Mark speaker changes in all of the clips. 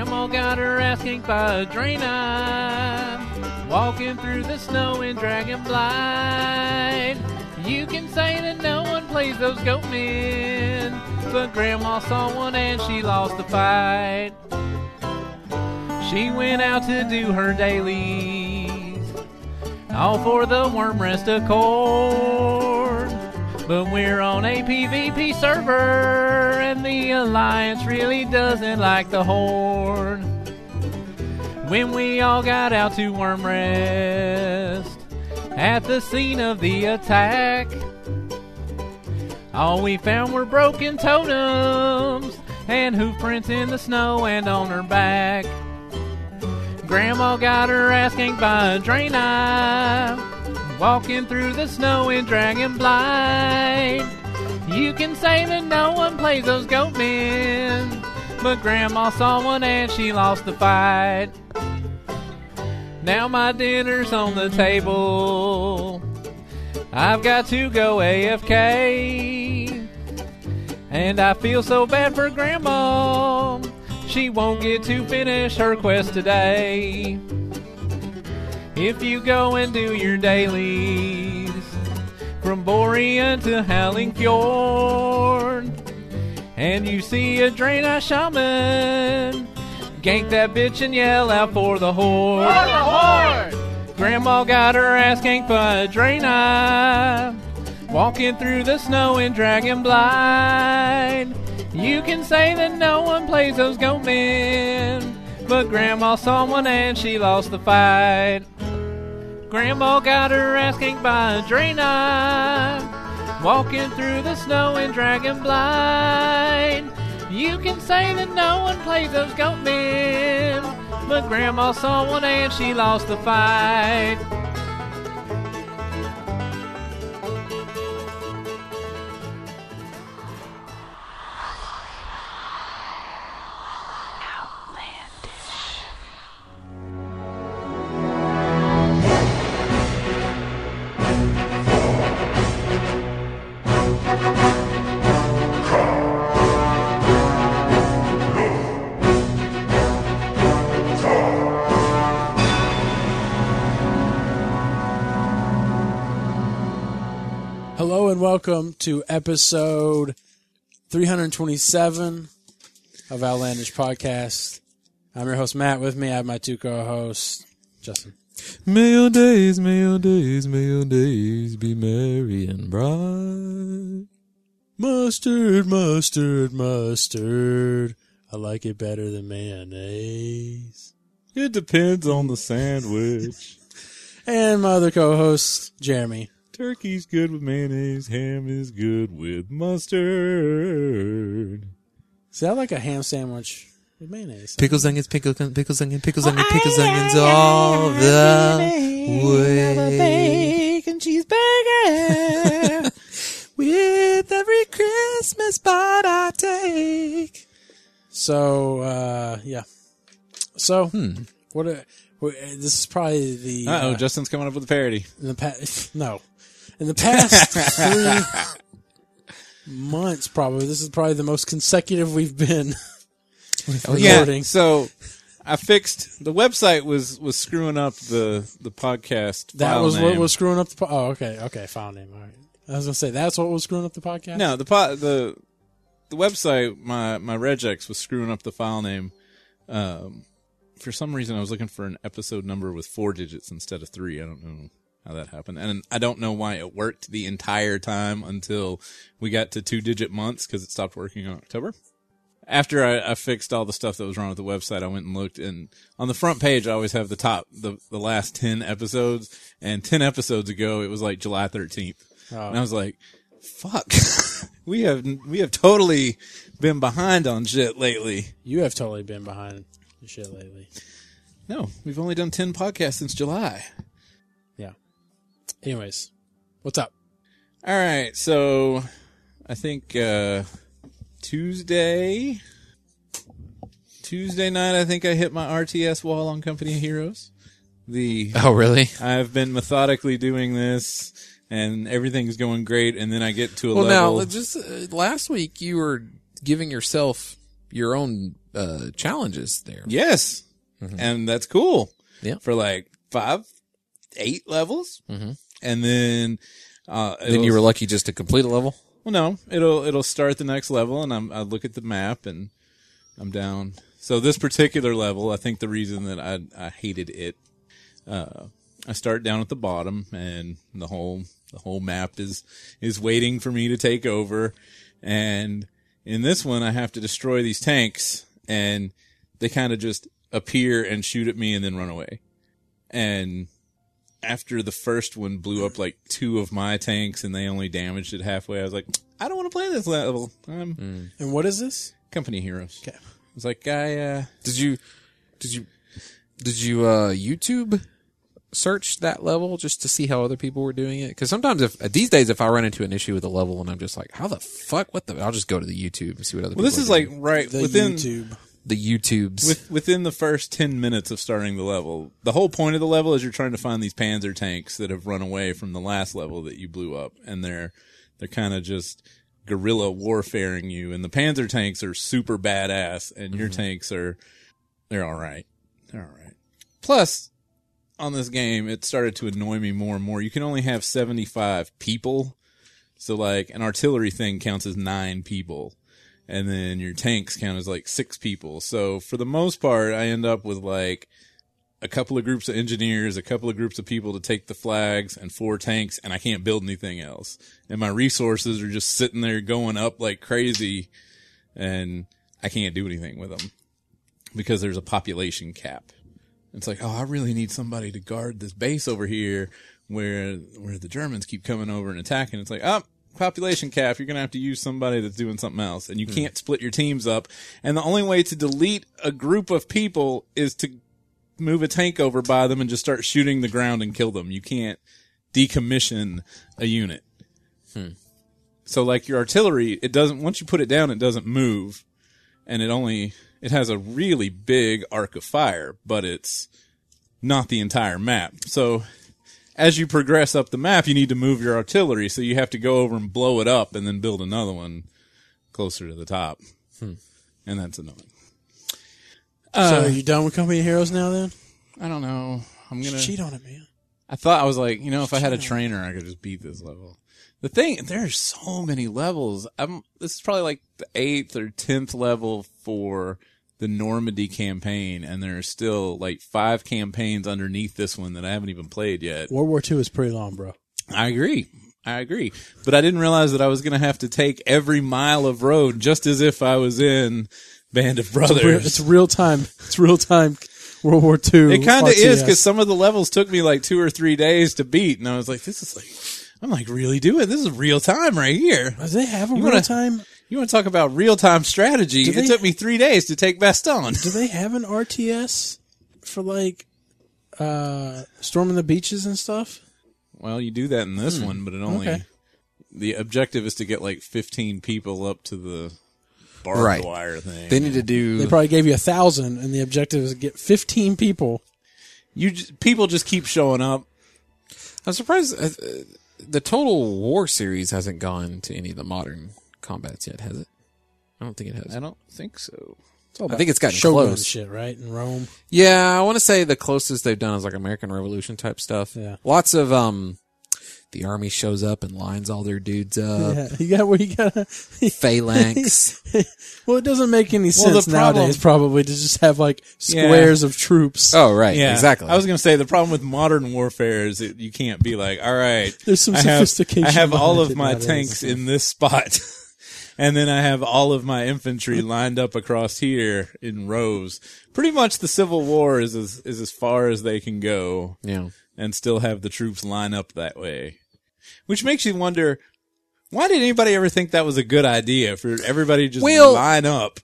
Speaker 1: spider asking quadrina. Walking through the snow in Dragonblind. You can say that no one plays those goat men. But Grandma saw one and she lost the fight. She went out to do her dailies. All for the worm rest of corn. But we're on a PvP server, and the Alliance really doesn't like the horn. When we all got out to worm rest at the scene of the attack, all we found were broken totems and hoof prints in the snow and on her back. Grandma got her ass kicked by a drain eye. Walking through the snow in Dragon Blind. You can say that no one plays those goat men. But Grandma saw one and she lost the fight. Now my dinner's on the table. I've got to go AFK. And I feel so bad for Grandma. She won't get to finish her quest today. If you go and do your dailies, from Borean to Howling Fjord, and you see a Draenei shaman, gank that bitch and yell out for the horde. Grandma got her ass kicked by a Draenei. Walking through the snow in Dragon Blind. You can say that no one plays those goat men. But Grandma saw one and she lost the fight. Grandma got her ass kicked by a Draenei. Walking through the snow in Dragon Blind. You can say that no one plays those goat men. But Grandma saw one and she lost the fight.
Speaker 2: Hello and welcome to episode 327 of Outlandish Podcast. I'm your host Matt. With me, I have my two co-hosts, Justin.
Speaker 3: Mail days, mail days, mail days, be merry and bright.
Speaker 2: Mustard, mustard, mustard. I like it better than mayonnaise.
Speaker 3: It depends on the sandwich.
Speaker 2: And my other co-host, Jeremy.
Speaker 3: Turkey's good with mayonnaise, ham is good with mustard.
Speaker 2: See, I like a ham sandwich with mayonnaise.
Speaker 3: Pickles, onions, pickles, pickles, onion, pickles, onion, pickles, onions, all the way.
Speaker 2: Bacon cheeseburger with every Christmas bite I take. So uh, yeah, so what? A, what- this is probably the
Speaker 3: Uh oh, Justin's coming up with a parody.
Speaker 2: in the past no in the past three months probably this is probably the most consecutive we've been with recording.
Speaker 3: so I fixed the website was was screwing up the the podcast.
Speaker 2: That
Speaker 3: file
Speaker 2: was what
Speaker 3: name.
Speaker 2: was screwing up the. Po- oh, okay, okay, file name. All right. I was gonna say that's what was screwing up the podcast.
Speaker 3: No, the po- the the website my my regex was screwing up the file name. Um, for some reason, I was looking for an episode number with four digits instead of three. I don't know how that happened, and I don't know why it worked the entire time until we got to two digit months because it stopped working in October. After I, I fixed all the stuff that was wrong with the website, I went and looked, and on the front page, I always have the top, the, the last 10 episodes. And 10 episodes ago, it was like July 13th. And I was like, fuck we have we have totally been behind on shit lately
Speaker 2: you have totally been behind the shit lately.
Speaker 3: no we've only done 10 podcasts since july
Speaker 2: Yeah. Anyways, what's up?
Speaker 3: all right so i think uh tuesday tuesday night i think i hit my rts wall on company of heroes the
Speaker 4: Oh, really?
Speaker 3: i've been methodically doing this and everything's going great and then i get to a
Speaker 4: Well, now
Speaker 3: level
Speaker 4: let's just uh, last week you were giving yourself your own uh, challenges there.
Speaker 3: Yes. And that's cool.
Speaker 4: Mm-hmm. Yeah.
Speaker 3: For like five, eight levels.
Speaker 4: Mhm.
Speaker 3: And then, uh,
Speaker 4: Then you were lucky just to complete a level.
Speaker 3: well, no, it'll, it'll start the next level and I'm, I look at the map and I'm down. So this particular level, I think the reason that I, I hated it, uh, I start down at the bottom and the whole, the whole map is, is waiting for me to take over. And in this one, I have to destroy these tanks and they kind of just appear and shoot at me and then run away. And after the first one blew up like two of my tanks and they only damaged it halfway, I was like, I don't want to play this level. I'm
Speaker 2: And what is this?
Speaker 3: Company Heroes.
Speaker 2: Okay.
Speaker 3: I was like, I, uh,
Speaker 4: Did you? Did you? Did you uh, YouTube search that level just to see how other people were doing it? Because sometimes, if uh, these days, if I run into an issue with a level and I'm just like, "How the fuck? What the?" I'll just go to the YouTube and see what other.
Speaker 3: well, this
Speaker 4: people
Speaker 3: is
Speaker 4: are
Speaker 3: like
Speaker 4: doing.
Speaker 3: right
Speaker 2: The
Speaker 3: within,
Speaker 2: YouTube.
Speaker 4: the YouTubes.
Speaker 3: with, within the first 10 minutes of starting the level. The whole point of the level is you're trying to find these panzer tanks that have run away from the last level that you blew up and they're they're kind of just guerrilla warfaring you and the panzer tanks are super badass and your tanks are they're all right. They're all right. Plus on this game it started to annoy me more and more. You can only have 75 people. So like an artillery thing counts as 9 people and then your tanks count as like six people. So for the most part, I end up with like a couple of groups of engineers, a couple of groups of people to take the flags, and four tanks, and I can't build anything else. And my resources are just sitting there going up like crazy, and I can't do anything with them because there's a population cap. It's like, oh, I really need somebody to guard this base over here where where the Germans keep coming over and attacking. It's like, oh, population cap, you're gonna have to use somebody that's doing something else. And you can't split your teams up. And the only way to delete a group of people is to move a tank over by them and just start shooting the ground and kill them. You can't decommission a unit. So like your artillery, it doesn't once you put it down, it doesn't move, and it only it has a really big arc of fire, but it's not the entire map. So as you progress up the map, you need to move your artillery, so you have to go over and blow it up and then build another one closer to the top. And that's annoying. uh,
Speaker 2: so are you done with Company Heroes now? Then
Speaker 3: I don't know. I'm gonna
Speaker 2: cheat on it, man.
Speaker 3: I thought I was like, you know, if I had a trainer, I could just beat this level. The thing, there's so many levels. I'm this is probably like the eighth or tenth level for the Normandy campaign, and there are still like five campaigns underneath this one that I haven't even played yet.
Speaker 2: World War II is pretty long, bro.
Speaker 3: I agree. I agree. But I didn't realize that I was going to have to take every mile of road just as if I was in Band of
Speaker 2: Real-
Speaker 3: Brothers.
Speaker 2: It's real time. It's real time. World War II.
Speaker 3: It kind of is
Speaker 2: RTS.
Speaker 3: because some of the levels took me like two or three days to beat, and I was like, "This is like, I'm like really doing this is real time right here."
Speaker 2: do they have a
Speaker 3: You
Speaker 2: real
Speaker 3: wanna-
Speaker 2: time?
Speaker 3: You want to talk about real time strategy?
Speaker 2: Do
Speaker 3: it
Speaker 2: they-
Speaker 3: took me three days to take Baston.
Speaker 2: Do they have an RTS for like uh storming the beaches and stuff?
Speaker 3: Well, you do that in this one, but it only
Speaker 2: Hmm. Okay.
Speaker 3: the objective is to get like 15 people up to the barbed
Speaker 4: Right.
Speaker 3: wire thing.
Speaker 4: they need to do.
Speaker 2: They probably gave you a thousand, and the objective is to get fifteen people.
Speaker 3: you just, people just keep showing up.
Speaker 4: I'm surprised uh, uh, the Total War series hasn't gone to any of the modern combats yet, has it? I don't think it has.
Speaker 3: I don't think so.
Speaker 4: I think it's gotten
Speaker 2: Shogun
Speaker 4: close.
Speaker 2: shit, right? In Rome,
Speaker 4: Yeah, I want to say the closest they've done is like American Revolution type stuff.
Speaker 2: Yeah.
Speaker 4: Lots of um the army shows up and lines all their dudes up.
Speaker 2: yeah, you got where you gotta.
Speaker 4: Phalanx.
Speaker 2: well, it doesn't make any
Speaker 3: Well, the
Speaker 2: sense nowadays, probably, to just have like squares of troops.
Speaker 4: oh right, exactly.
Speaker 3: I was going to say the problem with modern warfare is that you can't be like, all right,
Speaker 2: There's some
Speaker 3: I have,
Speaker 2: sophistication
Speaker 3: I have all
Speaker 2: behind
Speaker 3: of
Speaker 2: it
Speaker 3: my
Speaker 2: nowadays.
Speaker 3: tanks in this spot, and then I have all of my infantry lined up across here in rows. Pretty much, the Civil War is as, is as far as they can go
Speaker 4: yeah.
Speaker 3: and still have the troops line up that way, which makes you wonder. Why did anybody ever think that was a good idea for everybody to just
Speaker 4: Well-
Speaker 3: line up?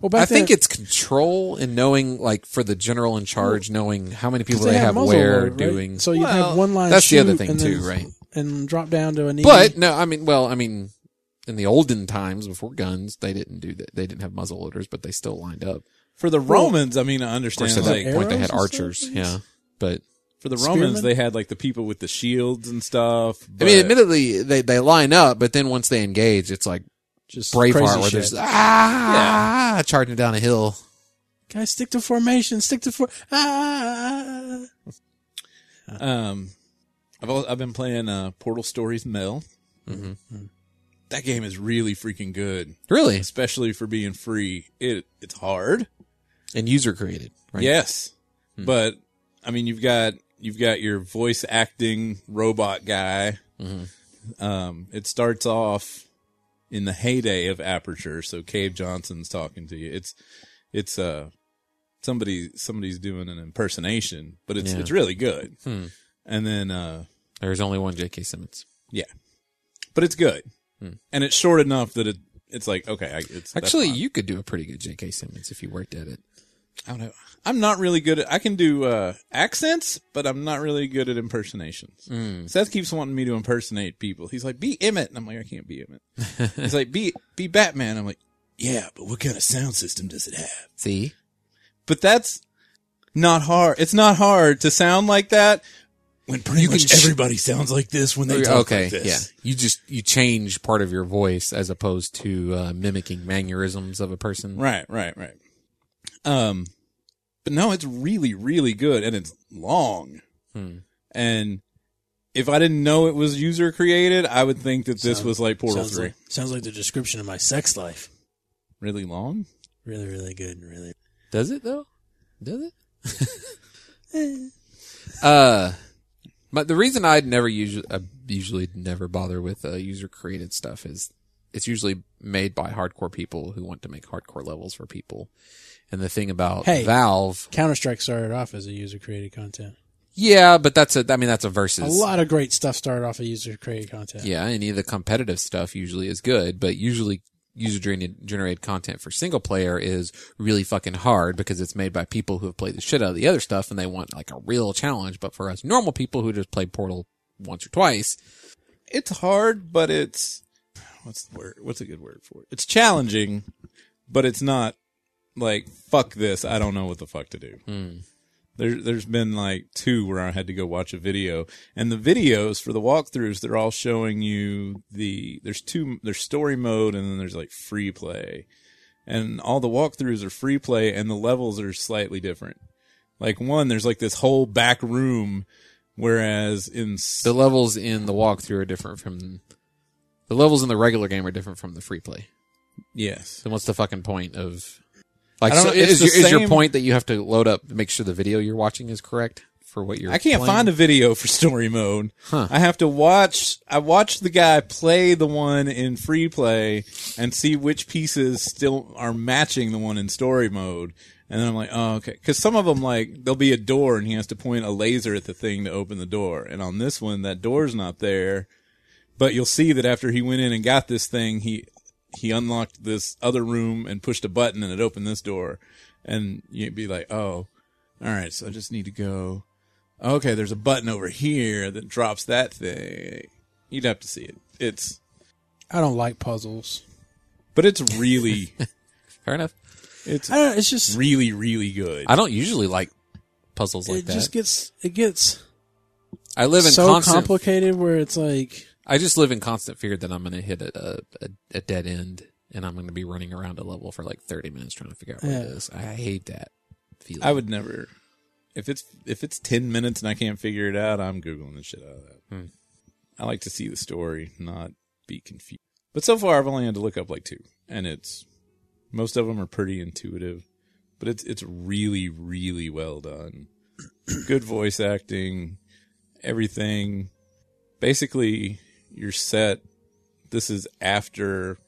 Speaker 2: Well,
Speaker 4: I
Speaker 2: back
Speaker 4: think
Speaker 2: then-
Speaker 4: it's control and knowing like for the general in charge, knowing how many people
Speaker 2: They
Speaker 4: they,
Speaker 2: had
Speaker 4: have
Speaker 2: muzzle
Speaker 4: where
Speaker 2: load, right?
Speaker 4: doing
Speaker 2: So you would
Speaker 3: Well,
Speaker 2: have one line.
Speaker 4: that's the other
Speaker 2: shoot
Speaker 4: thing
Speaker 2: and then-
Speaker 4: too, right?
Speaker 2: And drop down to a knee.
Speaker 4: But no, I mean, well, I mean, in the olden times before guns, they didn't do that. They didn't have muzzle loaders, but they still lined up.
Speaker 3: For the Romans, I mean, I
Speaker 4: Of course,
Speaker 3: understand.
Speaker 4: at that
Speaker 3: Like,
Speaker 4: point,
Speaker 2: arrows
Speaker 4: they had
Speaker 2: and stuff,
Speaker 4: archers.
Speaker 2: I guess?
Speaker 4: yeah, but
Speaker 3: For the
Speaker 2: Spearmen?
Speaker 3: Romans, they had like the people with the shields and stuff.
Speaker 4: I
Speaker 3: but-
Speaker 4: mean, admittedly, they they line up, but then once they engage, it's like
Speaker 2: Just crazy
Speaker 4: Braveheart where
Speaker 2: shit.
Speaker 4: there's ah charging down a hill.
Speaker 2: Guys, stick to formation. Stick to for. Ah.
Speaker 3: Um, I've al- I've been playing uh, Portal Stories Mel.
Speaker 4: Mhm.
Speaker 3: That game is really freaking good,
Speaker 4: Really?
Speaker 3: especially for being free. It it's hard,
Speaker 4: And user created. Right?
Speaker 3: yes,
Speaker 4: Hmm.
Speaker 3: but I mean you've got you've got your voice acting robot guy.
Speaker 4: Mhm.
Speaker 3: Um, it starts off in the heyday of Aperture, so Cave Johnson's talking to you. It's it's uh somebody somebody's doing an impersonation, but it's
Speaker 4: Yeah.
Speaker 3: it's really good.
Speaker 4: Hmm.
Speaker 3: And then uh
Speaker 4: There's only one J.K. Simmons.
Speaker 3: but it's good,
Speaker 4: Hmm.
Speaker 3: and it's short enough that it it's like okay, I, it's that's
Speaker 4: Actually,
Speaker 3: fine.
Speaker 4: you could do a pretty good J.K. Simmons if you worked at it.
Speaker 3: I don't know. I'm not really good at I can do uh accents, but I'm not really good at impersonations.
Speaker 4: Mm.
Speaker 3: Seth keeps wanting me to impersonate people. He's like, "Be Emmett," and I'm like, "I can't be Emmett." He's like, "Be be Batman." I'm like, "Yeah, but what kind of sound system does it have?"
Speaker 4: See?
Speaker 3: But that's not hard. It's not hard to sound like that when pretty
Speaker 4: You can
Speaker 3: much
Speaker 4: sh-
Speaker 3: everybody sounds like this when they talk
Speaker 4: Okay.
Speaker 3: like this.
Speaker 4: yeah. You just you change part of your voice as opposed to uh, mimicking mannerisms of a person.
Speaker 3: Right, right, right. Um, but no, it's really, really good, and it's long.
Speaker 4: Hmm.
Speaker 3: And if I didn't know it was user created, I would think that this
Speaker 2: Sound-
Speaker 3: was like Portal
Speaker 2: sounds
Speaker 3: Three.
Speaker 2: Like, sounds like the description of my sex life.
Speaker 3: really long.
Speaker 2: Really, really good. Really.
Speaker 4: Does it though? Does it? uh, but the reason I'd never usually I usually never bother with uh, user created stuff is it's usually made by hardcore people who want to make hardcore levels for people. And the thing about
Speaker 2: Hey.
Speaker 4: Valve,
Speaker 2: Counter Strike started off as a user created content.
Speaker 4: yeah, but that's a I mean that's a versus.
Speaker 2: A lot of great stuff started off as user created content.
Speaker 4: Yeah, any of the competitive stuff usually is good, but usually user generated generated content for single player is really fucking hard because it's made by people who have played the shit out of the other stuff and they want like a real challenge. But for us normal people who just play Portal once or twice,
Speaker 3: It's hard, but it's what's the word? What's a good word for it? It's challenging, but it's not like fuck this. I don't know what the fuck to do. There, there's been like two where I had to go watch a video, and the videos for the walkthroughs they're all showing you the there's two there's story mode and then there's like free play, and all the walkthroughs are free play and the levels are slightly different. Like one, there's like this whole back room, whereas in s-
Speaker 4: the levels in the walkthrough are different from the levels in the regular game are different from the free play.
Speaker 3: yes,
Speaker 4: So what's the fucking point of like
Speaker 3: I don't
Speaker 4: so
Speaker 3: know, it's
Speaker 4: is,
Speaker 3: the
Speaker 4: your, is your
Speaker 3: same-
Speaker 4: point that you have to load up make sure the video you're watching is correct for what you're
Speaker 3: I can't
Speaker 4: playing?
Speaker 3: find a video for story mode.
Speaker 4: Huh.
Speaker 3: I have to watch. I watched the guy play the one in free play and see which pieces still are matching the one in story mode. And then I'm like, oh, okay. Because some of them, like, there'll be a door and he has to point a laser at the thing to open the door. And on this one, that door's not there. But you'll see that after he went in and got this thing, he he unlocked this other room and pushed a button and it opened this door. And you'd be like, oh, all right. So I just need to go okay, there's a button over here that drops that thing. You'd have to see it. It's,
Speaker 2: I don't like puzzles.
Speaker 3: but it's really,
Speaker 4: Fair enough.
Speaker 3: it's
Speaker 2: I don't. It's just
Speaker 3: really, really good.
Speaker 4: I don't usually like puzzles like
Speaker 2: it
Speaker 4: that.
Speaker 2: just gets it gets
Speaker 4: I live in
Speaker 2: so
Speaker 4: constant.
Speaker 2: complicated where it's like
Speaker 4: I just live in constant fear that I'm going to hit a, a, a, a dead end and I'm going to be running around a level for like 30 minutes trying to figure out what it
Speaker 2: Yeah.
Speaker 4: is. I hate that feeling.
Speaker 3: I would never, if it's, if it's 10 minutes and I can't figure it out, I'm Googling the shit out of that.
Speaker 4: Hmm.
Speaker 3: I like to see the story, not be confused. But so far, I've only had to look up like two and it's, most of them are pretty intuitive, but it's, it's really, really well done. good voice acting. everything. Basically, you're set. This is after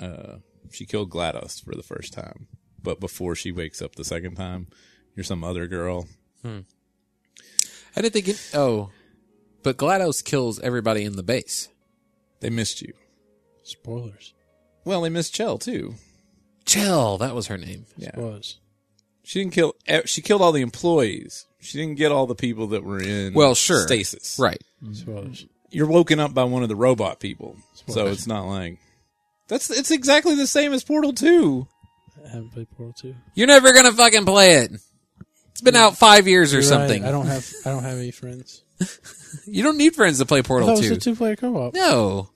Speaker 3: uh, she killed GLaDOS for the first time, but before she wakes up the second time, you're some other girl.
Speaker 4: I didn't think it. Oh. But GLaDOS kills everybody in the base.
Speaker 3: They missed you.
Speaker 2: spoilers.
Speaker 3: Well, they missed Chell too.
Speaker 4: Chell, that was her name.
Speaker 3: Yeah,
Speaker 2: Spoilers.
Speaker 3: she didn't kill. eh, She killed all the employees. She didn't get all the people that were in.
Speaker 4: Well, sure.
Speaker 3: stasis.
Speaker 4: Right.
Speaker 2: Spoilers.
Speaker 3: You're woken up by one of the robot people, so
Speaker 2: Spoilers.
Speaker 3: it's not like that's. It's exactly the same as Portal Two.
Speaker 2: I haven't played Portal Two.
Speaker 4: You're never going to fucking play it. It's been out five years or
Speaker 2: You're
Speaker 4: something.
Speaker 2: right, I don't have I don't have any friends.
Speaker 4: you don't need friends to play
Speaker 2: I
Speaker 4: Portal
Speaker 2: thought it was
Speaker 4: 2.
Speaker 2: a two player co op.
Speaker 4: no.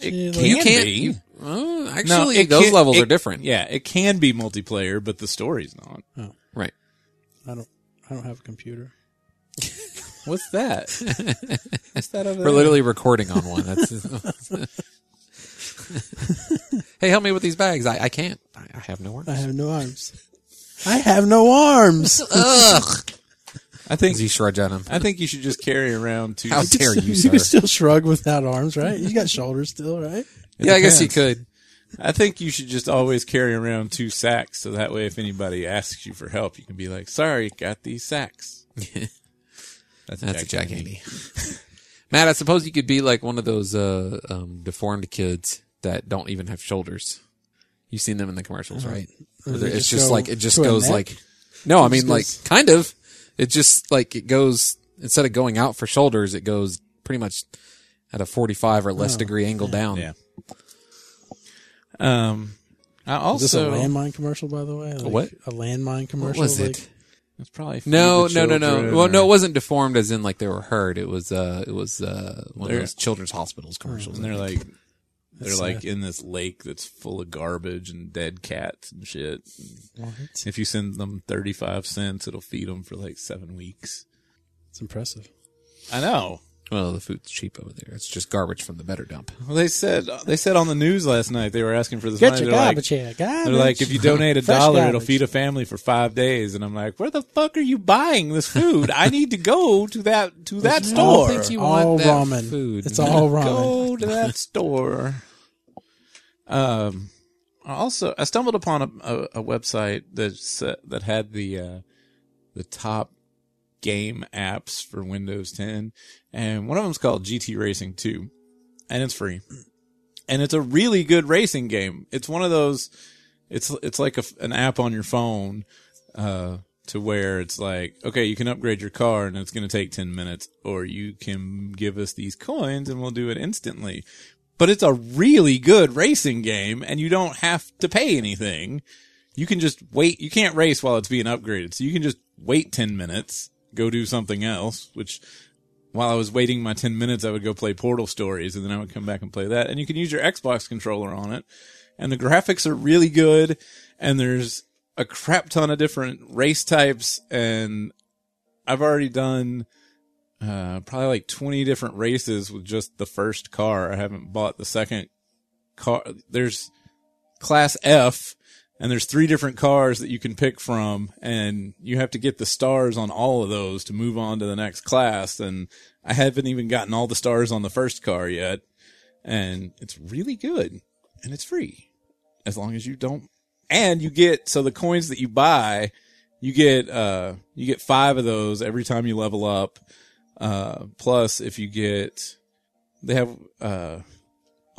Speaker 3: It
Speaker 4: you
Speaker 3: Can
Speaker 4: can't.
Speaker 3: be.
Speaker 4: you- uh,
Speaker 3: No,
Speaker 4: actually,
Speaker 3: it
Speaker 4: those
Speaker 3: can-
Speaker 4: levels
Speaker 3: it-
Speaker 4: are different.
Speaker 3: Yeah, it can be multiplayer, but the story's not.
Speaker 4: Right.
Speaker 2: I don't. I don't have a computer.
Speaker 3: What's that? What's that over
Speaker 4: We're literally recording on one. That's. hey, help me with these bags. I, I can't. I, I have no
Speaker 2: I
Speaker 4: arms.
Speaker 2: have no arms. I have no arms.
Speaker 4: Ugh.
Speaker 3: I think
Speaker 4: As you shrug at him.
Speaker 3: I think you should just carry around two.
Speaker 4: How dare you,
Speaker 2: you can
Speaker 4: sir?
Speaker 2: still shrug without arms, right? You got shoulders still, right?
Speaker 4: Yeah, I guess you
Speaker 3: depends.
Speaker 4: could.
Speaker 3: I think you should just always carry around two sacks, so that way, if anybody asks you for help, you can be like, "Sorry, got these sacks." That's,
Speaker 4: That's a Jack Handy. Matt, I suppose you could be like one of those uh, um, deformed kids that don't even have shoulders. You've seen them in the commercials, right?
Speaker 2: Or
Speaker 4: Where
Speaker 2: they
Speaker 4: It's
Speaker 2: just
Speaker 4: just
Speaker 2: go
Speaker 4: like it just
Speaker 2: to a
Speaker 4: goes
Speaker 2: neck?
Speaker 4: like. No, I mean
Speaker 2: just
Speaker 4: like
Speaker 2: goes-
Speaker 4: kind of. It just like it goes instead of going out for shoulders, it goes pretty much at a forty-five or less
Speaker 2: Oh.
Speaker 4: degree angle down.
Speaker 3: Yeah. Um, I
Speaker 2: Is this
Speaker 3: also
Speaker 2: a landmine commercial, by the way? Like,
Speaker 4: what?
Speaker 2: A landmine
Speaker 4: What
Speaker 2: commercial?
Speaker 4: was
Speaker 2: like,
Speaker 4: it?
Speaker 3: it's probably feed
Speaker 4: No,
Speaker 3: the
Speaker 4: no, no, no.
Speaker 3: children
Speaker 4: Well, no,
Speaker 3: or-
Speaker 4: it wasn't deformed as in like they were hurt. It was, uh, it was, uh, one of
Speaker 3: They're-
Speaker 4: those children's hospitals commercials.
Speaker 3: And they're like, they're
Speaker 2: That's
Speaker 3: like in this lake that's full of garbage and dead cats and shit.
Speaker 2: What?
Speaker 3: If you send them thirty-five cents, it'll feed them for like seven weeks.
Speaker 2: It's impressive.
Speaker 3: I know.
Speaker 4: well, the food's cheap over there. It's just garbage from the better dump.
Speaker 3: Well, they said they said on the news last night they were asking for this
Speaker 2: Get
Speaker 3: money.
Speaker 2: your
Speaker 3: They're like-
Speaker 2: garbage here, garbage.
Speaker 3: They're like, if you donate a
Speaker 2: Fresh
Speaker 3: dollar, it'll
Speaker 2: garbage.
Speaker 3: feed a family for five days. And I'm like, where the fuck are you buying this food? I need to go to that to that
Speaker 2: It's
Speaker 3: store.
Speaker 2: all-
Speaker 4: think you want
Speaker 2: all
Speaker 4: that
Speaker 2: ramen.
Speaker 4: food.
Speaker 2: It's all ramen.
Speaker 3: Go to that store. Um, I also, I stumbled upon a, a, a website that's, uh, that had the uh, the top game apps for Windows 10, and one of them's called GT Racing 2, and it's free, and it's a really good racing game. It's one of those, it's it's like a, an app on your phone. Uh, to where it's like, okay, you can upgrade your car and it's going to take 10 minutes, or you can give us these coins and we'll do it instantly. But it's a really good racing game and you don't have to pay anything. You can just wait. You can't race while it's being upgraded. So you can just wait 10 minutes, go do something else, which while I was waiting my 10 minutes, I would go play Portal Stories and then I would come back and play that. And you can use your Xbox controller on it. And the graphics are really good. And there's a crap ton of different race types. And I've already done uh, probably like 20 different races with just the first car. I haven't bought the second car. There's class F. And there's three different cars that you can pick from, and you have to get the stars on all of those to move on to the next class. And I haven't even gotten all the stars on the first car yet. And it's really good. And it's free. As long as you don't and you get so the coins that you buy, you get uh you get five of those every time you level up. Uh plus if you get they have uh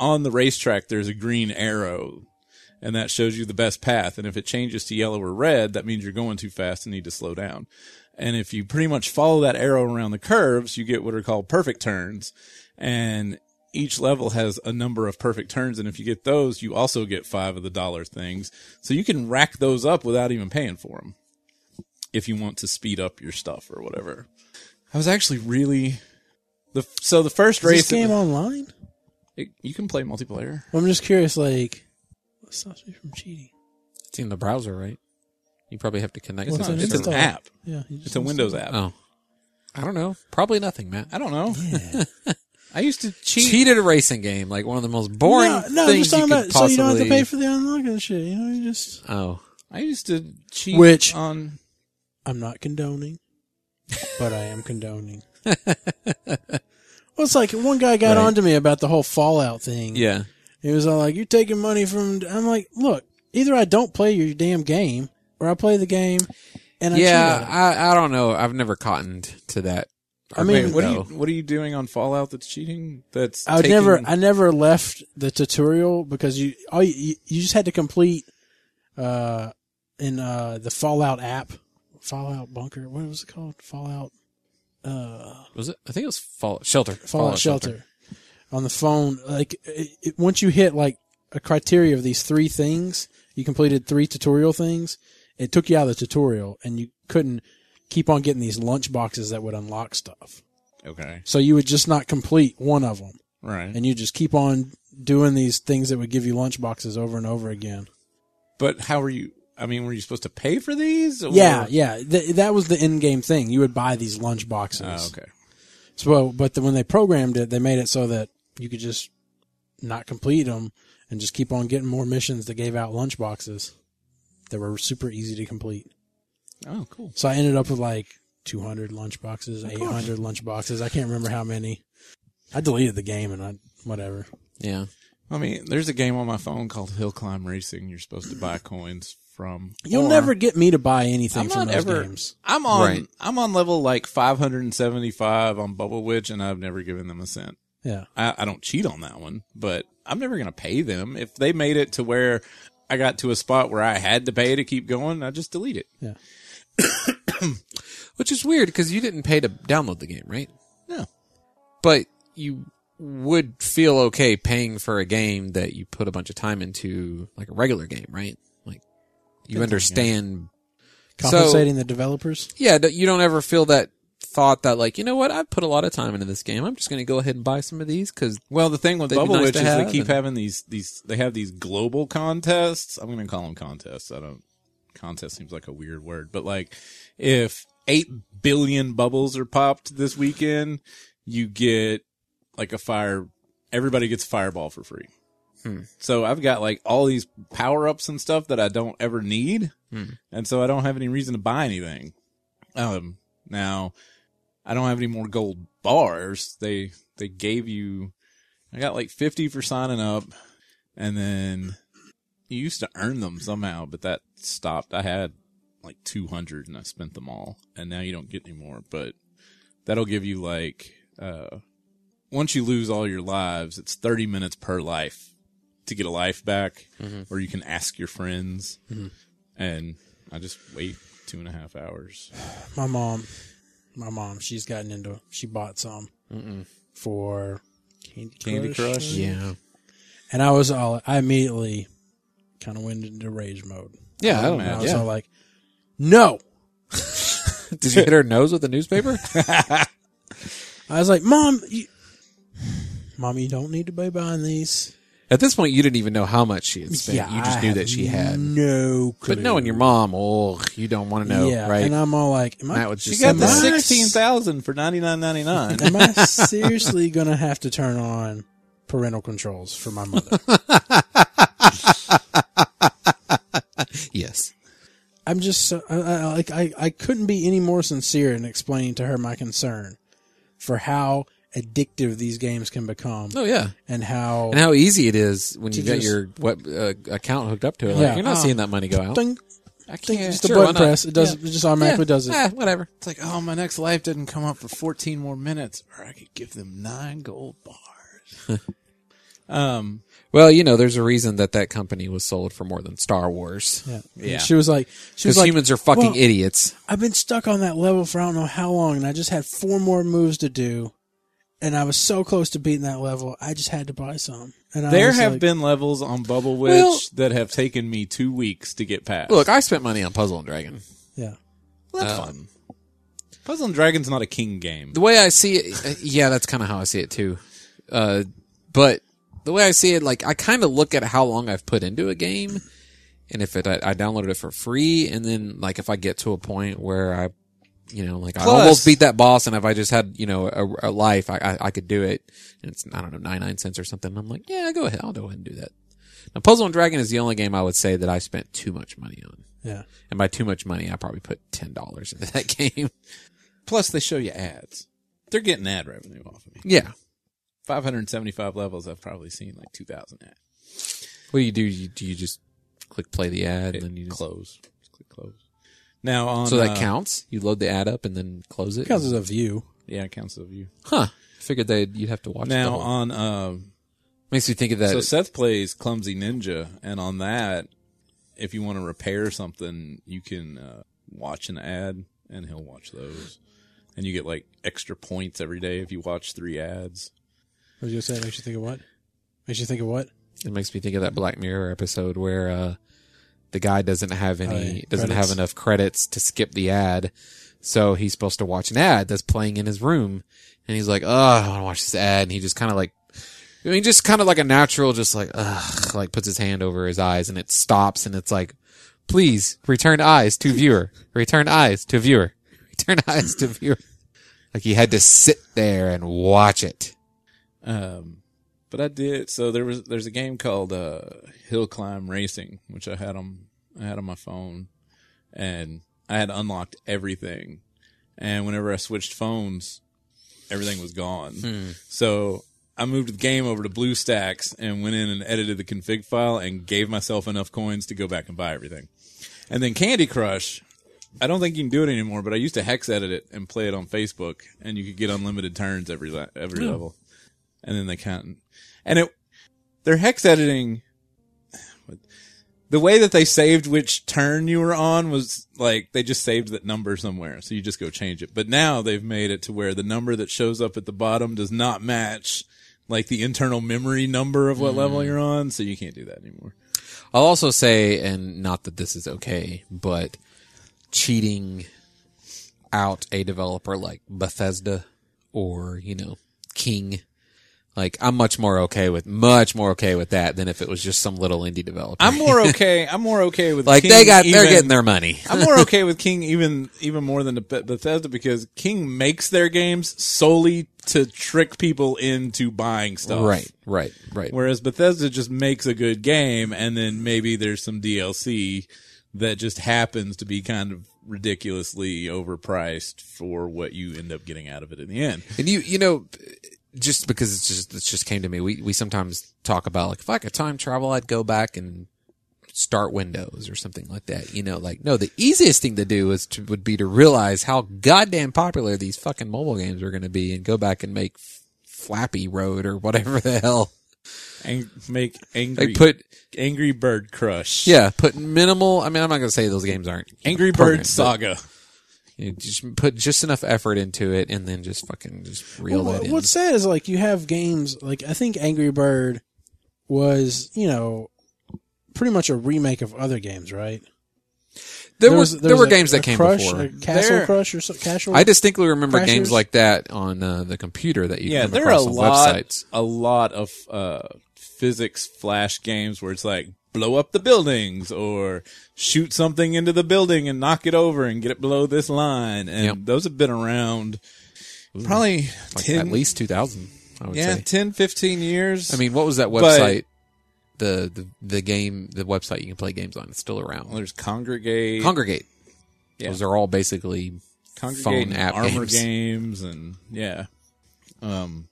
Speaker 3: on the racetrack there's a green arrow and that shows you the best path. And if it changes to yellow or red, that means you're going too fast and need to slow down. And if you pretty much follow that arrow around the curves, you get what are called perfect turns. And each level has a number of perfect turns. And if you get those, you also get five of the dollar things. So you can rack those up without even paying for them if you want to speed up your stuff or whatever. I was actually really. The, so the first
Speaker 2: Is
Speaker 3: race,
Speaker 2: this game online?
Speaker 3: it- you can play multiplayer.
Speaker 2: Well, I'm just curious, like, what stops me from cheating?
Speaker 4: It's in the browser, right? You probably have to connect
Speaker 2: Well,
Speaker 4: to
Speaker 2: it's
Speaker 4: the
Speaker 2: an
Speaker 3: It's
Speaker 4: server.
Speaker 3: an
Speaker 2: install.
Speaker 3: app.
Speaker 2: Yeah, you just
Speaker 3: It's a Windows app.
Speaker 4: Oh. I don't know. Probably nothing, Matt.
Speaker 3: I don't know.
Speaker 2: Yeah.
Speaker 3: I used to cheat.
Speaker 4: Cheated a racing game, like one of the most boring
Speaker 2: no, no, I'm just
Speaker 4: things
Speaker 2: talking
Speaker 4: you could
Speaker 2: about
Speaker 4: possibly.
Speaker 2: so you don't have to pay for the unlocking and shit. You know, you just
Speaker 4: oh,
Speaker 3: I used to cheat
Speaker 2: Which-
Speaker 3: on
Speaker 2: I'm not condoning, but I am condoning. well, it's like one guy got
Speaker 4: Right.
Speaker 2: onto me about the whole Fallout thing.
Speaker 4: yeah.
Speaker 2: He was all like, "You're taking money from." I'm like, "Look, either I don't play your damn game, or I play the game." And I
Speaker 4: yeah,
Speaker 2: cheat at it.
Speaker 4: I, I don't know. I've never cottoned to that.
Speaker 2: I mean,
Speaker 4: argument,
Speaker 3: what are
Speaker 4: though.
Speaker 3: you what are you doing on Fallout that's cheating? That's
Speaker 2: I would
Speaker 3: taking-
Speaker 2: never, I never left the tutorial because you, all you, you- you just had to complete, uh, in uh the Fallout app, Fallout Bunker. What was it called? Fallout, uh,
Speaker 4: Was it? I think it was Fallout Shelter.
Speaker 2: Fallout, Shelter. on the phone. Like it, it, once you hit like a criteria of these three things, you completed three tutorial things. It took you out of the tutorial, and you couldn't keep on getting these lunch boxes that would unlock stuff.
Speaker 3: okay.
Speaker 2: So you would just not complete one of them.
Speaker 3: Right.
Speaker 2: and you just keep on doing these things that would give you lunch boxes over and over again.
Speaker 3: but how are you? I mean, were you supposed to pay for these? or-
Speaker 2: Yeah, yeah. Th- that was the end game thing. You would buy these lunch boxes.
Speaker 3: Oh, okay.
Speaker 2: So, but the, when they programmed it, they made it so that you could just not complete them and just keep on getting more missions that gave out lunch boxes that were super easy to complete.
Speaker 3: Oh, cool.
Speaker 2: So I ended up with like 200 lunch boxes, 800 lunch boxes. I can't remember how many. I deleted the game and I whatever.
Speaker 4: Yeah.
Speaker 3: I mean, there's a game on my phone called Hill Climb Racing. You're supposed to buy coins from.
Speaker 2: You'll
Speaker 3: or-
Speaker 2: never get me to buy anything
Speaker 3: I'm
Speaker 2: from
Speaker 3: not
Speaker 2: those
Speaker 3: ever.
Speaker 2: games.
Speaker 3: I'm on.
Speaker 4: Right.
Speaker 3: I'm on level like 575 on Bubble Witch, and I've never given them a cent.
Speaker 2: Yeah.
Speaker 3: I, I don't cheat on that one, but I'm never going to pay them. If they made it to where I got to a spot where I had to pay to keep going, I just delete it.
Speaker 4: Which is weird because you didn't pay to download the game, right?
Speaker 3: No.
Speaker 4: But you would feel okay paying for a game that you put a bunch of time into, like a regular game, right? Like you understand. So-
Speaker 2: Compensating the developers.
Speaker 4: Yeah, that you don't ever feel that thought that like you know what I've put a lot of time into this game. I'm just going to go ahead and buy some of these because
Speaker 3: Well, the thing with
Speaker 4: They'd be
Speaker 3: Bubble
Speaker 4: nice
Speaker 3: Witch
Speaker 4: to
Speaker 3: is they
Speaker 4: have,
Speaker 3: keep
Speaker 4: and-
Speaker 3: having these these they have these global contests. I'm going to call them contests. I don't contest seems like a weird word, but like if 8 billion bubbles are popped this weekend, you get like a fire everybody gets a fireball for free.
Speaker 4: Hmm.
Speaker 3: So I've got like all these power-ups and stuff that I don't ever need.
Speaker 4: Hmm.
Speaker 3: And so I don't have any reason to buy anything. Um now I don't have any more gold bars. They they gave you I got like 50 for signing up and then you used to earn them somehow, but that stopped. I had like 200 and I spent them all and now you don't get any more, but that'll give you like uh once you lose all your lives, it's 30 minutes per life to get a life back or you can ask your friends and I just wait two and a half hours.
Speaker 2: My mom, my mom, she's gotten into. She bought some for Candy Crush.
Speaker 3: Candy Crush?
Speaker 4: yeah
Speaker 2: And I was all. I immediately kind of went into rage mode.
Speaker 4: yeah I
Speaker 3: Oh,
Speaker 4: don't
Speaker 2: And I
Speaker 4: know.
Speaker 2: was
Speaker 4: Oh, Yeah.
Speaker 2: all like, "No!"
Speaker 4: Did you hit her nose with a newspaper?
Speaker 2: I was like, "Mom, you, mom, you don't need to be buying these."
Speaker 4: At this point, you didn't even know how much she had spent. you just
Speaker 2: I
Speaker 4: knew
Speaker 2: have
Speaker 4: that she had.
Speaker 2: no. Clue.
Speaker 4: But knowing your mom, oh, you don't want to know,
Speaker 2: yeah,
Speaker 4: right?
Speaker 2: and I'm all like, "Am I,
Speaker 4: That would
Speaker 2: she
Speaker 4: just
Speaker 2: got
Speaker 4: sound
Speaker 2: the
Speaker 4: like-
Speaker 2: six-
Speaker 3: for 99.99.
Speaker 2: am I seriously gonna have to turn on parental controls for my mother?"
Speaker 4: yes.
Speaker 2: I'm just so, I, I, like I, I couldn't be any more sincere in explaining to her my concern for how addictive these games can become
Speaker 4: Oh yeah.
Speaker 2: and how,
Speaker 4: And how easy it is when you
Speaker 2: To
Speaker 4: got
Speaker 2: just-
Speaker 4: your web uh, account hooked up to it. Like,
Speaker 2: Yeah.
Speaker 4: You're not
Speaker 2: Oh.
Speaker 4: seeing that money go out.
Speaker 2: Ding,
Speaker 4: I
Speaker 2: ding, just a
Speaker 4: Sure,
Speaker 2: button
Speaker 4: why not?
Speaker 2: press it does it just automatically
Speaker 4: Yeah.
Speaker 2: does it.
Speaker 4: Ah, whatever.
Speaker 3: It's like, oh, my next life didn't come up for 14 more minutes, or I could give them nine gold bars. um,
Speaker 4: Well, you know, there's a reason that that company was sold for more than Star Wars
Speaker 2: Yeah.
Speaker 3: Yeah.
Speaker 2: And She was like, she was
Speaker 4: because
Speaker 2: like,
Speaker 4: humans are fucking
Speaker 2: "Well,
Speaker 4: idiots.
Speaker 2: I've been stuck on that level for I don't know how long, and I just had four more moves to do, and I was so close to beating that level. I just had to buy some. And I
Speaker 3: there
Speaker 2: was
Speaker 3: have
Speaker 2: like,
Speaker 3: been levels on Bubble Witch
Speaker 4: Well-
Speaker 3: that have taken me two weeks to get past.
Speaker 4: Look, I spent money on Puzzle and Dragon. Um,
Speaker 2: yeah.
Speaker 3: Well, that's fun. Puzzle and Dragons not a king game.
Speaker 4: The way I see it, uh, yeah, that's kind of how I see it too. Uh, but the way I see it, like I kind of look at how long I've put into a game, and if it, I, I downloaded it for free, and then like if I get to a point where I, you know, like I
Speaker 3: Plus-
Speaker 4: almost beat that boss, and if I just had you know a, a life, I, I I could do it, and it's I don't know ninety nine cents or something. I'm like, yeah, go ahead, I'll go ahead and do that. Now, Puzzle and Dragon is the only game I would say that I spent too much money on,
Speaker 2: Yeah.
Speaker 4: and by too much money, I probably put ten dollars into that game.
Speaker 3: Plus, they show you ads. They're getting ad revenue off of me.
Speaker 4: yeah.
Speaker 3: 575 levels, I've probably seen like 2,000 ads.
Speaker 4: What do you do? You, do you just click play the ad and then you just, Oh,
Speaker 3: Close. Just click close. Now on
Speaker 4: so that
Speaker 3: uh,
Speaker 4: counts? You load the ad up and then close it.
Speaker 2: Because of the view.
Speaker 3: Yeah, it counts as a view.
Speaker 4: Huh? Figured they would you'd have to watch. the
Speaker 3: Now
Speaker 4: whole-
Speaker 3: on um,
Speaker 4: makes me think of that.
Speaker 3: So Seth plays Clumsy Ninja, and on that, if you want to repair something, you can uh, watch an ad, and he'll watch those, and you get like extra points every day if you watch three ads.
Speaker 2: What was you gonna say? It Makes you think of what? Makes you think of what?
Speaker 4: it makes me think of that Black Mirror episode where uh, the guy doesn't have any
Speaker 2: Oh, yeah.
Speaker 4: doesn't
Speaker 2: Credits.
Speaker 4: have enough credits to skip the ad, so he's supposed to watch an ad that's playing in his room, and he's like, "Oh, I want to watch this ad," and he just kind of like I mean, just kind of like a natural, just like, ugh, like puts his hand over his eyes and it stops and it's like, please return eyes to viewer, return eyes to viewer, return eyes to viewer. Like he had to sit there and watch it.
Speaker 3: Um, but I did. So there was there's a game called uh, Hill Climb Racing, which I had on I had on my phone, and I had unlocked everything. And whenever I switched phones, everything was gone. So I moved the game over to BlueStacks and went in and edited the config file and gave myself enough coins to go back and buy everything. And then Candy Crush, I don't think you can do it anymore, but I used to hex edit it and play it on Facebook, and you could get unlimited turns every le- every level. And then they count, and it their hex editing. The way that they saved which turn you were on was like they just saved that number somewhere, so you just go change it. But now they've made it to where the number that shows up at the bottom does not match like the internal memory number of what level you're on, so you can't do that anymore.
Speaker 4: I'll also say, and not that this is okay, but cheating out a developer like Bethesda or, you know, King. Like I'm much more okay with much more okay with that than if it was just some little indie developer.
Speaker 3: I'm more okay. I'm more okay with
Speaker 4: like
Speaker 3: King
Speaker 4: they got they're
Speaker 3: even-
Speaker 4: getting their money.
Speaker 3: I'm more okay with King even even more than the Beth- Bethesda because King makes their games solely to trick people into buying stuff.
Speaker 4: Right, right, right.
Speaker 3: Whereas Bethesda just makes a good game and then maybe there's some DLC that just happens to be kind of ridiculously overpriced for what you end up getting out of it in the end.
Speaker 4: And you, you know, just because it's just, it just came to me, we, we sometimes talk about like, if I could time travel, I'd go back and start Windows or something like that. You know, like, no, the easiest thing to do is to, would be to realize how goddamn popular these fucking mobile games are going to be and go back and make F- Flappy Road or whatever the hell.
Speaker 3: And make angry
Speaker 4: Like put,
Speaker 3: Angry Bird Crush.
Speaker 4: yeah, put minimal, I mean, I'm not going to say those games aren't
Speaker 3: Angry Bird
Speaker 4: permanent, but,
Speaker 3: Saga.
Speaker 4: you know, just put just enough effort into it and then just fucking just reel
Speaker 2: Well,
Speaker 4: that in.
Speaker 2: what's sad is like you have games like I think Angry Bird was you know pretty much a remake of other games, right?
Speaker 4: there, was,
Speaker 2: was-
Speaker 4: there were
Speaker 2: was a-
Speaker 4: games
Speaker 2: a
Speaker 4: that came
Speaker 2: Crush,
Speaker 4: before.
Speaker 2: a Castle
Speaker 3: There-
Speaker 2: Crush or so, Castle.
Speaker 4: I distinctly remember
Speaker 2: Crashers?
Speaker 4: games like that on uh, the computer that you
Speaker 3: yeah,
Speaker 4: come
Speaker 3: there are a
Speaker 4: across on
Speaker 3: lot,
Speaker 4: websites.
Speaker 3: a lot of uh, physics flash games where it's like blow up the buildings or shoot something into the building and knock it over and get it below this line, and
Speaker 4: Yep.
Speaker 3: those have been around probably
Speaker 4: Like
Speaker 3: 10,
Speaker 4: at least 2000, I would
Speaker 3: yeah,
Speaker 4: say.
Speaker 3: 10, 15 years.
Speaker 4: I mean, what was that
Speaker 3: But-
Speaker 4: website? the, the the game, the website you can play games on. It's still
Speaker 3: Well,
Speaker 4: around.
Speaker 3: there's Congregate,
Speaker 4: Congregate.
Speaker 3: Yeah.
Speaker 4: Those are all basically
Speaker 3: Congregate,
Speaker 4: phone
Speaker 3: and
Speaker 4: app
Speaker 3: Armor
Speaker 4: games.
Speaker 3: games. and yeah, um,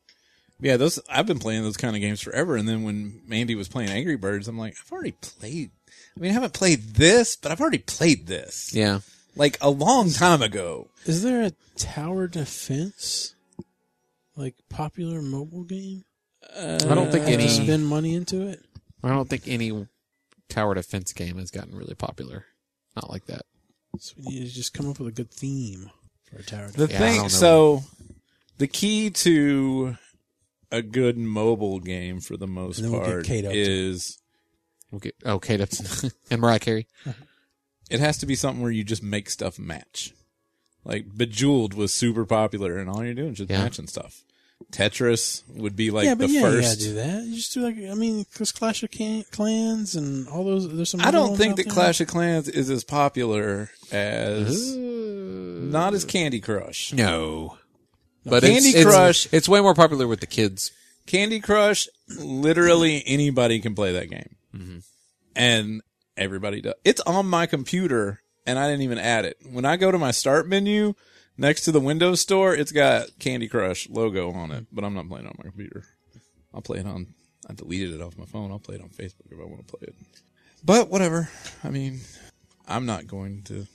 Speaker 3: yeah. Those I've been playing those kind of games forever. And then when Mandy was playing Angry Birds, I'm like, I've already played. I mean, I haven't played this, but I've already played this.
Speaker 4: yeah.
Speaker 3: like a long time ago.
Speaker 2: Is there a tower defense like popular mobile game?
Speaker 4: I don't think
Speaker 2: Have
Speaker 4: any.
Speaker 2: to spend money into it.
Speaker 4: I don't think any tower defense game has gotten really popular. Not like that.
Speaker 2: So we need to just come up with a good theme for a tower
Speaker 3: The
Speaker 2: defense.
Speaker 4: Yeah, I don't know.
Speaker 3: thing, so the key to a good mobile game for the most
Speaker 2: And then we'll get
Speaker 3: part
Speaker 2: Kate up to it.
Speaker 3: is
Speaker 4: We'll get oh, Kate Upton and Mariah Carey.
Speaker 3: it has to be something where you just make stuff match. Like Bejeweled was super popular, and all you're doing is just
Speaker 4: Yeah.
Speaker 3: matching stuff. Tetris would be like
Speaker 2: yeah,
Speaker 3: the
Speaker 2: but yeah, you gotta
Speaker 3: first.
Speaker 2: do that. You just do like I mean, because Clash of Can- Clans and all those. There's some.
Speaker 3: I
Speaker 2: other
Speaker 3: don't
Speaker 2: ones out
Speaker 3: think that
Speaker 2: there.
Speaker 3: Clash of Clans is as popular as not as Candy Crush.
Speaker 4: No. But
Speaker 3: Candy
Speaker 4: it's, it's-
Speaker 3: Crush-
Speaker 4: It's way more popular with the kids.
Speaker 3: Candy Crush, literally anybody can play that game. And everybody does. It's on my computer and I didn't even add it. When I go to my start menu next to the Windows store, it's got Candy Crush logo on it, but I'm not playing it on my computer. I'll play it on, I deleted it off my phone. I'll play it on Facebook if I want to play it. But whatever. I mean, I'm not going to,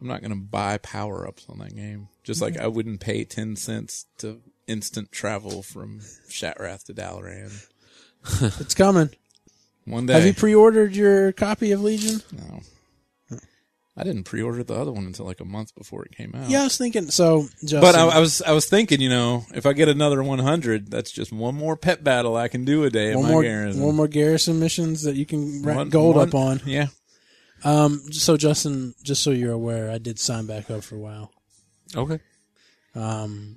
Speaker 3: I'm not going to buy power ups on that game. Just
Speaker 2: Mm-hmm.
Speaker 3: like I wouldn't pay 10 cents to instant travel from Shatrath to Dalaran.
Speaker 2: It's coming.
Speaker 3: One day.
Speaker 2: Have you pre-ordered your copy of Legion?
Speaker 3: no. I didn't pre-order the other one until like a month before it came out.
Speaker 2: Yeah, I was thinking. So, Justin,
Speaker 3: But I, I was I was thinking, you know, if I get another 100, that's just one more pet battle I can do a day at
Speaker 2: one
Speaker 3: my
Speaker 2: more
Speaker 3: garrison.
Speaker 2: one more garrison missions that you can rack
Speaker 3: One-
Speaker 2: gold up
Speaker 3: one-
Speaker 2: on.
Speaker 3: Yeah.
Speaker 2: Um, so Justin, just so you're aware, I did sign back up for a while.
Speaker 4: Okay.
Speaker 2: Um,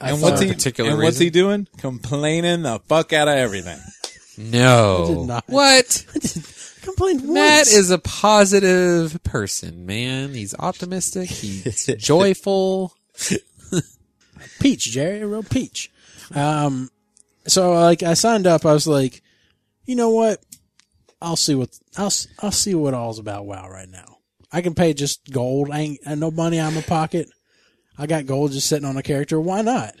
Speaker 2: I
Speaker 3: and
Speaker 2: thought-
Speaker 3: what's he?
Speaker 4: For a particular
Speaker 3: and what's
Speaker 4: reason?
Speaker 3: he doing? Complaining the fuck out of everything.
Speaker 4: No.
Speaker 2: I did not.
Speaker 4: What?
Speaker 2: complained once.
Speaker 4: Matt is a positive person, man. He's optimistic. He's joyful.
Speaker 2: Peach, Jerry. I wrote Peach. Um, so like I signed up. I was like, you know what? I'll see what I'll s- I'll see what all's about. Wow, right now I can pay just gold. I ain't and no money out of my pocket. I got gold just sitting on a character. Why not?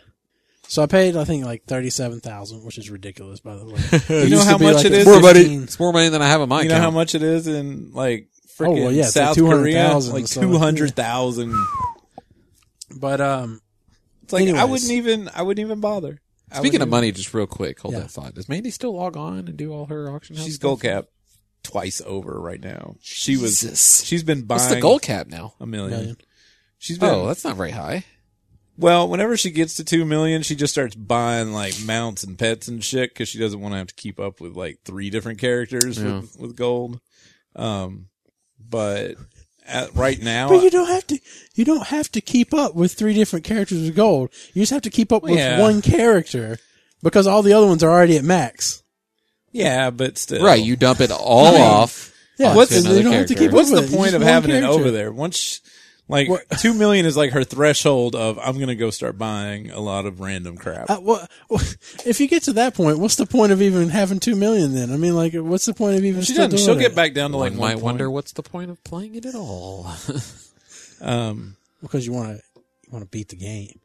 Speaker 2: So I paid, I think, like thirty-seven thousand, which is ridiculous, by the way. It
Speaker 3: You know
Speaker 2: used to
Speaker 3: how
Speaker 2: be
Speaker 3: much
Speaker 2: like
Speaker 3: it
Speaker 2: a
Speaker 3: is?
Speaker 4: More money.
Speaker 2: 15
Speaker 4: It's more money than I have on my
Speaker 3: You know
Speaker 4: account.
Speaker 3: how much it is in like freaking
Speaker 2: Oh, well, yeah, it's like
Speaker 3: South Korea?
Speaker 2: 200,000,
Speaker 3: Like
Speaker 2: so, yeah.
Speaker 3: two hundred thousand.
Speaker 2: But um,
Speaker 3: It's like I
Speaker 2: Anyways.
Speaker 3: wouldn't even. I wouldn't even bother. I
Speaker 4: Speaking
Speaker 3: wouldn't
Speaker 4: of money, just real quick, hold
Speaker 2: Yeah.
Speaker 4: that thought. Does Mandy still log on and do all her auction
Speaker 3: even-
Speaker 4: house?
Speaker 3: she's
Speaker 4: stuff?
Speaker 3: gold cap twice over right now. She was.
Speaker 4: Jesus.
Speaker 3: She's been buying
Speaker 4: What's the gold cap now?
Speaker 3: a million.
Speaker 2: Million.
Speaker 3: She's been.
Speaker 4: Oh, that's not very high.
Speaker 3: well, whenever she gets to two million, she just starts buying like mounts and pets and shit because she doesn't want to have to keep up with like three different characters
Speaker 4: Yeah.
Speaker 3: with, with gold. Um, but at, right now,
Speaker 2: but you don't have to. You don't have to keep up with three different characters with gold. You just have to keep up
Speaker 3: Well,
Speaker 2: with
Speaker 3: yeah.
Speaker 2: one character because all the other ones are already at max.
Speaker 3: yeah, but still,
Speaker 4: Right, you dump it all off.
Speaker 2: Yeah,
Speaker 4: onto
Speaker 2: what's-
Speaker 4: another
Speaker 2: you don't have to
Speaker 4: character.
Speaker 2: keep
Speaker 3: What's
Speaker 2: over
Speaker 3: the
Speaker 2: it.
Speaker 3: point
Speaker 2: Just
Speaker 3: of
Speaker 2: one
Speaker 3: having it
Speaker 2: character.
Speaker 3: over there? Once, sh- like
Speaker 2: What-
Speaker 3: two million is like her threshold of I'm gonna go start buying a lot of random crap.
Speaker 2: Uh, well, if you get to that point, what's the point of even having two million? Then I mean, like, what's the point of even?
Speaker 3: she
Speaker 2: still
Speaker 3: doesn't.
Speaker 2: doing
Speaker 3: She'll
Speaker 2: it?
Speaker 3: get back down to like
Speaker 4: One
Speaker 3: one
Speaker 4: might
Speaker 3: point.
Speaker 4: wonder what's the point of playing it at all.
Speaker 3: Um,
Speaker 2: because you want to you want to beat the game.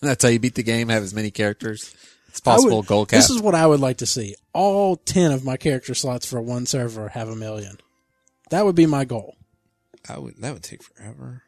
Speaker 4: That's how you beat the game. Have as many characters as
Speaker 2: I would-
Speaker 4: possible. gold cap.
Speaker 2: This is what I would like to see. All ten of my character slots for one server have a million. That would be my goal.
Speaker 3: I would. That would take forever.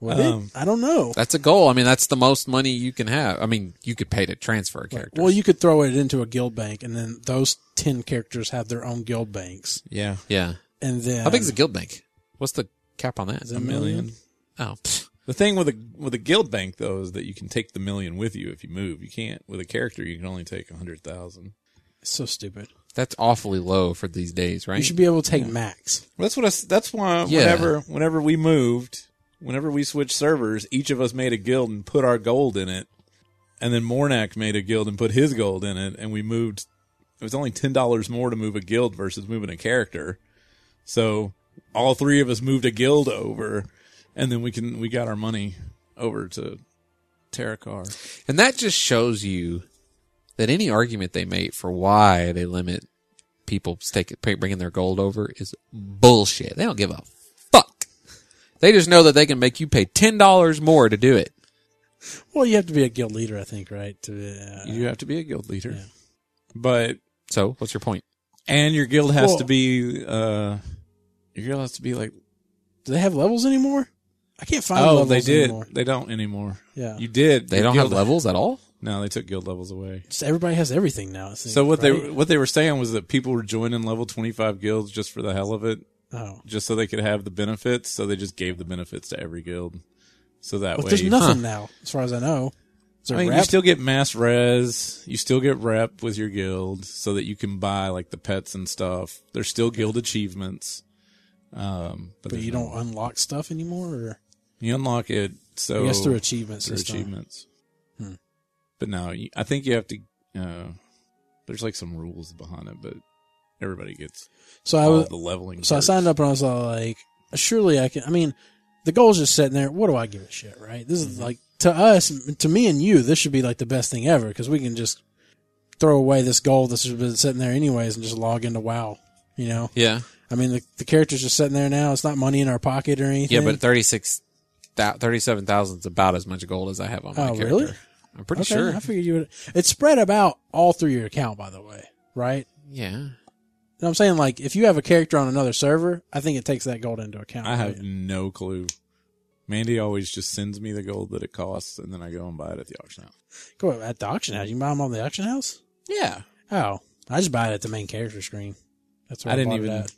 Speaker 2: Would it?
Speaker 3: Um,
Speaker 2: I don't know.
Speaker 4: that's a goal. I mean, that's the most money you can have. I mean, you could pay to transfer a character.
Speaker 2: Well, you could throw it into a guild bank, and then those ten characters have their own guild banks,
Speaker 3: Yeah,
Speaker 4: yeah.
Speaker 2: and then
Speaker 4: How big is the guild bank? What's the cap on that?
Speaker 2: Is it
Speaker 3: a million.
Speaker 4: Oh, pfft.
Speaker 3: The thing with a with a guild bank though is that you can take the million with you if you move. You can't with a character. You can only take a hundred thousand.
Speaker 2: It's so stupid.
Speaker 4: that's awfully low for these days, right?
Speaker 2: You should be able to take max.
Speaker 3: Well, that's what I. s- That's why
Speaker 4: Yeah.
Speaker 3: whenever whenever we moved, whenever we switched servers, each of us made a guild and put our gold in it, and then Mornak made a guild and put his gold in it, and we moved. It was only ten dollars more to move a guild versus moving a character, so all three of us moved a guild over, and then we can we got our money over to Terracar.
Speaker 4: And that just shows you that any argument they make for why they limit people stake, bringing their gold over is bullshit. They don't give a fuck. They just know that they can make you pay ten dollars more to do it.
Speaker 2: Well, you have to be a guild leader, I think, right? To, uh,
Speaker 3: You have to be a guild leader, but
Speaker 4: So, what's your point?
Speaker 3: and your guild has
Speaker 2: Well-
Speaker 3: to be uh, your guild has to be like
Speaker 2: Do they have levels anymore? I can't find
Speaker 3: oh,
Speaker 2: levels
Speaker 3: they did.
Speaker 2: anymore.
Speaker 3: They don't anymore.
Speaker 2: Yeah.
Speaker 3: You did.
Speaker 4: They
Speaker 3: Your
Speaker 4: don't
Speaker 3: guild-
Speaker 4: have levels at all.
Speaker 3: No, they took guild levels away.
Speaker 2: Just everybody has everything now. I think,
Speaker 3: So what they
Speaker 2: right?
Speaker 3: what they were saying was that people were joining level twenty five guilds just for the hell of it,
Speaker 2: oh,
Speaker 3: just so they could have the benefits. So they just gave the benefits to every guild. So that
Speaker 2: but
Speaker 3: way,
Speaker 2: there's nothing now, as far as I know. Is there
Speaker 3: I mean, you
Speaker 2: rep?
Speaker 3: still get mass res. You still get rep with your guild, so that you can buy like the pets and stuff. There's still guild achievements. Um, but,
Speaker 2: but
Speaker 3: there's
Speaker 2: you
Speaker 3: no-
Speaker 2: don't unlock stuff anymore, or
Speaker 3: you unlock it. So
Speaker 2: I guess through achievements.
Speaker 3: through
Speaker 2: this time.
Speaker 3: achievements.
Speaker 2: Hmm.
Speaker 3: But no, you- I think you have to. Uh, there's like some rules behind it, but everybody gets
Speaker 2: So I
Speaker 3: all
Speaker 2: was,
Speaker 3: the leveling.
Speaker 2: so I
Speaker 3: perks.
Speaker 2: signed up and I was all like, surely I can. I mean, the goal's just sitting there. What do I give a shit, right? This
Speaker 4: Mm-hmm.
Speaker 2: is like to us, to me and you, this should be like the best thing ever because we can just throw away this goal that's just been sitting there anyways and just log into WoW. You know,
Speaker 4: Yeah,
Speaker 2: I mean, the, the characters are sitting there now. It's not money in our pocket or anything.
Speaker 4: yeah, but thirty six, thirty seven thousand is about as much gold as I have on my
Speaker 2: Oh,
Speaker 4: character.
Speaker 2: really?
Speaker 4: I'm pretty
Speaker 2: okay,
Speaker 4: sure.
Speaker 2: I figured you would. It's spread about all through your account, by the way, right?
Speaker 4: Yeah,
Speaker 2: You know what I'm saying like if you have a character on another server, I think it takes that gold into account.
Speaker 3: I have
Speaker 2: right?
Speaker 3: no clue. Mandy always just sends me the gold that it costs, and then I go and buy it at the auction house.
Speaker 2: Go at the auction house. You can buy them on the auction house.
Speaker 3: Yeah,
Speaker 2: Oh, I just buy it at the main character screen. That's where
Speaker 3: I
Speaker 2: I,
Speaker 3: didn't
Speaker 2: bought it
Speaker 3: even.
Speaker 2: at.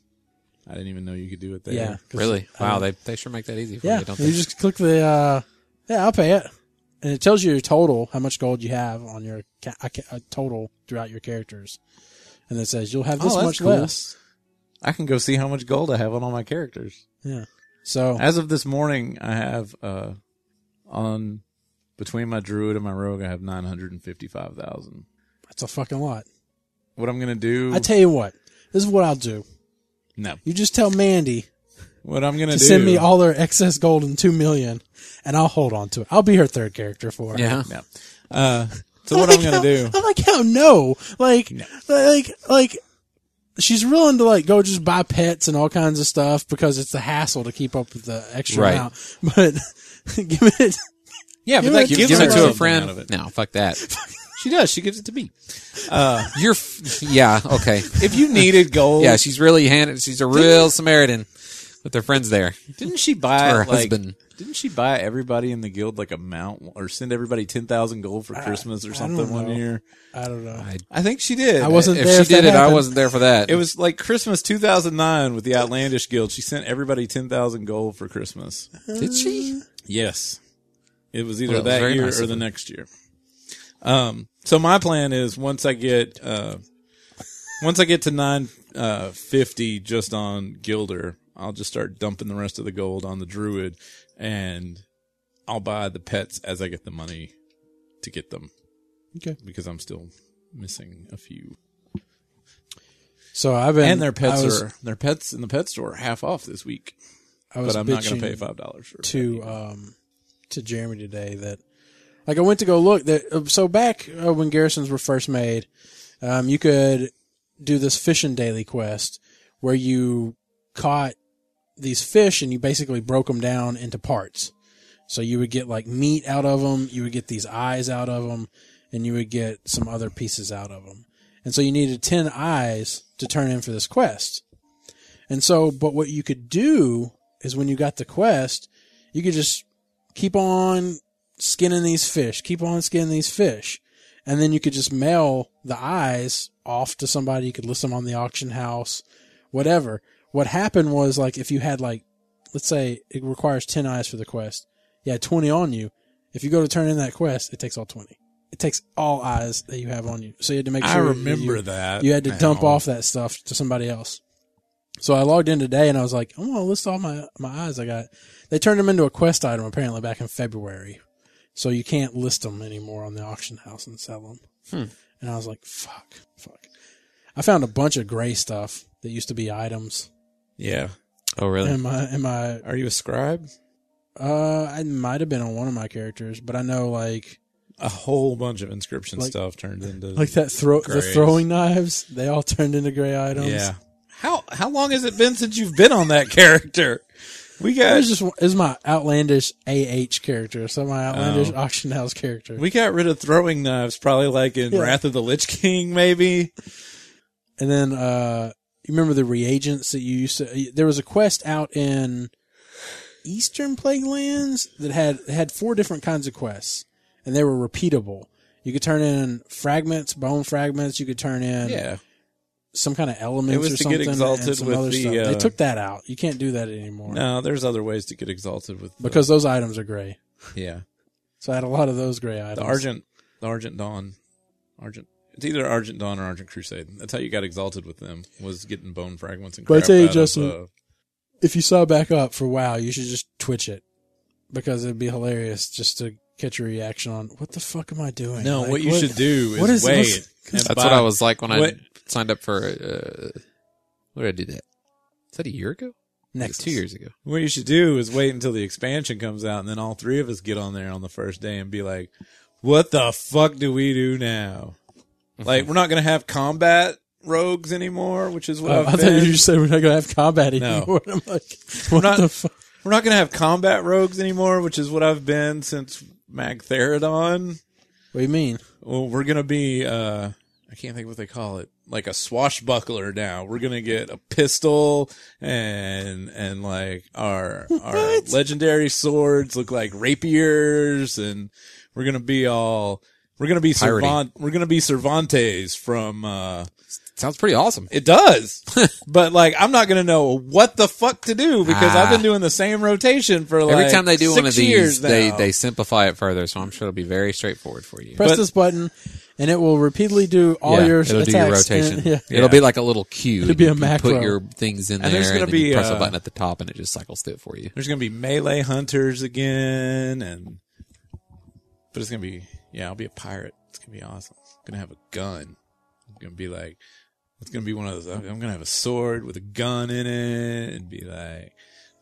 Speaker 3: I didn't even know you could do it there.
Speaker 2: Yeah, 'cause
Speaker 4: really?
Speaker 2: I
Speaker 4: Wow,
Speaker 2: don't-
Speaker 4: they they sure make that easy for
Speaker 2: yeah.
Speaker 4: you, don't
Speaker 2: you
Speaker 4: they?
Speaker 2: just click the uh, yeah, I'll pay it, and it tells you your total, how much gold you have on your ca- acca- uh, total throughout your characters, and it says you'll have
Speaker 3: Oh,
Speaker 2: this
Speaker 3: that's
Speaker 2: much
Speaker 3: cool.
Speaker 2: less.
Speaker 3: I can go see how much gold I have on all my characters.
Speaker 2: Oh. Yeah. So
Speaker 3: As of this morning, I have uh, on Between my druid and my rogue, I have nine hundred and fifty-five thousand.
Speaker 2: That's a fucking lot.
Speaker 3: What I'm gonna do?
Speaker 2: I tell you what, this is what I'll do.
Speaker 3: no.
Speaker 2: You just tell Mandy
Speaker 3: What I'm gonna
Speaker 2: to
Speaker 3: do?
Speaker 2: send me all their excess gold and two million, and I'll hold on to it. I'll be her third character for her.
Speaker 4: Yeah.
Speaker 3: No. Uh, so
Speaker 2: I
Speaker 3: what I'm
Speaker 2: like
Speaker 3: gonna
Speaker 2: how-
Speaker 3: do?
Speaker 2: I like how no, like, like, like, she's willing to like go just buy pets and all kinds of stuff because it's the hassle to keep up with the extra
Speaker 4: Right.
Speaker 2: amount. But give it,
Speaker 3: Yeah, but
Speaker 2: Give
Speaker 3: that
Speaker 2: it-
Speaker 3: gives
Speaker 4: Give
Speaker 3: her
Speaker 4: it to a
Speaker 3: something
Speaker 4: friend.
Speaker 3: out of it.
Speaker 4: No, fuck that.
Speaker 3: She does. She gives it to me.
Speaker 4: You're, f- yeah, okay.
Speaker 3: If you needed gold,
Speaker 4: Yeah, she's really handed. She's a real Samaritan with her friends there.
Speaker 3: didn't she buy
Speaker 4: her
Speaker 3: like,
Speaker 4: husband.
Speaker 3: Didn't she buy everybody in the guild like a mount or send everybody ten thousand gold for Christmas or something
Speaker 2: don't
Speaker 3: one
Speaker 2: know.
Speaker 3: year?
Speaker 2: I don't know.
Speaker 3: I think she did.
Speaker 2: I wasn't
Speaker 4: If
Speaker 2: there.
Speaker 4: she
Speaker 2: if that
Speaker 4: did it, I
Speaker 2: happened.
Speaker 4: wasn't there for that.
Speaker 3: It was like Christmas 2009 with the Outlandish Guild. She sent everybody 10,000 gold for Christmas.
Speaker 4: Did she?
Speaker 3: Yes. It was either
Speaker 4: Well, that was
Speaker 3: that
Speaker 4: very
Speaker 3: year
Speaker 4: nice
Speaker 3: or
Speaker 4: of
Speaker 3: the
Speaker 4: her.
Speaker 3: next year. Um, so my plan is once I get, uh, once I get to 950 just on Gilder, I'll just start dumping the rest of the gold on the Druid and I'll buy the pets as I get the money to get them.
Speaker 2: Okay.
Speaker 3: Because I'm still missing a few.
Speaker 2: So I've been
Speaker 3: and their pets
Speaker 2: I was,
Speaker 3: are their pets in the pet store are half off this week.
Speaker 2: I was
Speaker 3: But I'm not going
Speaker 2: bitching
Speaker 3: to pay five dollars for
Speaker 2: to um to Jeremy today that like I went to go look that uh, so back uh, when garrisons were first made, um, you could do this fishing daily quest where you caught these fish and you basically broke them down into parts. So you would get like meat out of them, you would get these eyes out of them, and you would get some other pieces out of them. And so you needed 10 eyes to turn in for this quest. And so, but what you could do is when you got the quest, you could just keep on skinning these fish, keep on skinning these fish. And then you could just mail the eyes off to somebody. You could list them on the auction house, whatever. What happened was like if you had like, let's say it requires 10 eyes for the quest. You had 20 on you. If you go to turn in that quest, it takes all 20. It takes all eyes that you have on you. So you had to make sure
Speaker 3: I
Speaker 2: you-
Speaker 3: remember
Speaker 2: you-
Speaker 3: that
Speaker 2: you had to dump
Speaker 3: now.
Speaker 2: off that stuff to somebody else. So I logged in today and I was like, I'm gonna list all my my eyes I got. They turned them into a quest item apparently back in February, so you can't list them anymore on the auction house and sell them.
Speaker 3: Hmm.
Speaker 2: And I was like, fuck, fuck. I found a bunch of gray stuff that used to be items
Speaker 3: Yeah.
Speaker 4: Oh, really?
Speaker 2: in my in my
Speaker 3: Are you a scribe?
Speaker 2: uh I might have been on one of my characters, but I know like
Speaker 3: A whole bunch of inscription
Speaker 2: Like-
Speaker 3: stuff turned into
Speaker 2: like that throw the
Speaker 3: Grays.
Speaker 2: throwing knives they all turned into gray items.
Speaker 3: Yeah. How how long has it been since you've been on that character? We
Speaker 2: It
Speaker 3: got
Speaker 2: was just it was my outlandish AH character, so my outlandish
Speaker 3: Oh.
Speaker 2: auction house character.
Speaker 3: we got rid of throwing knives probably like in
Speaker 2: Yeah.
Speaker 3: Wrath of the Lich King maybe.
Speaker 2: and then uh you remember the reagents that you used to there was a quest out in Eastern Plague Lands that had had four different kinds of quests and they were repeatable. You could turn in fragments, bone fragments, you could turn in
Speaker 3: Yeah.
Speaker 2: some kind of elements
Speaker 3: was
Speaker 2: or
Speaker 3: to get
Speaker 2: something.
Speaker 3: exalted
Speaker 2: and some
Speaker 3: with
Speaker 2: other
Speaker 3: the,
Speaker 2: stuff.
Speaker 3: uh,
Speaker 2: they took that out. You can't do that anymore.
Speaker 3: No, there's other ways to get exalted with the-
Speaker 2: Because those items are gray.
Speaker 3: yeah.
Speaker 2: So I had a lot of those gray items.
Speaker 3: The Argent the Argent Dawn. Argent it's either Argent Dawn or Argent Crusade. That's how you got exalted with them was getting bone fragments and
Speaker 2: But I
Speaker 3: crap
Speaker 2: tell you,
Speaker 3: out of,
Speaker 2: Justin,
Speaker 3: uh,
Speaker 2: if you saw back up for WoW, you should just Twitch it because it'd be hilarious just to catch your reaction on what the fuck am I doing?
Speaker 3: No,
Speaker 2: Like,
Speaker 3: what you should do is,
Speaker 2: what is-
Speaker 3: wait.
Speaker 2: what's-
Speaker 3: and
Speaker 4: That's
Speaker 3: buy-
Speaker 4: what I was like when
Speaker 3: What-
Speaker 4: I signed up for. Uh, what did I do that? Is that a year ago? Like
Speaker 2: next
Speaker 4: two years ago.
Speaker 3: What you should do is wait until the expansion comes out, and then all three of us get on there on the first day and be like, "What the fuck do we do now?
Speaker 2: Mm-hmm.
Speaker 3: Like, we're not gonna have combat rogues anymore, which is what
Speaker 2: Oh,
Speaker 3: I've
Speaker 2: I thought
Speaker 3: been.
Speaker 2: you just said we're not gonna have combat
Speaker 3: No.
Speaker 2: anymore. I'm like, what
Speaker 3: not-
Speaker 2: the fuck?
Speaker 3: we're not gonna have combat rogues anymore, which is what I've been since Magtheridon.
Speaker 2: What do you mean?
Speaker 3: Well, we're gonna be, uh, I can't think what they call it, like a swashbuckler now. We're gonna get a pistol and and like our our legendary swords look like rapiers, and we're gonna be all we're gonna be
Speaker 4: Piratey.
Speaker 3: Cervant, we're gonna be Cervantes from. uh
Speaker 4: Sounds pretty awesome.
Speaker 3: It does, but like I'm not gonna know what the fuck to do because I've been
Speaker 4: Ah.
Speaker 3: doing the same rotation for like
Speaker 4: Every time they do one
Speaker 3: six
Speaker 4: of
Speaker 3: years
Speaker 4: these, they,
Speaker 3: now.
Speaker 4: they simplify it further, so I'm sure it'll be very straightforward for you.
Speaker 2: Press
Speaker 3: But-
Speaker 2: this button, and it will repeatedly do all
Speaker 4: Yeah,
Speaker 2: your
Speaker 4: it'll
Speaker 2: attacks.
Speaker 4: do your rotation.
Speaker 2: and- yeah.
Speaker 4: It'll be like a little cue.
Speaker 2: It'll be a
Speaker 4: You can
Speaker 2: macro.
Speaker 4: Put your things in
Speaker 3: And
Speaker 4: there,
Speaker 3: there's
Speaker 4: and,
Speaker 3: gonna
Speaker 4: then you
Speaker 3: be,
Speaker 4: press
Speaker 3: uh,
Speaker 4: a button at the top, and it just cycles through it for you.
Speaker 3: There's going to be melee hunters again, and But it's gonna be yeah, I'll be a pirate. It's gonna be awesome. I'm gonna have a gun. I'm gonna be like it's gonna be one of those I'm gonna have a sword with a gun in it and be like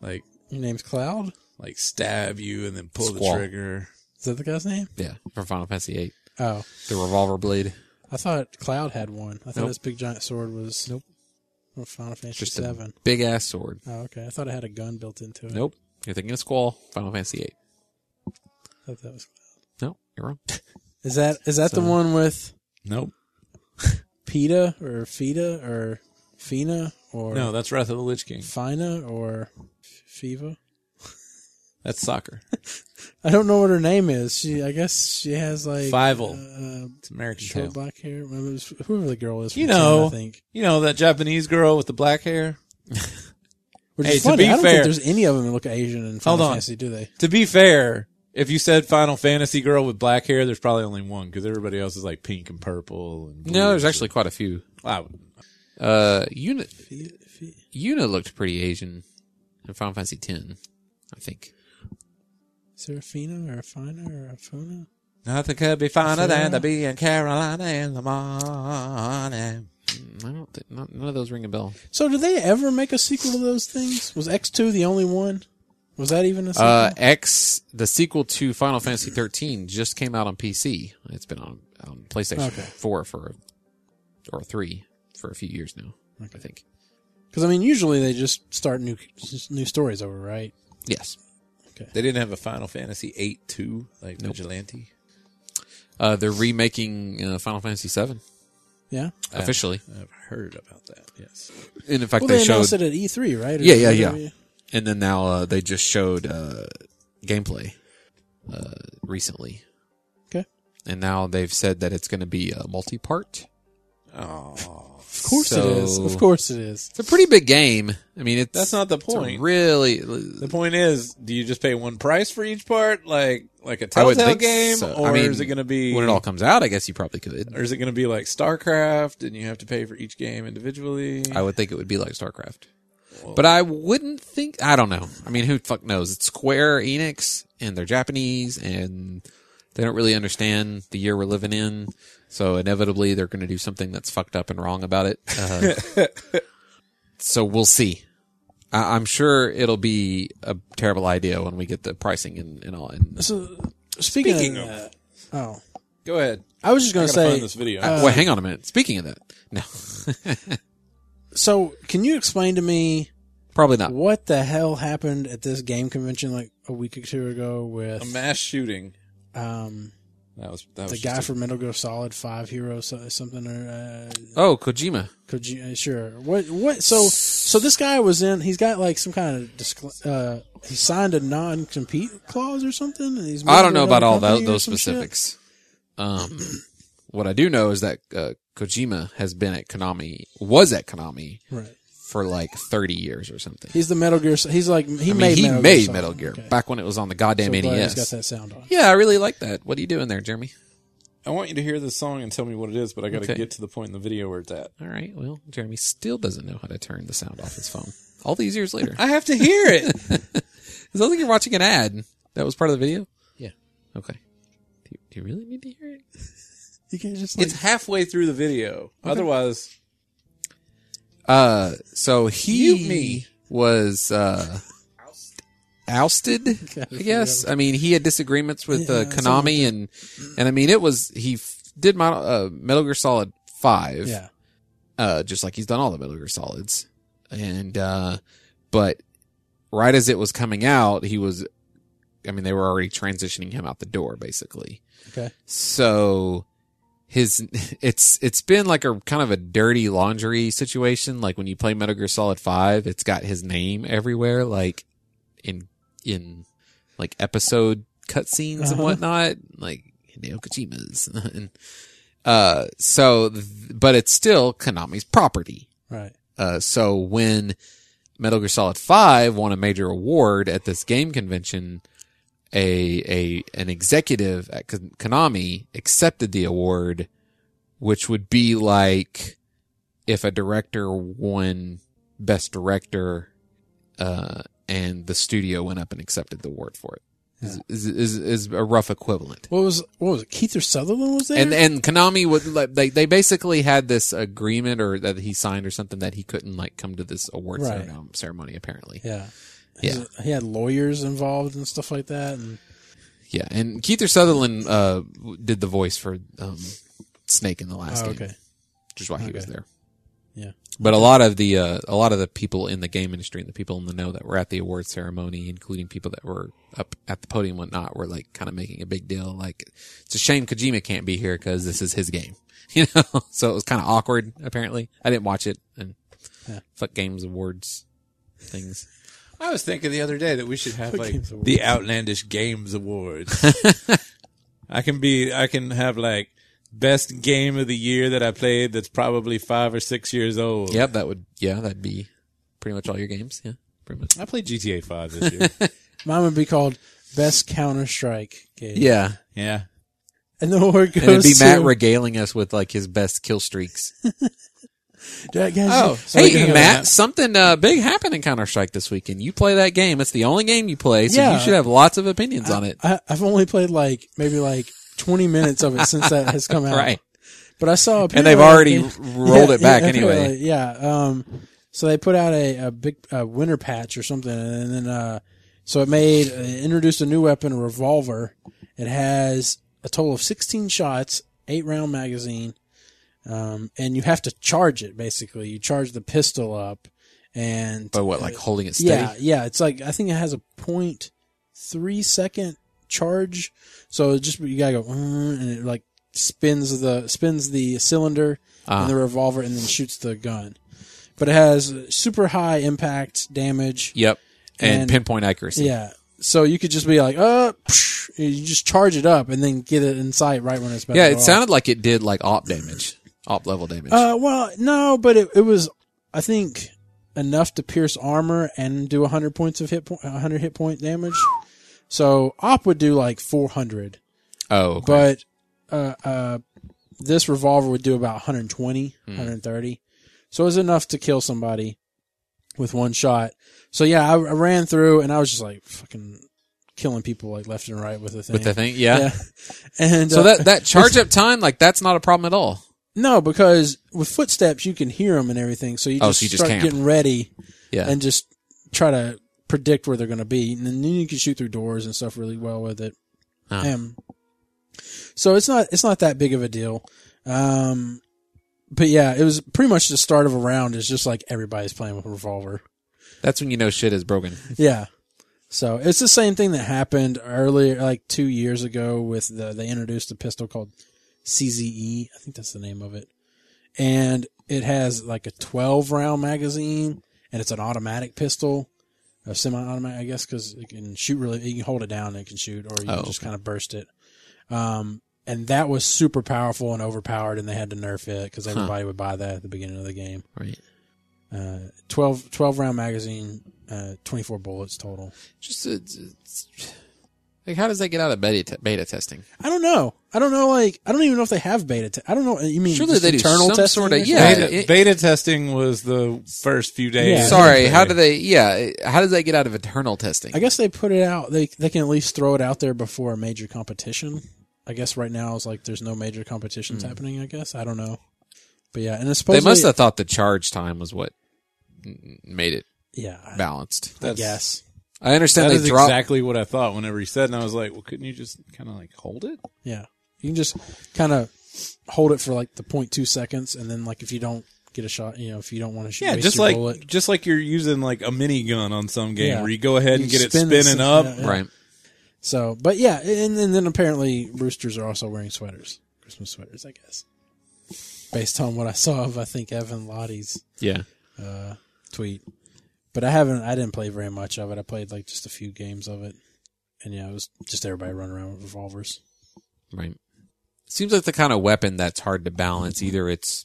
Speaker 3: like
Speaker 2: Your name's Cloud.
Speaker 3: like stab you and then pull
Speaker 4: Squall.
Speaker 3: the trigger.
Speaker 2: Is that the guy's name?
Speaker 4: Yeah, from Final Fantasy VIII,
Speaker 2: Oh,
Speaker 4: the revolver blade.
Speaker 2: I thought Cloud had one. I thought
Speaker 4: Nope.
Speaker 2: his big giant sword was
Speaker 4: Nope.
Speaker 2: from Final Fantasy
Speaker 4: Just a-
Speaker 2: Seven.
Speaker 4: Big ass sword.
Speaker 2: Oh, okay. I thought it had a gun built into it.
Speaker 4: Nope. You're thinking of Squall, Final Fantasy VIII.
Speaker 2: I thought that was.
Speaker 4: No, you're wrong.
Speaker 2: Is that is that the
Speaker 4: So-
Speaker 2: one with
Speaker 3: Nope.
Speaker 2: Peta or Fita or Fina or
Speaker 3: No, that's Wrath of the Lich King.
Speaker 2: Fina or Fiva?
Speaker 3: That's soccer.
Speaker 2: I don't know what her name is. She, I guess she has like
Speaker 3: Fivel.
Speaker 2: uh,
Speaker 3: It's American
Speaker 2: short
Speaker 3: Tail.
Speaker 2: black hair. Well, it was- Whoever the girl is, from
Speaker 3: You
Speaker 2: China,
Speaker 3: know.
Speaker 2: I think.
Speaker 3: You know that Japanese girl with the black hair?
Speaker 2: Which
Speaker 3: Hey,
Speaker 2: is
Speaker 3: to
Speaker 2: funny.
Speaker 3: be
Speaker 2: I don't
Speaker 3: fair-
Speaker 2: think there's any of them that look Asian in Final
Speaker 3: Hold on.
Speaker 2: Fantasy, do they?
Speaker 3: To be fair, if you said Final Fantasy girl with black hair, there's probably only one because everybody else is like pink and purple. And blue
Speaker 4: No, there's
Speaker 3: and
Speaker 4: actually quite a few.
Speaker 3: shit. Wow.
Speaker 4: Uh, Yuna,
Speaker 2: Fi- Fi-
Speaker 4: Yuna looked pretty Asian in Final Fantasy X, I think.
Speaker 2: Serafina or Fina or Afuna?
Speaker 3: Nothing could be finer
Speaker 2: Sarah?
Speaker 3: than to be in Carolina in the morning.
Speaker 4: Mm, I don't think not, none of those ring a bell.
Speaker 2: So, did they ever make a sequel to those things? Was X two the only one? Was that even a sequel?
Speaker 4: Uh, X, the sequel to Final Fantasy 13 just came out on PC. It's been on, on PlayStation
Speaker 2: Okay.
Speaker 4: 4 for, or 3 for a few years now, I think.
Speaker 2: Because I mean, usually they just start new just new stories over, right?
Speaker 4: Yes.
Speaker 3: They didn't have a Final Fantasy 8 2, like
Speaker 4: Nope.
Speaker 3: Vigilante.
Speaker 4: Uh, they're remaking uh, Final Fantasy 7
Speaker 2: Yeah.
Speaker 4: officially.
Speaker 3: I've heard about that, yes.
Speaker 4: And in fact,
Speaker 2: Well,
Speaker 4: they,
Speaker 2: they,
Speaker 4: showed,
Speaker 2: announced it at E three, right? Or
Speaker 4: Yeah, yeah,
Speaker 2: whatever,
Speaker 4: yeah. and then now uh, they just showed uh, gameplay uh, recently.
Speaker 2: Okay.
Speaker 4: And now they've said that it's going to be a multi-part.
Speaker 3: Oh,
Speaker 2: Of course it is.
Speaker 4: So-
Speaker 2: Of course it is.
Speaker 4: It's a pretty big game. I mean, it's
Speaker 3: that's not the
Speaker 4: it's a
Speaker 3: point.
Speaker 4: really,
Speaker 3: the point is, do you just pay one price for each part, like like a
Speaker 4: I would
Speaker 3: Telltale
Speaker 4: think
Speaker 3: game,
Speaker 4: so.
Speaker 3: or
Speaker 4: I mean,
Speaker 3: is it going to be
Speaker 4: when it all comes out, I guess you probably could.
Speaker 3: or is it going to be like StarCraft, and you have to pay for each game individually?
Speaker 4: I would think it would be like StarCraft, but I wouldn't think. I don't know. I mean, who the fuck knows? It's Square Enix, and they're Japanese, and they don't really understand the year we're living in. So inevitably, they're going to do something that's fucked up and wrong about it. Uh,
Speaker 3: Uh-huh.
Speaker 4: so we'll see. I- I'm sure it'll be a terrible idea when we get the pricing and, and all. And
Speaker 2: So speaking,
Speaker 3: Speaking
Speaker 2: of,
Speaker 3: of-
Speaker 2: that, oh,
Speaker 3: Go ahead.
Speaker 2: I was just
Speaker 3: I
Speaker 2: gonna
Speaker 3: gotta
Speaker 2: say.
Speaker 3: find this video.
Speaker 4: well, hang on a minute. Speaking of that, no,
Speaker 2: So, can you explain to me
Speaker 4: probably not.
Speaker 2: what the hell happened at this game convention like a week or two ago
Speaker 3: a
Speaker 2: with
Speaker 3: mass shooting.
Speaker 2: um,
Speaker 3: That was
Speaker 4: Oh,
Speaker 3: that was
Speaker 2: the
Speaker 3: just
Speaker 2: guy
Speaker 3: a-
Speaker 2: from Metal Gear Solid Five Hero so- something or uh,
Speaker 4: Oh, Kojima.
Speaker 2: Could you uh, sure? What what? So so this guy was in. He's got like some kind of discl- uh, he signed a non compete clause or something. And he's
Speaker 4: I don't know
Speaker 2: moved to
Speaker 4: about
Speaker 2: another
Speaker 4: all those,
Speaker 2: company or
Speaker 4: those
Speaker 2: some
Speaker 4: specifics. Um, what I do know is that uh, Kojima has been at Konami, was at Konami
Speaker 2: shit? Right.
Speaker 4: for like 30 years or something.
Speaker 2: He's the Metal Gear. Sol- He's like he
Speaker 4: I mean,
Speaker 2: made
Speaker 4: he
Speaker 2: Metal
Speaker 4: made
Speaker 2: Gear
Speaker 4: Metal
Speaker 2: Solid.
Speaker 4: Gear
Speaker 2: Okay.
Speaker 4: back when it was on the goddamn
Speaker 2: So glad he's got
Speaker 4: NES.
Speaker 2: that sound on.
Speaker 4: Yeah, I really like that. What are you doing there, Jeremy?
Speaker 3: I want you to hear this song and tell me what it is, but I got to
Speaker 4: Okay.
Speaker 3: get to the point in the video where it's at.
Speaker 4: All right, well, Jeremy still doesn't know how to turn the sound off his phone. All these years later.
Speaker 3: I have to hear it.
Speaker 4: It sounds like you're watching an ad. That was part of the video?
Speaker 3: Yeah.
Speaker 4: Okay. Do you, do you really need to hear it?
Speaker 2: You can't just like
Speaker 3: it's halfway through the video. Otherwise,
Speaker 4: Uh, so he
Speaker 3: Mute me.
Speaker 4: was uh, ousted. I guess. I mean, he had disagreements with
Speaker 2: Yeah,
Speaker 4: uh,
Speaker 2: something like
Speaker 4: Konami, and and I mean, it was he f- did Mon- uh, Metal Gear Solid Five,
Speaker 2: yeah.
Speaker 4: uh, just like he's done all the Metal Gear Solids, and uh, but right as it was coming out, he was. I mean, they were already transitioning him out the door, basically.
Speaker 2: Okay.
Speaker 4: So his it's it's been like a kind of a dirty laundry situation. Like when you play Metal Gear Solid Five, it's got his name everywhere, like in in like episode cutscenes and
Speaker 2: Uh-huh.
Speaker 4: whatnot, like Hideo Kojima's. and, uh, so, th- but it's still Konami's property.
Speaker 2: Right.
Speaker 4: Uh, so when Metal Gear Solid Five won a major award at this game convention, a a an executive at Kon- Konami accepted the award, which would be like if a director won Best Director, uh, and the studio went up and accepted the award for it. is, is, is, is a rough equivalent.
Speaker 2: What was what was it? Keith or Sutherland was there?
Speaker 4: And and Konami would like they they basically had this agreement or that he signed or something that he couldn't like come to this award
Speaker 2: Right.
Speaker 4: ceremony, ceremony apparently. Yeah.
Speaker 2: yeah.
Speaker 4: Yeah.
Speaker 2: He's- He had lawyers involved and stuff like that. And
Speaker 4: And Keith or Sutherland uh w- did the voice for um Snake in the last
Speaker 2: oh,
Speaker 4: game,
Speaker 2: okay.
Speaker 4: which is why he was
Speaker 2: Okay.
Speaker 4: there.
Speaker 2: Yeah.
Speaker 4: But a lot of the uh, a lot of the people in the game industry and the people in the know that were at the award ceremony, including people that were up at the podium and whatnot, were like kind of making a big deal. Like it's a shame Kojima can't be here because this is his game, you know. so it was kind of awkward. Apparently, I didn't watch it and fuck games awards things.
Speaker 3: I was thinking the other day that we should have
Speaker 2: What
Speaker 3: like
Speaker 2: Games Awards?
Speaker 3: the Outlandish Games Awards. I can be, I can have like best game of the year that I played that's probably five or six years old.
Speaker 4: Yep, that would yeah, that'd be pretty much all your games. Yeah, pretty much.
Speaker 3: I played GTA 5 this year.
Speaker 2: Mine would be called Best Counter Strike game.
Speaker 4: Yeah,
Speaker 3: yeah.
Speaker 2: And the award goes
Speaker 4: and it'd be
Speaker 2: to
Speaker 4: Matt regaling us with like his best kill streaks.
Speaker 2: that guy's-
Speaker 4: Oh,
Speaker 2: so we
Speaker 4: hey,
Speaker 2: can-
Speaker 4: Matt, something uh, big happened in Counter Strike this weekend. You play that game. It's the only game you play, so you
Speaker 2: Yeah.
Speaker 4: should have lots of opinions on it.
Speaker 2: I, I've only played like maybe like 20 minutes of it since that has come out.
Speaker 4: right.
Speaker 2: But I saw,
Speaker 4: And they've
Speaker 2: apparently-
Speaker 4: already rolled it back
Speaker 2: apparently,
Speaker 4: anyway.
Speaker 2: Yeah. Um, so they put out a, a big a winter patch or something, and then uh, so it made it introduced a new weapon, a revolver. It has a total of sixteen shots, eight round magazine, um, and you have to charge it. Basically, you charge the pistol up, and
Speaker 4: But what, like holding it steady?
Speaker 2: yeah, yeah, it's like I think it has a point three second charge, so it just you gotta go "Mm," and it like spins the spins the cylinder
Speaker 4: Ah.
Speaker 2: and the revolver and then shoots the gun. But it has super high impact damage.
Speaker 4: Yep. And,
Speaker 2: And-
Speaker 4: pinpoint accuracy.
Speaker 2: Yeah. So you could just be like, uh, psh," and you just charge it up and then get it in sight right when it's about.
Speaker 4: Yeah,
Speaker 2: to
Speaker 4: it
Speaker 2: go off.
Speaker 4: sounded like it did like op damage, op level damage.
Speaker 2: Uh, well, no, but it, it was, I think, enough to pierce armor and do 100 points of hit point, 100 hit point damage. So op would do like 400,
Speaker 4: oh, okay.
Speaker 2: but uh, uh, this revolver would do about 120,
Speaker 4: Hmm.
Speaker 2: 130. So it was enough to kill somebody with one shot. So yeah, I, I ran through and I was just like fucking killing people like left and right with the thing.
Speaker 4: with the thing, yeah.
Speaker 2: Yeah. And
Speaker 4: So
Speaker 2: uh,
Speaker 4: that that charge up time, like that's not a problem at all.
Speaker 2: no, because with footsteps you can hear them and everything, so you just
Speaker 4: Oh, so you just
Speaker 2: start
Speaker 4: camp.
Speaker 2: getting ready
Speaker 4: Yeah.
Speaker 2: and just try to predict where they're going to be, and then you can shoot through doors and stuff really well with it.
Speaker 4: Ah.
Speaker 2: Um, so it's not it's not that big of a deal. Um, but yeah, it was pretty much the start of a round is just like everybody's playing with a revolver.
Speaker 4: that's when you know shit is broken.
Speaker 2: Yeah. So it's the same thing that happened earlier, like two years ago, with the they introduced a pistol called CZE. I think that's the name of it, and it has like a twelve round magazine, and it's an automatic pistol, a semi-automatic, I guess, because it can shoot really. You can hold it down and it can shoot, or you
Speaker 4: Oh,
Speaker 2: can just kind of burst it. Um, and that was super powerful and overpowered, and they had to nerf it because everybody would buy that at the beginning of the game.
Speaker 4: Right.
Speaker 2: Uh, 12, 12 round magazine, uh, 24 bullets total.
Speaker 4: Just uh, it's- like how does that get out of beta, te- beta testing?
Speaker 2: I don't know. I don't know. Like, I don't even know if they have beta. Te- I don't know. You mean
Speaker 4: Surely
Speaker 2: just
Speaker 4: they do
Speaker 2: internal
Speaker 4: some
Speaker 2: testing
Speaker 4: sort of-
Speaker 2: or
Speaker 4: Yeah,
Speaker 2: something?
Speaker 3: beta,
Speaker 4: it-
Speaker 3: beta testing was the first few days.
Speaker 2: Yeah.
Speaker 4: Sorry,
Speaker 3: Okay.
Speaker 4: how do they? Yeah, how does that get out of internal testing?
Speaker 2: I guess they put it out. They they can at least throw it out there before a major competition. I guess right now it's like there's no major competitions happening. I guess I don't know. But yeah, and it's
Speaker 4: Hmm. They
Speaker 2: supposed
Speaker 4: must have thought the charge time was what n- made it
Speaker 2: yeah.
Speaker 4: balanced.
Speaker 2: I
Speaker 3: That's-
Speaker 2: guess
Speaker 4: I understand
Speaker 3: That
Speaker 4: they
Speaker 3: is
Speaker 4: dropped.
Speaker 3: exactly what I thought whenever he said, and I was like, "Well, couldn't you just kind of like hold it?"
Speaker 2: yeah. You can just kind of hold it for like the 0.2 seconds, and then like if you don't get a shot, you know, if you don't want to shoot,
Speaker 3: Yeah,
Speaker 2: waste
Speaker 3: just
Speaker 2: your
Speaker 3: like
Speaker 2: bullet,
Speaker 3: just like you're using like a minigun on some game
Speaker 2: Yeah.
Speaker 3: where you go ahead
Speaker 2: You
Speaker 3: and get it
Speaker 2: spin this- uh,
Speaker 3: spinning up.
Speaker 2: yeah, yeah.
Speaker 4: right.
Speaker 2: So, but yeah, and, and then apparently roosters are also wearing sweaters, Christmas sweaters, I guess. Based on what I saw of, I think Evan Lottie's
Speaker 4: Yeah.
Speaker 2: tweet, but I haven't, I didn't play very much of it. I played like just a few games of it, and yeah, it was just everybody running around with revolvers.
Speaker 4: Right. Seems like the kind of weapon that's hard to balance. Either it's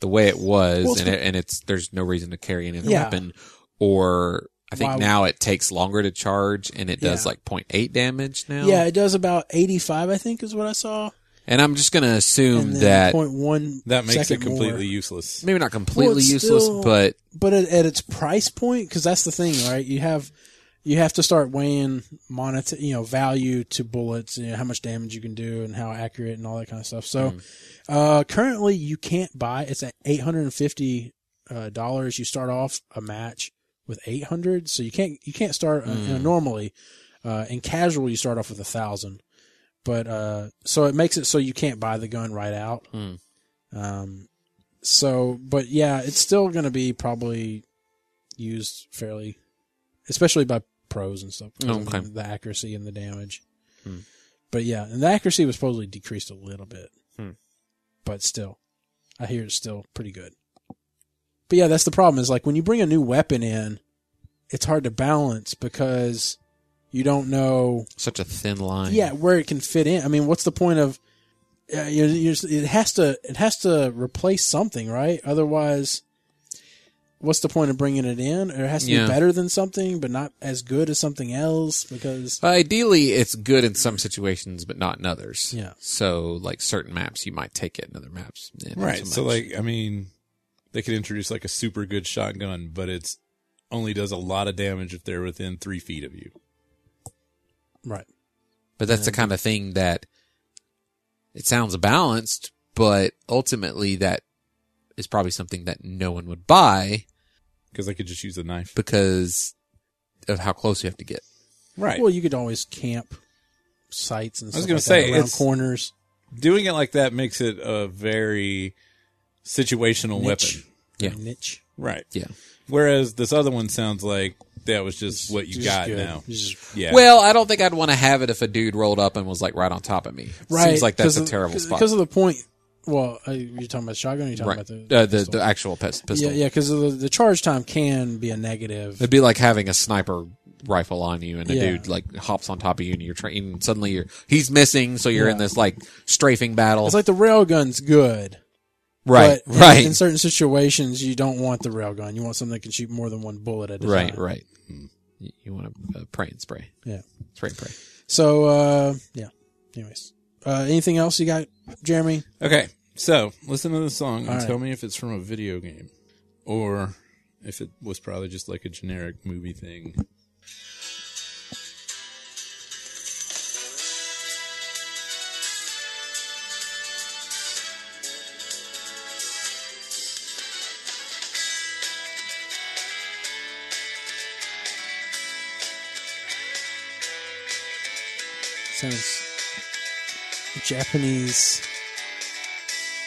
Speaker 4: the way it was,
Speaker 2: Well, it's
Speaker 4: and, it, and it's there's no reason to carry any other
Speaker 2: Yeah.
Speaker 4: weapon, or I think
Speaker 2: Why-
Speaker 4: now it takes longer to charge, and it does
Speaker 2: Yeah.
Speaker 4: like 0.8 damage now.
Speaker 2: Yeah, it does about eighty-five, I think, is what I saw,
Speaker 4: And I'm just gonna assume
Speaker 2: and then
Speaker 4: that
Speaker 2: point one
Speaker 3: That makes it
Speaker 2: second more.
Speaker 3: completely useless.
Speaker 4: maybe not completely
Speaker 2: it's
Speaker 4: useless,
Speaker 2: still-
Speaker 4: but
Speaker 2: but at, at its price point, because that's the thing, right? You have you have to start weighing monet you know value to bullets you know how much damage you can do and how accurate and all that kind of stuff so uh currently you can't buy it's at 850 uh, dollars you start off a match with 800 so you can't you can't start uh, you know, normally uh in casual you start off with a thousand but uh so it makes it so you can't buy the gun right out
Speaker 4: Hmm.
Speaker 2: um so but yeah it's still gonna be probably used fairly especially by pros and stuff. 'cause, I
Speaker 4: Okay.
Speaker 2: mean, the accuracy and the damage.
Speaker 4: Hmm.
Speaker 2: But yeah, and the accuracy was supposedly decreased a little bit.
Speaker 4: Hmm.
Speaker 2: But still, I hear it's still pretty good. But yeah, that's the problem is like when you bring a new weapon in, it's hard to balance because you don't know
Speaker 4: Such a thin line.
Speaker 2: yeah where it can fit in. I mean, what's the point of uh, you you it has to it has to replace something, right? Otherwise, what's the point of bringing it in? Or it has to
Speaker 4: Yeah.
Speaker 2: be better than something, but not as good as something else because
Speaker 4: Uh, Ideally, it's good in some situations, but not in others.
Speaker 2: Yeah.
Speaker 4: So, like certain maps, you might take it, and other maps, eh, not
Speaker 3: Right.
Speaker 4: so
Speaker 3: So,
Speaker 4: much.
Speaker 3: like, I mean, they could introduce like a super good shotgun, but it's only does a lot of damage if they're within three feet of you.
Speaker 2: right,
Speaker 4: But that's the kind of thing that it sounds balanced, but ultimately that is probably something that no one would buy
Speaker 3: Because I could just use a knife.
Speaker 4: because of how close you have to get.
Speaker 3: Right.
Speaker 2: Well, you could always camp sites
Speaker 3: I
Speaker 2: and
Speaker 3: was
Speaker 2: stuff
Speaker 3: gonna
Speaker 2: like
Speaker 3: say,
Speaker 2: that, around
Speaker 3: it's-
Speaker 2: corners.
Speaker 3: Doing it like that makes it a very situational
Speaker 2: Niche.
Speaker 3: weapon.
Speaker 4: Yeah.
Speaker 2: niche.
Speaker 3: Right.
Speaker 4: Yeah.
Speaker 3: Whereas this other one sounds like that was just what you
Speaker 2: Just
Speaker 3: got
Speaker 2: good.
Speaker 3: now.
Speaker 2: Just-
Speaker 3: Yeah.
Speaker 4: Well, I don't think I'd want to have it if a dude rolled up and was like right on top of me.
Speaker 2: right,
Speaker 4: Seems like that's
Speaker 2: 'cause
Speaker 4: a
Speaker 2: of-
Speaker 4: terrible
Speaker 2: cause,
Speaker 4: spot.
Speaker 2: because of the point. Well, uh, you're talking about shotgun. Or you're talking
Speaker 4: right.
Speaker 2: about the,
Speaker 4: uh, the,
Speaker 2: pistol?
Speaker 4: the actual pes- pistol.
Speaker 2: Yeah, yeah, because the, the charge time can be a negative.
Speaker 4: It'd be like having a sniper rifle on you and a
Speaker 2: Yeah.
Speaker 4: dude like hops on top of you and you're training and suddenly you're he's missing so you're in
Speaker 2: Yeah.
Speaker 4: this like strafing battle
Speaker 2: It's like the railgun's good,
Speaker 4: right
Speaker 2: But in-
Speaker 4: right
Speaker 2: In certain situations, you don't want the railgun. You want something that can shoot more than one bullet at a
Speaker 4: Right,
Speaker 2: time.
Speaker 4: right. You, you want to uh, pray and spray.
Speaker 2: Yeah.
Speaker 4: Spray and pray.
Speaker 2: So, uh, yeah. Anyways, uh, anything else you got, Jeremy?
Speaker 3: Okay. So listen to this song and
Speaker 2: All right.
Speaker 3: tell me if it's from a video game or if it was probably just like a generic movie thing.
Speaker 2: Sounds Japanese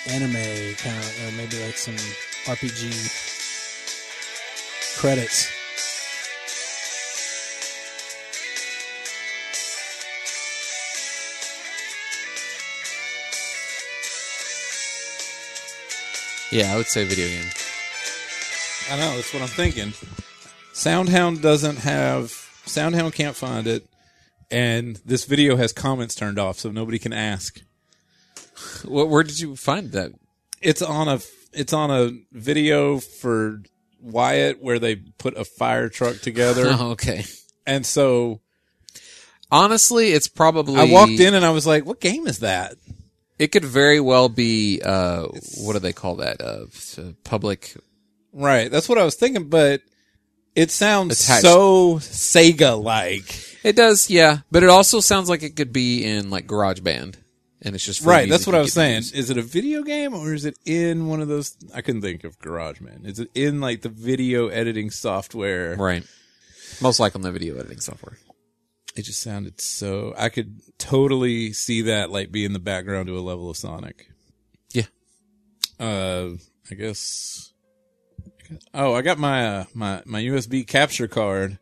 Speaker 2: anime kind of, or maybe like some RPG credits.
Speaker 4: Yeah, I would say video game.
Speaker 3: I know that's what I'm thinking. Soundhound doesn't have Soundhound can't find it, and this video has comments turned off, so nobody can ask.
Speaker 4: Where, where did you find that?
Speaker 3: It's on a it's on a video for Wyatt where they put a fire truck together,
Speaker 4: Oh, okay.
Speaker 3: and so
Speaker 4: Honestly, it's probably.
Speaker 3: I walked in and I was like, "What game is that?"
Speaker 4: It could very well be. Uh, what do they call that? Uh, s- uh, public.
Speaker 3: Right, that's what I was thinking, but it sounds
Speaker 4: Attached.
Speaker 3: so Sega like.
Speaker 4: It does, yeah. But it also sounds like it could be in like GarageBand, and it's just free
Speaker 3: Right, that's
Speaker 4: music
Speaker 3: what
Speaker 4: you
Speaker 3: I was
Speaker 4: can
Speaker 3: saying.
Speaker 4: use.
Speaker 3: Is it a video game or is it in one of those? I couldn't think of GarageBand. Is it in like the video editing software?
Speaker 4: Right. Most likely on the video editing software.
Speaker 3: It just sounded so. I could totally see that like be in the background to a level of Sonic.
Speaker 4: Yeah.
Speaker 3: Uh, I guess. Oh, I got my uh, my my USB capture card.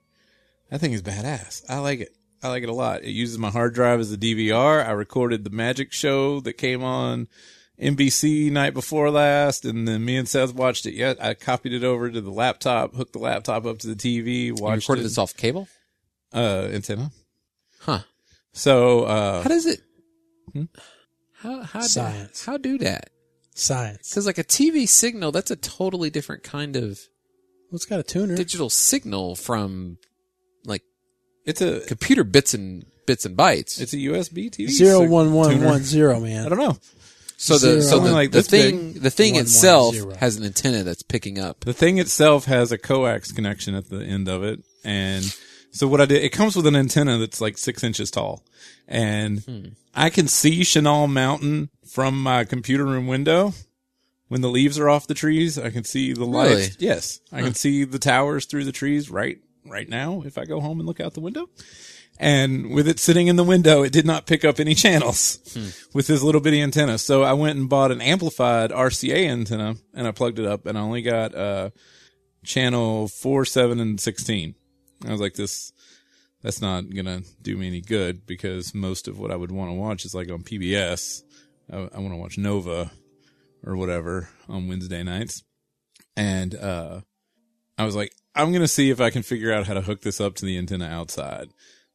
Speaker 3: That thing is badass. I like it. I like it a lot. It uses my hard drive as a DVR. I recorded the magic show that came on NBC night before last, and then me and Seth watched it. Yeah, I copied it over to the laptop, hooked the laptop up to the TV,
Speaker 4: You
Speaker 3: watched
Speaker 4: recorded
Speaker 3: it.
Speaker 4: this off cable,
Speaker 3: uh, antenna.
Speaker 4: huh?
Speaker 3: So uh,
Speaker 4: How does it?
Speaker 3: Hmm?
Speaker 4: How how do,
Speaker 2: Science.
Speaker 4: how do that?
Speaker 2: Science.
Speaker 4: Because like a TV signal, that's a totally different kind of
Speaker 2: Well, it's got a tuner.
Speaker 4: digital signal from like
Speaker 3: it's a
Speaker 4: computer bits and bits and bytes.
Speaker 3: It's a USB TV.
Speaker 2: Zero
Speaker 3: sig-
Speaker 2: one one
Speaker 3: tuner.
Speaker 2: one zero,
Speaker 3: I
Speaker 2: man.
Speaker 3: don't know.
Speaker 4: so the
Speaker 2: zero.
Speaker 4: so the,
Speaker 3: Something like
Speaker 4: the
Speaker 3: this
Speaker 4: thing the thing
Speaker 2: One, one,
Speaker 4: itself
Speaker 2: zero.
Speaker 4: has an antenna that's picking up.
Speaker 3: The thing itself has a coax connection at the end of it, and So what I did, it comes with an antenna that's like six inches tall, and I can see Chenal Mountain from my computer room window. When the leaves are off the trees, I can see the lights.
Speaker 4: Really?
Speaker 3: Yes, I can see the towers through the trees right right now if I go home and look out the window. And with it sitting in the window, it did not pick up any channels with this little bitty antenna. So I went and bought an amplified RCA antenna and I plugged it up and I only got uh channel 4, 7 and 16. I was like this that's not going to do me any good because most of what I would want to watch is like on PBS. I, I want to watch Nova or whatever on Wednesday nights. And uh I was like, I'm going to see if I can figure out how to hook this up to the antenna outside.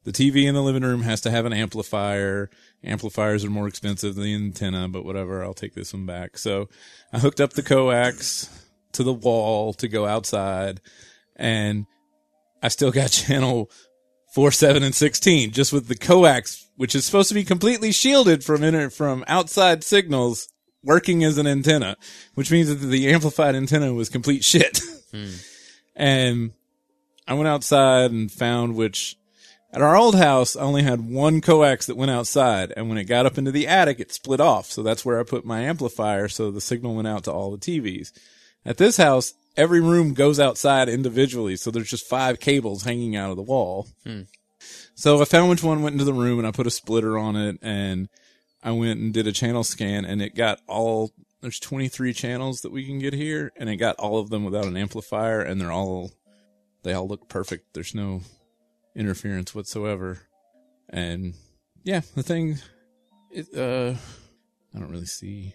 Speaker 3: The TV in the living room has to have an amplifier. Amplifiers are more expensive than the antenna, but whatever, I'll take this one back. So I hooked up the coax to the wall to go outside and I still got channel four, seven, and 16 just with the coax, which is supposed to be completely shielded from inner, from outside signals working as an antenna, which means that the amplified antenna was complete shit. And I went outside and found which at our old house I only had one coax that went outside and when it got up into the attic it split off. So that's where I put my amplifier so the signal went out to all the TVs. At this house, every room goes outside individually, so there's just five cables hanging out of the wall.
Speaker 4: Hmm.
Speaker 3: So I found which one went into the room and I put a splitter on it and I went and did a channel scan and it got all there's 23 channels that we can get here and it got all of them without an amplifier and they're all they all look perfect. There's no interference whatsoever. And yeah, the thing it uh I don't really see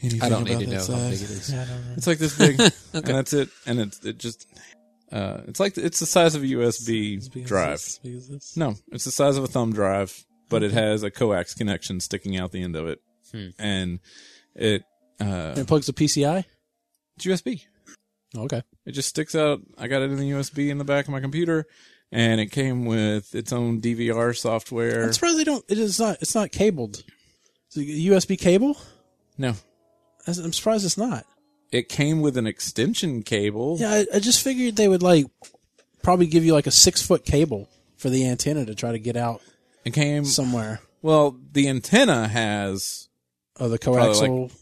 Speaker 3: anything
Speaker 4: I don't
Speaker 3: about
Speaker 4: need to
Speaker 3: that
Speaker 4: know how
Speaker 3: size.
Speaker 4: big it is.
Speaker 2: Yeah, I don't know.
Speaker 3: It's like this big, and that's it. And it it just uh, it's like it's the size of a USB
Speaker 2: It's because
Speaker 3: drive.
Speaker 2: it's- because it's-
Speaker 3: No, it's the size of a thumb drive, but
Speaker 2: Hmm.
Speaker 3: it has a coax connection sticking out the end of it,
Speaker 4: Hmm.
Speaker 3: and it uh,
Speaker 2: And it plugs the PCI.
Speaker 3: it's USB.
Speaker 2: Okay.
Speaker 3: It just sticks out. I got it in the USB in the back of my computer, and it came with its own DVR software.
Speaker 2: I'm surprised they don't. It is not. It's not cabled. It's a USB cable.
Speaker 3: No,
Speaker 2: That's- I'm surprised it's not.
Speaker 3: it came with an extension cable.
Speaker 2: Yeah, I, I just figured they would like probably give you like a six foot cable for the antenna to try to get out
Speaker 3: It came
Speaker 2: somewhere.
Speaker 3: well. The antenna has
Speaker 2: Oh, the
Speaker 3: like-
Speaker 2: coaxial.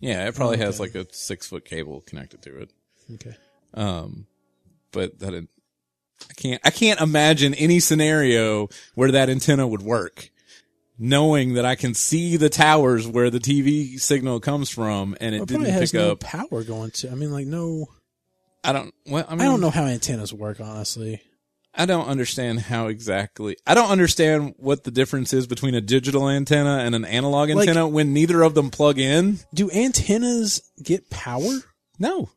Speaker 3: yeah. It probably has
Speaker 2: Oh, Okay.
Speaker 3: like a six foot cable connected to it.
Speaker 2: okay.
Speaker 3: Um, but that it, I can't I can't imagine any scenario where that antenna would work, knowing that I can see the towers where the TV signal comes from, and it
Speaker 2: Well, It
Speaker 3: didn't
Speaker 2: probably has
Speaker 3: pick
Speaker 2: no
Speaker 3: up.
Speaker 2: power going to. I mean, like no.
Speaker 3: I don't. Well, I, mean,
Speaker 2: I don't know how antennas work, honestly.
Speaker 3: I don't understand how exactly. I don't understand what the difference is between a digital antenna and an analog
Speaker 2: Like-
Speaker 3: antenna when neither of them plug in.
Speaker 2: Do antennas get power?
Speaker 3: No,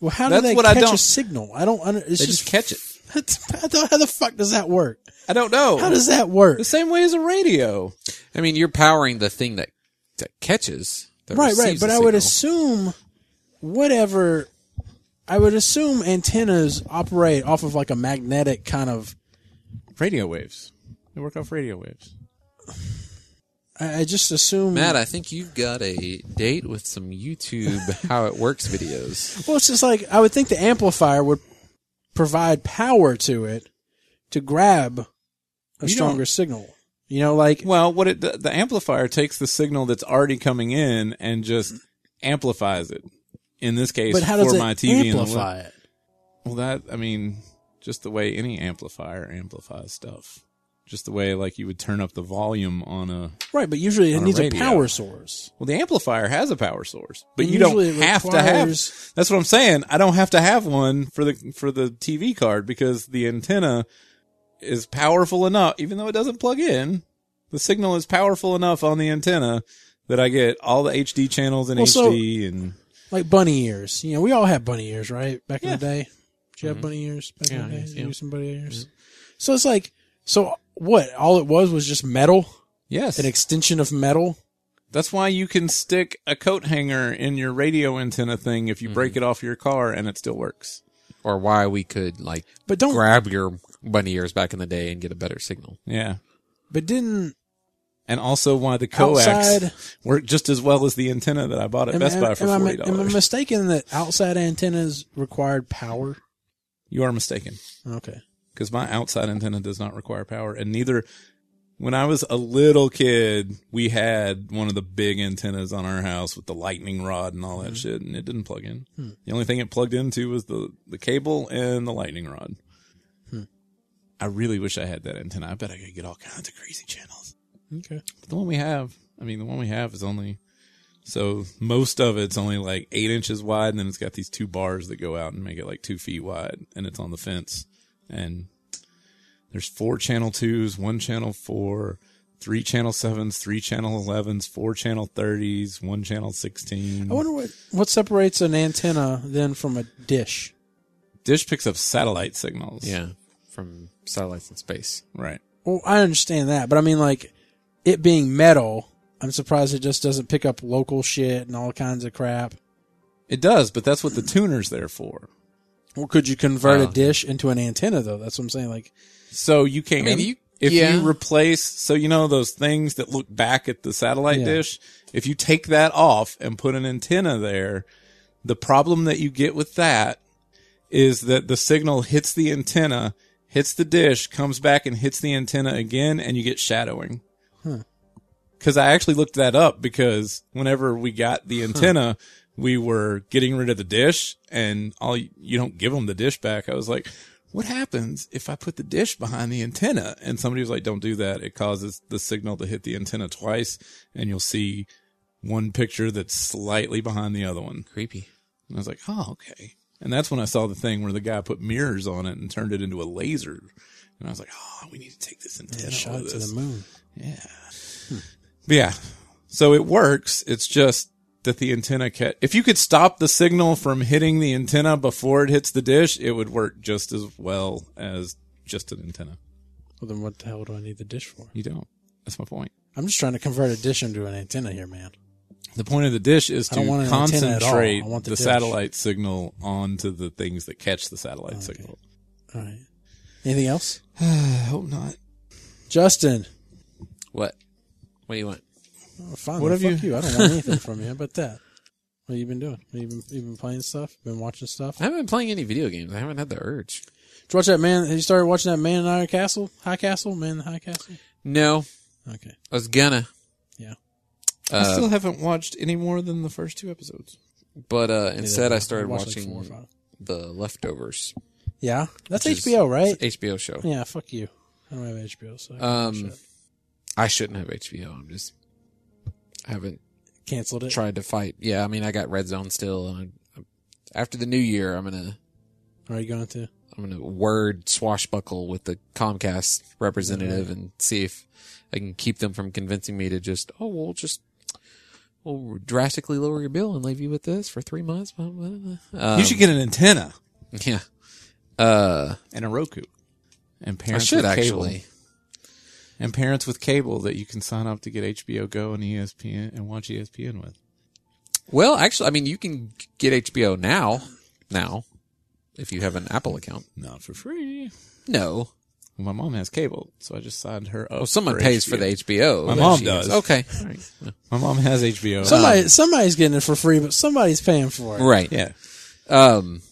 Speaker 2: Well, how
Speaker 3: That's
Speaker 2: do they
Speaker 3: what I
Speaker 2: catch
Speaker 3: don't-
Speaker 2: a signal? I don't. Under, it's
Speaker 3: they just,
Speaker 2: just,
Speaker 3: catch it.
Speaker 2: I don't- how the fuck does that work?
Speaker 3: I don't know.
Speaker 2: How does that work?
Speaker 3: the same way as a radio.
Speaker 4: I mean, you're powering the thing that that catches. That
Speaker 2: right, right.
Speaker 4: receives the
Speaker 2: But I would
Speaker 4: signal.
Speaker 2: assume whatever. I would assume antennas operate off of like a magnetic kind of.
Speaker 3: Radio waves. They work off radio waves.
Speaker 2: I, I just assume.
Speaker 4: Matt, I think you've got a date with some YouTube how it works videos.
Speaker 2: Well, it's just like I would think the amplifier would provide power to it to grab a
Speaker 3: You
Speaker 2: stronger
Speaker 3: don't-
Speaker 2: signal. You know, like
Speaker 3: Well, what it the, the amplifier takes the signal that's already coming in and just amplifies it. In this case,
Speaker 2: but how does
Speaker 3: for
Speaker 2: it
Speaker 3: my TV and the
Speaker 2: amplify it?
Speaker 3: well, that I mean, just the way any amplifier amplifies stuff, just the way like you would turn up the volume on a.
Speaker 2: Right, but usually it
Speaker 3: On a
Speaker 2: needs a
Speaker 3: radio.
Speaker 2: power source.
Speaker 3: Well, the amplifier has a power source, but
Speaker 2: And
Speaker 3: you don't
Speaker 2: usually it
Speaker 3: have to have.
Speaker 2: requires-
Speaker 3: That's what I'm saying. I don't have to have one for the for the TV card because the antenna is powerful enough, even though it doesn't plug in. The signal is powerful enough on the antenna that I get all the HD channels in
Speaker 2: Well, so-
Speaker 3: HD and
Speaker 2: Like bunny ears. You know, we all had bunny ears, right? Back in
Speaker 3: Yeah.
Speaker 2: the day. Did you have bunny ears back
Speaker 4: Mm-hmm. Yeah,
Speaker 2: in the
Speaker 4: I
Speaker 2: day?
Speaker 4: used to.
Speaker 2: You some bunny ears. So it's like so what? All it was was just metal,
Speaker 3: yes,
Speaker 2: an extension of metal.
Speaker 3: that's why you can stick a coat hanger in your radio antenna thing if you break it off your car and it still works.
Speaker 4: Or why we could like
Speaker 2: But don't
Speaker 4: grab your bunny ears back in the day and get a better signal.
Speaker 3: Yeah,
Speaker 2: but didn't
Speaker 3: and also why the coax
Speaker 2: Outside-
Speaker 3: worked just as well as the antenna that I bought at
Speaker 2: am,
Speaker 3: Best
Speaker 2: am-
Speaker 3: Buy for
Speaker 2: am I-
Speaker 3: forty
Speaker 2: am I
Speaker 3: dollars.
Speaker 2: mistaken that outside antennas required power?
Speaker 3: You are mistaken.
Speaker 2: Okay.
Speaker 3: because my outside antenna does not require power, and neither. When I was a little kid, we had one of the big antennas on our house with the lightning rod and all that shit, and it didn't plug in. The only thing it plugged into was the the cable and the lightning rod. I really wish I had that antenna. I bet I could get all kinds of crazy channels.
Speaker 2: Okay.
Speaker 3: But the one we have, I mean, the one we have is only so most of it's only like eight inches wide, and then it's got these two bars that go out and make it like two feet wide, and it's on the fence. And there's four channel twos, one channel four, three channel sevens, three channel elevens, four channel thirties, one channel sixteen.
Speaker 2: I wonder what what separates an antenna then from a dish.
Speaker 3: Dish picks up satellite signals.
Speaker 4: Yeah, from satellites in space.
Speaker 3: right.
Speaker 2: Well, I understand that, but I mean, like it being metal, I'm surprised it just doesn't pick up local shit and all kinds of crap.
Speaker 3: It does, but that's what the tuner's there for.
Speaker 2: Well, could you convert
Speaker 4: Oh,
Speaker 2: a
Speaker 4: okay.
Speaker 2: dish into an antenna though? That's what I'm saying. Like,
Speaker 3: So you can.
Speaker 4: I mean, you-
Speaker 3: if
Speaker 4: yeah.
Speaker 3: you replace, so you know those things that look back at the satellite
Speaker 2: Yeah.
Speaker 3: dish. If you take that off and put an antenna there, the problem that you get with that is that the signal hits the antenna, hits the dish, comes back and hits the antenna again, and you get shadowing. Because I actually looked that up because whenever we got the antenna, we were getting rid of the dish, and all you don't give them the dish back. I was like, "What happens if I put the dish behind the antenna?" And somebody was like, "Don't do that. It causes the signal to hit the antenna twice, and you'll see one picture that's slightly behind the other one."
Speaker 4: Creepy.
Speaker 3: And I was like, oh, okay. And that's when I saw the thing where the guy put mirrors on it and turned it into a laser. And I was like, oh, we need to take this antenna.
Speaker 2: shot
Speaker 3: with
Speaker 2: it to
Speaker 3: us.
Speaker 2: the moon.
Speaker 3: Yeah. But yeah. So it works. It's just that the antenna ca- if you could stop the signal from hitting the antenna before it hits the dish, it would work just as well as just an antenna.
Speaker 2: Well, then what the hell do I need the dish for?
Speaker 3: You don't. That's my point.
Speaker 2: I'm just trying to convert a dish into an antenna here, man.
Speaker 3: The point of the dish is
Speaker 2: I
Speaker 3: to
Speaker 2: don't want an antenna at all. I
Speaker 3: concentrate
Speaker 2: want
Speaker 3: the,
Speaker 2: the dish.
Speaker 3: satellite signal onto the things that catch the satellite signal.
Speaker 2: All right. Anything else?
Speaker 3: I hope not.
Speaker 2: Justin,
Speaker 4: What? What do you want?
Speaker 2: oh,
Speaker 3: What
Speaker 2: fine.
Speaker 3: have
Speaker 2: What fuck you? I don't want anything from you. But that. What you been doing? You been you been playing stuff? Been watching stuff?
Speaker 4: I haven't been playing any video games. I haven't had the urge.
Speaker 2: Did you watch that man? Have you started watching that Man in Iron Castle? High Castle? Man in the High Castle?
Speaker 4: No,
Speaker 2: Okay.
Speaker 4: I was gonna.
Speaker 2: Yeah.
Speaker 3: I
Speaker 4: Uh,
Speaker 3: still haven't watched any more than the first two episodes.
Speaker 4: but uh, instead,
Speaker 2: Yeah,
Speaker 4: I started
Speaker 2: watched like
Speaker 4: watching
Speaker 2: four or five.
Speaker 4: the leftovers
Speaker 2: Yeah. That's
Speaker 4: which is-
Speaker 2: HBO, right?
Speaker 4: It's an HBO show.
Speaker 2: Yeah, fuck you. I don't have HBO, so I can't watch
Speaker 4: Um,
Speaker 2: that.
Speaker 4: I shouldn't have HBO. I'm just I haven't
Speaker 2: canceled it.
Speaker 4: tried to fight. Yeah, I mean, I got Red Zone still. And I, after the new year, I'm gonna
Speaker 2: Are you going to?
Speaker 4: I'm gonna word swashbuckle with the Comcast representative
Speaker 3: Mm-hmm.
Speaker 4: and see if I can keep them from convincing me to just oh we'll just we'll drastically lower your bill and leave you with this for three months. Blah, blah, blah. Um,
Speaker 3: you should get an antenna
Speaker 4: yeah. Uh,
Speaker 3: and a Roku, and
Speaker 4: I
Speaker 3: parents
Speaker 4: should
Speaker 3: with
Speaker 4: actually.
Speaker 3: cable, and parents with cable that you can sign up to get HBO Go and E ESPN and watch E ESPN with.
Speaker 4: Well, actually, I mean, you can get HBO now, now, if you have an Apple account.
Speaker 3: Not for free.
Speaker 4: No,
Speaker 3: Well, my mom has cable, so I just signed her up.
Speaker 4: well, someone
Speaker 3: Oh, for
Speaker 4: pays
Speaker 3: HBO.
Speaker 4: for the HBO.
Speaker 3: My
Speaker 4: that
Speaker 3: mom
Speaker 4: she
Speaker 3: does.
Speaker 4: has. Okay,
Speaker 3: My mom has HBO.
Speaker 2: Somebody, somebody's getting it for free, but somebody's paying for it.
Speaker 4: um, right.
Speaker 3: yeah.
Speaker 4: Um,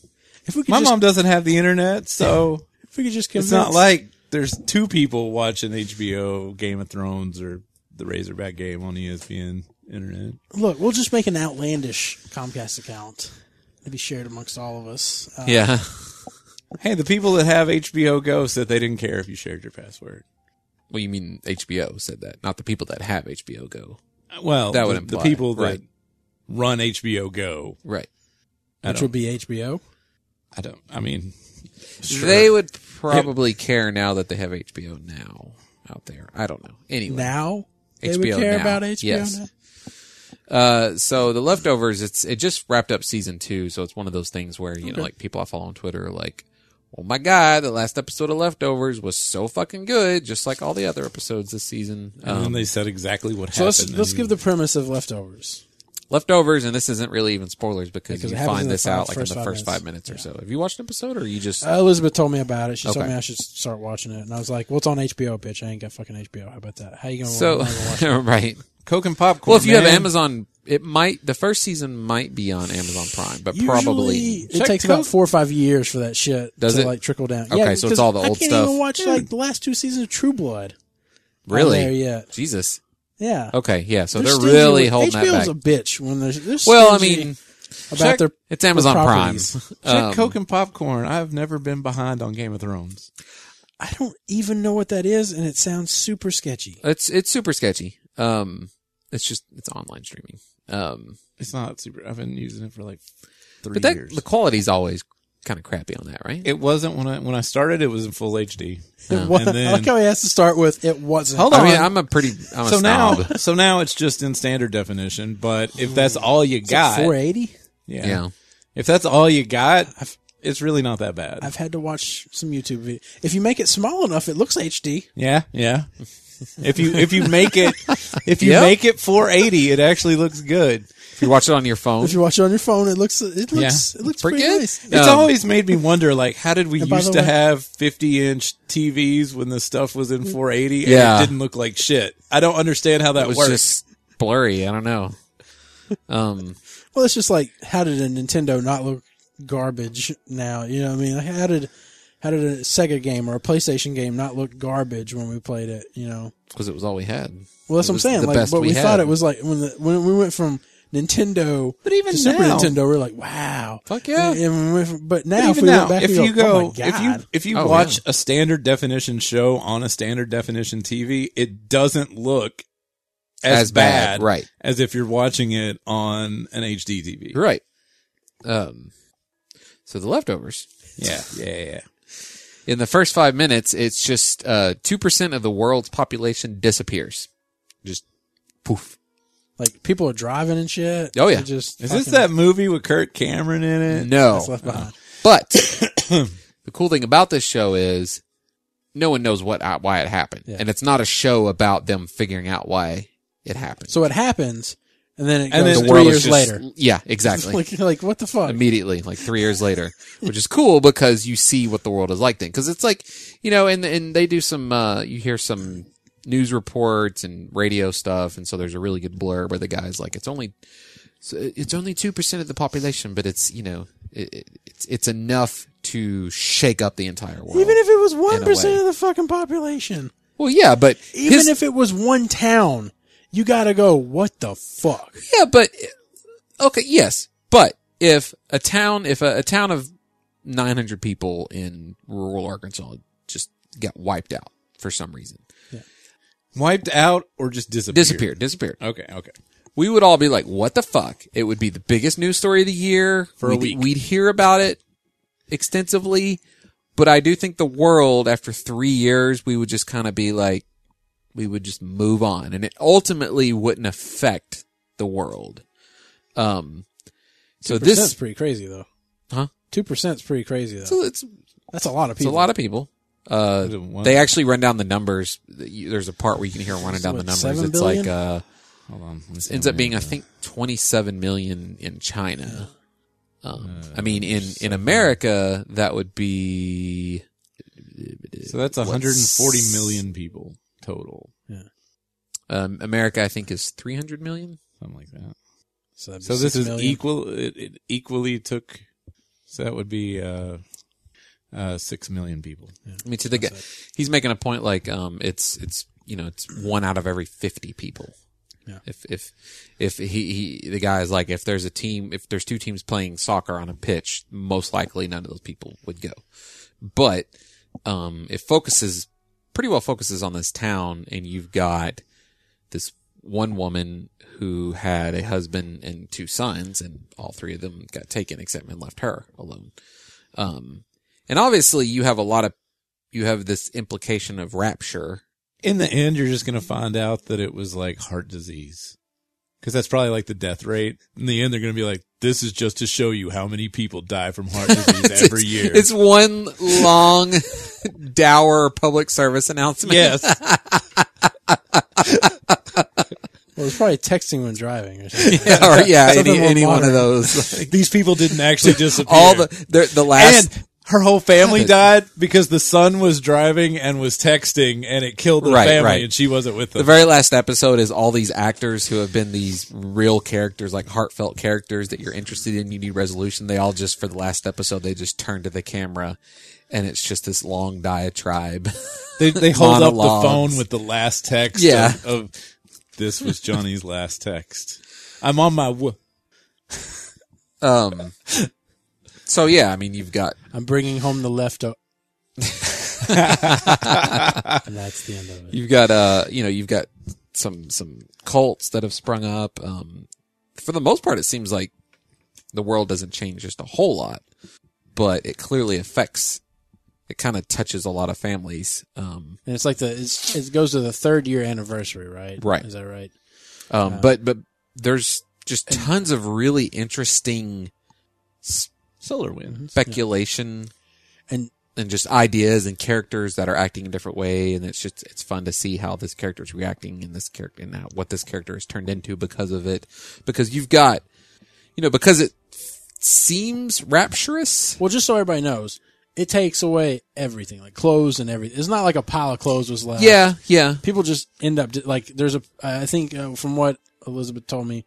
Speaker 2: If we could
Speaker 3: My
Speaker 2: just,
Speaker 3: mom doesn't have the internet, so
Speaker 2: if we could just
Speaker 3: it's
Speaker 2: convince,
Speaker 3: not like there's two people watching HBO, Game of Thrones, or the Razorback game on E ESPN internet.
Speaker 2: look, we'll just make an outlandish Comcast account to be shared amongst all of us. Uh,
Speaker 4: yeah.
Speaker 3: Hey, the people that have HBO Go said they didn't care if you shared your password.
Speaker 4: Well, you mean HBO said that, not the people that have HBO Go.
Speaker 3: Well,
Speaker 4: That would
Speaker 3: the, the
Speaker 4: imply,
Speaker 3: people that
Speaker 4: right.
Speaker 3: run HBO Go.
Speaker 4: Right.
Speaker 3: I
Speaker 2: which
Speaker 3: don't,
Speaker 2: would be HBO.
Speaker 3: I don't. I mean, sure.
Speaker 4: They would probably care now that they have HBO now out there. I don't know. Anyway.
Speaker 2: Now they
Speaker 4: HBO
Speaker 2: would care
Speaker 4: Now.
Speaker 2: about HBO.
Speaker 4: Yes.
Speaker 2: Now?
Speaker 4: Uh, so the leftovers, it's it just wrapped up season two, so it's one of those things where you know,
Speaker 2: Okay.
Speaker 4: like people I follow on Twitter are like, "Oh my god, the last episode of Leftovers was so fucking good, just like all the other episodes this season."
Speaker 3: and
Speaker 4: Um,
Speaker 3: they said exactly what happened.
Speaker 2: So let's let's
Speaker 3: and-
Speaker 2: give the premise of leftovers.
Speaker 4: leftovers, and this isn't really even spoilers because
Speaker 2: Because it
Speaker 4: you
Speaker 2: happens in
Speaker 4: find
Speaker 2: the
Speaker 4: this
Speaker 2: five-
Speaker 4: out like in
Speaker 2: first
Speaker 4: the
Speaker 2: five
Speaker 4: first
Speaker 2: minutes.
Speaker 4: five minutes or so. Have you watched an episode, or you just
Speaker 2: Uh, Elizabeth told me about it. She told
Speaker 4: Okay.
Speaker 2: me I should start watching it, and I was like, "Well, it's on HBO, bitch. I ain't got fucking HBO. How about that? How you gonna?
Speaker 4: so
Speaker 2: how you gonna watch it?
Speaker 4: right?
Speaker 3: Coke and popcorn.
Speaker 4: Well, if you have
Speaker 3: man.
Speaker 4: Amazon, it might the first season might be on Amazon Prime, but
Speaker 2: Usually,
Speaker 4: probably
Speaker 2: it
Speaker 3: Check
Speaker 2: takes
Speaker 3: code-
Speaker 2: about four or five years for that shit
Speaker 4: Does
Speaker 2: to
Speaker 4: it?
Speaker 2: like trickle down.
Speaker 4: Okay, so it's
Speaker 2: because
Speaker 4: all the old
Speaker 2: I can't
Speaker 4: stuff. Hmm.
Speaker 2: even watch like the last two seasons of True Blood. on there
Speaker 4: really
Speaker 2: yet?
Speaker 4: Jesus.
Speaker 2: Yeah.
Speaker 4: Okay, yeah. So they're,
Speaker 2: stingy
Speaker 4: really
Speaker 2: with-
Speaker 4: holding
Speaker 2: HBO's
Speaker 4: that
Speaker 2: a
Speaker 4: back.
Speaker 2: bitch when they're, they're
Speaker 4: Well, I
Speaker 2: stingy
Speaker 4: mean,
Speaker 2: about
Speaker 3: check-
Speaker 2: their
Speaker 4: it's Amazon Prime.
Speaker 2: properties.
Speaker 3: Check
Speaker 4: Um,
Speaker 3: Coke and popcorn. I've never been behind on Game of Thrones.
Speaker 2: I don't even know what that is, and it sounds super sketchy.
Speaker 4: It's it's super sketchy. Um, it's just it's online streaming. Um,
Speaker 3: It's not super. I've been using it for like three
Speaker 4: but that
Speaker 3: years.
Speaker 4: the quality's always kind of crappy on that, right?
Speaker 3: it wasn't when I when I started. It was in full HD.
Speaker 2: It was,
Speaker 3: and then-
Speaker 2: I like how he has to start with it wasn't.
Speaker 3: Hold
Speaker 4: I mean,
Speaker 3: on.
Speaker 4: I'm a pretty I'm a
Speaker 3: so now,
Speaker 4: snob.
Speaker 3: so now it's just in standard definition. But if that's all you got,
Speaker 2: four eighty.
Speaker 3: yeah.
Speaker 4: yeah.
Speaker 3: If that's all you got, it's really not that bad.
Speaker 2: I've had to watch some YouTube video. If you make it small enough, it looks HD.
Speaker 3: yeah, yeah. If you if you make it if you
Speaker 4: Yep.
Speaker 3: make it 480, it actually looks good.
Speaker 4: If you watch it on your phone,
Speaker 2: If you watch it on your phone, it looks it looks it looks
Speaker 4: pretty
Speaker 2: pretty,
Speaker 4: good.
Speaker 2: nice.
Speaker 3: It's
Speaker 4: Um,
Speaker 3: always made me wonder, like, how did we
Speaker 2: And by
Speaker 3: used
Speaker 2: the
Speaker 3: to
Speaker 2: way-
Speaker 3: have 50 inch TVs when the stuff was
Speaker 2: Mm.
Speaker 3: in 480 and
Speaker 4: Yeah.
Speaker 3: it didn't look like shit? I don't understand how that
Speaker 4: it was
Speaker 3: works.
Speaker 4: just blurry. I don't know. Um,
Speaker 2: Well, it's just like how did a Nintendo not look garbage now? You know what I mean? Like, how did how did a Sega game or a PlayStation game not look garbage when we played it? You know.
Speaker 4: because it was all we had.
Speaker 2: Well, that's what
Speaker 4: It
Speaker 2: I'm
Speaker 4: was
Speaker 2: saying.
Speaker 4: the
Speaker 2: Like,
Speaker 4: best
Speaker 2: but
Speaker 4: we
Speaker 2: we, thought
Speaker 4: had.
Speaker 2: it was like when the, when we went from Nintendo,
Speaker 3: But even
Speaker 2: to Super
Speaker 3: now-
Speaker 2: Nintendo, we are like, wow,
Speaker 4: Fuck yeah.
Speaker 2: And- and we went from- but now,
Speaker 3: But
Speaker 2: if
Speaker 3: even
Speaker 2: we
Speaker 3: now,
Speaker 2: went back,
Speaker 3: if
Speaker 2: we
Speaker 3: you go,
Speaker 2: oh my
Speaker 3: if you
Speaker 2: God.
Speaker 3: if you
Speaker 4: Oh,
Speaker 3: watch
Speaker 4: yeah.
Speaker 3: a standard definition show on a standard definition TV, it doesn't look as, bad,
Speaker 4: right?
Speaker 3: as if you're watching it on an HD TV.
Speaker 4: You're right. Um, so the leftovers
Speaker 3: Yeah, yeah, yeah.
Speaker 4: in the first five minutes, it's just uh, two percent of the world's population disappears. Just poof.
Speaker 2: like people are driving and shit.
Speaker 4: Oh, yeah.
Speaker 2: They're just
Speaker 3: Is this
Speaker 2: fucking-
Speaker 3: that movie with Kurt Cameron in it?
Speaker 4: No,
Speaker 2: that's left behind?
Speaker 4: but the cool thing about this show is no one knows what uh, why it happened,
Speaker 2: Yeah.
Speaker 4: and it's not a show about them figuring out why it happened.
Speaker 2: So it happens, and then it
Speaker 3: And
Speaker 2: goes
Speaker 3: then the
Speaker 2: three
Speaker 3: world is
Speaker 2: years
Speaker 3: just-
Speaker 2: later.
Speaker 4: yeah, exactly.
Speaker 2: like, like what the fuck?
Speaker 4: immediately, like three years later, which is cool because you see what the world is like then. Because it's like you know, and and they do some, uh, you hear some news reports and radio stuff, and so there's a really good blur where the guy's like, it's only, so it's only two percent of the population, but it's you know, it, it, it's it's enough to shake up the entire world.
Speaker 2: Even if it was
Speaker 4: a
Speaker 2: one
Speaker 4: way.
Speaker 2: percent of the fucking population,
Speaker 4: well, yeah, but
Speaker 2: even
Speaker 4: his-
Speaker 2: if it was one town, you gotta go. What the fuck?
Speaker 4: Yeah, but okay, yes, but if a town, if a, a town of 900 people in rural Arkansas just got wiped out for some reason,
Speaker 3: Wiped out or just disappeared?
Speaker 4: disappeared, disappeared,
Speaker 3: Okay, okay.
Speaker 4: we would all be like, "What the fuck?" It would be the biggest news story of the year
Speaker 3: For a
Speaker 4: We'd-
Speaker 3: week.
Speaker 4: We'd hear about it extensively, but I do think the world after three years, we would just kind of be like, we would just move on, and it ultimately wouldn't affect the world. Um, so
Speaker 2: That's
Speaker 4: this,
Speaker 2: pretty crazy though.
Speaker 4: Huh?
Speaker 2: Two percent's pretty crazy though.
Speaker 4: so it's
Speaker 2: That's a lot of
Speaker 4: It's a
Speaker 2: people.
Speaker 4: lot of people. Uh,
Speaker 3: Is it one-
Speaker 4: they actually run down the numbers. You- There's a part where you can hear them running down the
Speaker 2: What,
Speaker 4: numbers.
Speaker 2: seven
Speaker 4: It's
Speaker 2: billion?
Speaker 4: like uh,
Speaker 3: Hold on. let me see
Speaker 4: ends
Speaker 3: how
Speaker 4: up being I
Speaker 3: many-
Speaker 4: think 27 million in China.
Speaker 2: Uh,
Speaker 4: Um, I mean, in in America that would be
Speaker 3: So that's 140 million people total,
Speaker 4: um, America. I think is 300 million.
Speaker 3: something like that.
Speaker 2: So, that'd be
Speaker 3: So this
Speaker 2: six
Speaker 3: is
Speaker 2: million.
Speaker 3: equal. It, it equally took. So that would be uh, uh, six million people.
Speaker 4: I mean, to the guy, he's making a point like um, it's it's you know it's one out of every fifty people.
Speaker 2: Yeah.
Speaker 4: If if if he, he the guy is like if there's a team if there's two teams playing soccer on a pitch, most likely none of those people would go. But um, it focuses pretty well focuses on this town, and you've got this one woman who had a husband and two sons, and all three of them got taken except and left her alone. Um, and obviously, you have a lot of you have this implication of rapture.
Speaker 3: In the end, you're just gonna find out that it was like heart disease, because that's probably like the death rate. In the end, they're gonna be like, "This is just to show you how many people die from heart disease every
Speaker 4: it's,
Speaker 3: year."
Speaker 4: it's one long dour public service announcement.
Speaker 3: yes,
Speaker 2: Well, it's probably texting when driving or something.
Speaker 4: yeah, or, yeah any,
Speaker 2: Something more
Speaker 4: any one of
Speaker 2: modern.
Speaker 4: those.
Speaker 3: these people didn't actually disappear.
Speaker 4: All the the, the last
Speaker 3: and her whole family
Speaker 4: Yeah,
Speaker 3: died because the son was driving and was texting, and it killed the
Speaker 4: Right,
Speaker 3: family,
Speaker 4: right.
Speaker 3: and she wasn't with
Speaker 4: The
Speaker 3: them.
Speaker 4: very last episode is all these actors who have been these real characters, like heartfelt characters that you're interested in. You need resolution. They all just for the last episode they just turn to the camera, and it's just this long diatribe.
Speaker 3: they they hold up the
Speaker 4: Monologues.
Speaker 3: phone with the last text.
Speaker 4: Yeah.
Speaker 3: Of, of- this was Johnny's last text. I'm on my. W-
Speaker 4: Um. So yeah, I mean, you've got
Speaker 2: I'm bringing home the leftover. and that's the end of it.
Speaker 4: you've got uh, you know, you've got some some cults that have sprung up. Um, for the most part, it seems like the world doesn't change just a whole lot, but it clearly affects. It kind of touches a lot of families. Um,
Speaker 2: And it's like the it's, it goes to the third year anniversary, right?
Speaker 4: Right.
Speaker 2: Is that right?
Speaker 4: Um,
Speaker 2: Uh,
Speaker 4: but but there's just tons of really interesting
Speaker 3: Solar wind.
Speaker 4: speculation
Speaker 2: And-
Speaker 4: and just ideas and characters that are acting a different way, and it's just it's fun to see how this character's reacting and this character and how, what this character is turned into because of it. Because you've got, you know, because it seems rapturous.
Speaker 2: Well, just so everybody knows, it takes away everything, like clothes and everything. It's not like a pile of clothes was left.
Speaker 4: Yeah, yeah,
Speaker 2: people just end up like there's a i think uh, from what elizabeth told me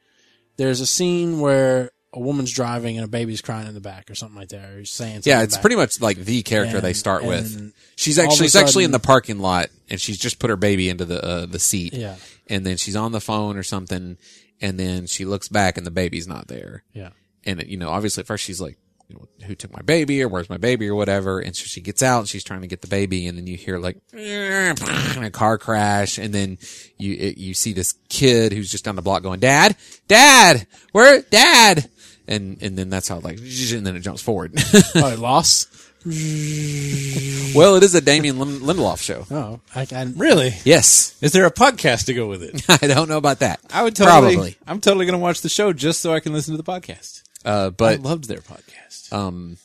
Speaker 2: there's a scene where a woman's driving and a baby's crying in the back or something like that or he's saying something
Speaker 4: yeah. It's
Speaker 2: back.
Speaker 4: pretty much like the character they
Speaker 2: And-
Speaker 4: start with.
Speaker 2: and
Speaker 4: She's
Speaker 2: all of a
Speaker 4: actually she's actually in
Speaker 2: sudden-
Speaker 4: the parking lot, and she's just put her baby into the uh, the seat.
Speaker 2: yeah
Speaker 4: and then she's on the phone or something, and then she looks back and the baby's not there.
Speaker 2: yeah
Speaker 4: And you know, obviously at first she's like, you know, "Who took my baby? Or where's my baby? Or whatever." And so she gets out and she's trying to get the baby, and then you hear like a car crash, and then you it, you see this kid who's just down the block going, "Dad, Dad, where, Dad?" And and then that's how like, and then it jumps forward.
Speaker 2: oh loss
Speaker 4: well, it is a Damien Lin- Lindelof show.
Speaker 2: oh i, I
Speaker 3: Really?
Speaker 4: Yes,
Speaker 3: Is there a podcast to go with it?
Speaker 4: I don't know about that.
Speaker 3: I would totally.
Speaker 4: probably,
Speaker 3: I'm totally going to watch the show just so I can listen to the podcast.
Speaker 4: uh, but
Speaker 3: I loved their podcast.
Speaker 4: um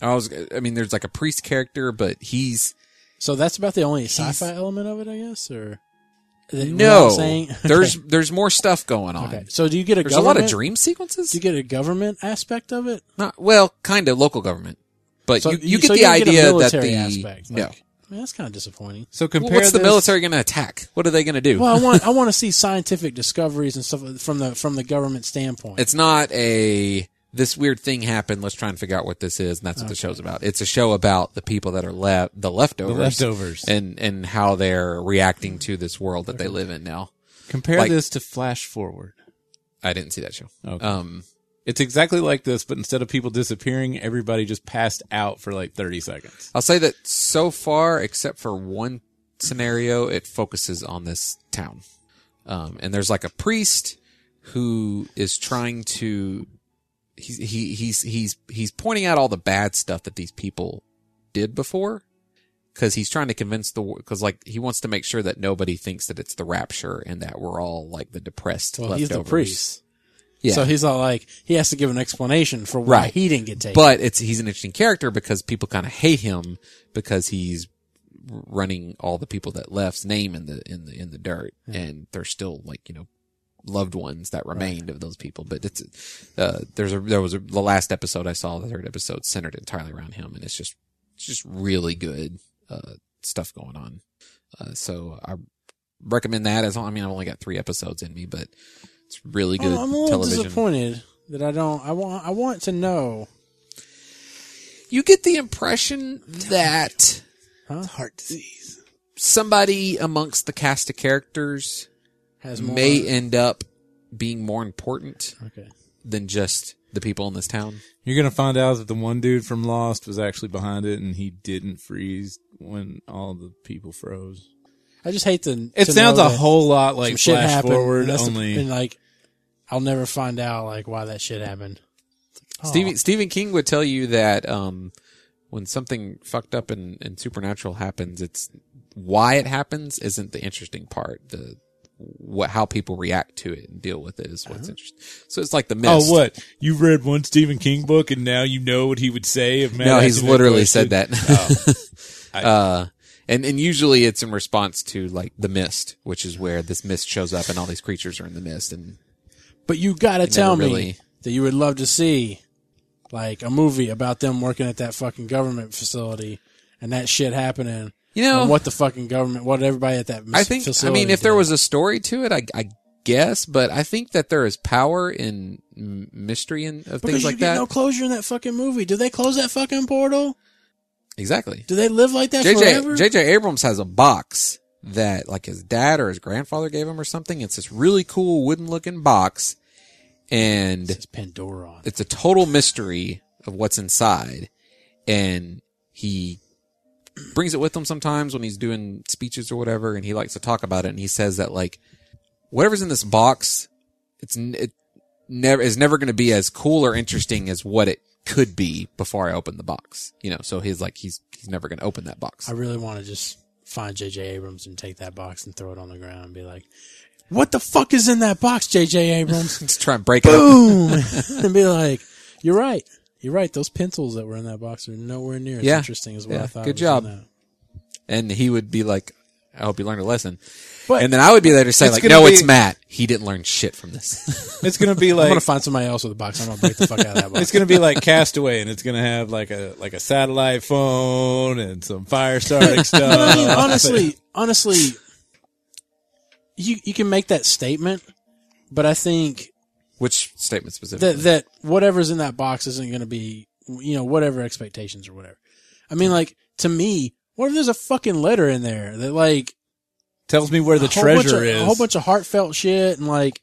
Speaker 4: I was I mean there's like a priest character but he's
Speaker 2: so that's about the only sci-fi
Speaker 4: He's-
Speaker 2: element of it i guess or is it-
Speaker 4: no
Speaker 2: what I'm saying
Speaker 4: there's there's more stuff going on.
Speaker 2: okay so do you get a
Speaker 4: There's a lot
Speaker 2: government
Speaker 4: of dream sequences.
Speaker 2: do you get a government aspect of it
Speaker 4: Not well, kind of local government. But
Speaker 2: So
Speaker 4: you, you get
Speaker 2: so
Speaker 4: the
Speaker 2: you don't
Speaker 4: idea
Speaker 2: get a
Speaker 4: that
Speaker 2: military
Speaker 4: the
Speaker 2: aspect like,
Speaker 4: yeah.
Speaker 2: I mean, that's kind of disappointing
Speaker 3: so
Speaker 4: Well,
Speaker 3: compare
Speaker 4: what's the
Speaker 3: this-
Speaker 4: military going to attack? What are they going to do?
Speaker 2: Well, I want I want to see scientific discoveries and stuff from the from the government standpoint.
Speaker 4: it's not a this weird thing happened. Let's try and figure out what this is, and that's what the show's about. It's a show about the people that are left, the leftovers,
Speaker 3: leftovers.
Speaker 4: and and how they're reacting to this world that they live in now.
Speaker 3: Compare
Speaker 4: like-
Speaker 3: this to Flash Forward.
Speaker 4: I didn't see that show.
Speaker 3: Okay.
Speaker 4: Um,
Speaker 3: It's exactly like this, but instead of people disappearing, everybody just passed out for like 30 seconds.
Speaker 4: I'll say that so far, except for one scenario, it focuses on this town. Um, and there's like a priest who is trying to, he's, he, he's, he's, he's pointing out all the bad stuff that these people did before. Cause he's trying to convince the, cause like he wants to make sure that nobody thinks that it's the rapture and that we're all like the depressed
Speaker 2: well, he's
Speaker 4: leftovers.
Speaker 2: the priest,
Speaker 4: Yeah.
Speaker 2: so he's not like he has to give an explanation for why
Speaker 4: Right.
Speaker 2: he didn't get taken.
Speaker 4: but it's he's an interesting character because people kind of hate him because he's running all the people that left's name in the in the in the dirt and they're still like you know loved ones that remained of those people but it's uh there's a there was a, the last episode i saw the third episode centered entirely around him and it's just it's just really good uh stuff going on uh so i recommend that as i mean i've only got three episodes in me but it's really
Speaker 2: Oh,
Speaker 4: good
Speaker 2: I'm a little
Speaker 4: television
Speaker 2: disappointed that I don't. I want I want to know.
Speaker 4: you get the impression that
Speaker 3: Heart disease.
Speaker 4: somebody amongst the cast of characters
Speaker 2: Has more,
Speaker 4: may end up being more important
Speaker 2: okay.
Speaker 4: than just the people in this town.
Speaker 3: You're going to find out that the one dude from Lost was actually behind it and he didn't freeze when all the people froze.
Speaker 2: I just hate the.
Speaker 3: It
Speaker 2: to
Speaker 3: sounds
Speaker 2: know
Speaker 3: a
Speaker 2: that
Speaker 3: whole lot
Speaker 2: some
Speaker 3: like
Speaker 2: shit
Speaker 3: Flash
Speaker 2: happened,
Speaker 3: Forward
Speaker 2: and that's the-
Speaker 3: only.
Speaker 2: and like I'll never find out like why that shit happened. Oh,
Speaker 4: Stephen Stephen King would tell you that um, when something fucked up and, and supernatural happens, it's why it happens isn't the interesting part. The what how people react to it and deal with it is what's interesting. So it's like the mist.
Speaker 3: Uh-huh. Oh, what? You read one Stephen King book and now you know what he would say if Matt
Speaker 4: No,
Speaker 3: asked
Speaker 4: he's
Speaker 3: you that
Speaker 4: literally
Speaker 3: question?
Speaker 4: said that.
Speaker 2: Oh.
Speaker 4: uh, and and usually it's in response to like the mist, which is where this mist shows up and all these creatures are in the mist. And
Speaker 2: But you gotta tell me
Speaker 4: really-
Speaker 2: that you would love to see like a movie about them working at that fucking government facility and that shit happening.
Speaker 4: You know-
Speaker 2: and what the fucking government, what everybody at that
Speaker 4: I think. I
Speaker 2: facility
Speaker 4: mean, if there
Speaker 2: did.
Speaker 4: was a story to it, I, I guess. But I think that there is power in m- mystery and of
Speaker 2: because
Speaker 4: things like
Speaker 2: you get
Speaker 4: that.
Speaker 2: no closure in that fucking movie. Do they close that fucking portal?
Speaker 4: exactly.
Speaker 2: Do they live like that forever?
Speaker 4: JJ JJ Abrams has a box that like his dad or his grandfather gave him or something. It's this really cool wooden looking box, and
Speaker 2: it's Pandora. on it.
Speaker 4: it's a total mystery of what's inside. And he brings it with him sometimes when he's doing speeches or whatever, and he likes to talk about it. And he says that like whatever's in this box, it's n- it never is never going to be as cool or interesting as what it could be before I open the box. You know, so he's like he's he's never going to open that box.
Speaker 2: I really want to just find JJ Abrams and take that box and throw it on the ground and be like, "What the fuck is in that box, JJ Abrams?"
Speaker 4: Let's try and break it up.
Speaker 2: Boom, and be like, "You're right. You're right. Those pencils that were in that box are nowhere near as
Speaker 4: Yeah.
Speaker 2: interesting as what
Speaker 4: Yeah.
Speaker 2: I thought."
Speaker 4: Good
Speaker 2: was
Speaker 4: job.
Speaker 2: in that.
Speaker 4: And he would be like, I hope you learned a lesson.
Speaker 2: But-
Speaker 4: and then I would be there to say
Speaker 3: It's
Speaker 4: like,
Speaker 3: gonna
Speaker 4: no,
Speaker 3: be-
Speaker 4: it's Matt. He didn't learn shit from this.
Speaker 3: It's gonna be
Speaker 2: I'm
Speaker 3: like
Speaker 2: gonna find somebody else with a box. I'm gonna break the fuck out of that box.
Speaker 3: it's gonna be like Castaway, and it's gonna have like a like a satellite phone and some fire starting
Speaker 2: I mean,
Speaker 3: stuff.
Speaker 2: honestly, honestly, you you can make that statement, but I think
Speaker 4: Which statement
Speaker 2: that
Speaker 4: specifically?
Speaker 2: that whatever's in that box isn't going to be you know whatever expectations or whatever. I mean, like to me, what if there's a fucking letter in there that like
Speaker 3: tells me where the
Speaker 2: a whole bunch
Speaker 3: treasure
Speaker 2: of-
Speaker 3: is.
Speaker 2: a whole bunch of heartfelt shit and like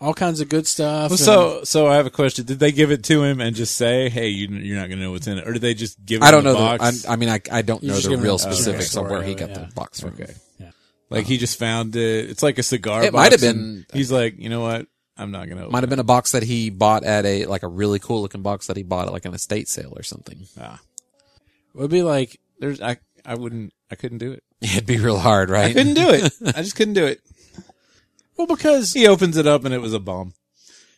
Speaker 2: all kinds of good stuff.
Speaker 3: Well,
Speaker 2: and-
Speaker 3: so, so I have a question. Did they give it to him and just say, "Hey, you, you're not going to know what's in it," or did they just give? Him
Speaker 4: I don't
Speaker 3: the
Speaker 4: know. The,
Speaker 3: Box?
Speaker 4: I, I mean, I, I don't
Speaker 2: You
Speaker 4: know
Speaker 2: just
Speaker 4: the
Speaker 2: give him
Speaker 4: real
Speaker 2: the general
Speaker 4: specifics of
Speaker 2: story
Speaker 4: where he
Speaker 2: of
Speaker 4: got
Speaker 2: it,
Speaker 4: the
Speaker 2: yeah.
Speaker 4: box from.
Speaker 3: okay,
Speaker 2: Yeah.
Speaker 3: like he just found it. It's like a cigar.
Speaker 4: It
Speaker 3: box,
Speaker 4: might have
Speaker 3: and
Speaker 4: been-
Speaker 3: He's like, you know what? I'm not going to.
Speaker 4: Might have been a box that he bought at a like a really cool looking box that he bought at like an estate sale or something.
Speaker 3: Ah,
Speaker 2: it would be like
Speaker 3: there's. I. I wouldn't. I couldn't do it.
Speaker 4: It'd be real hard,
Speaker 3: I
Speaker 4: right?
Speaker 3: couldn't do it. I just couldn't do it.
Speaker 2: well because
Speaker 3: He opens it up and it was a bomb.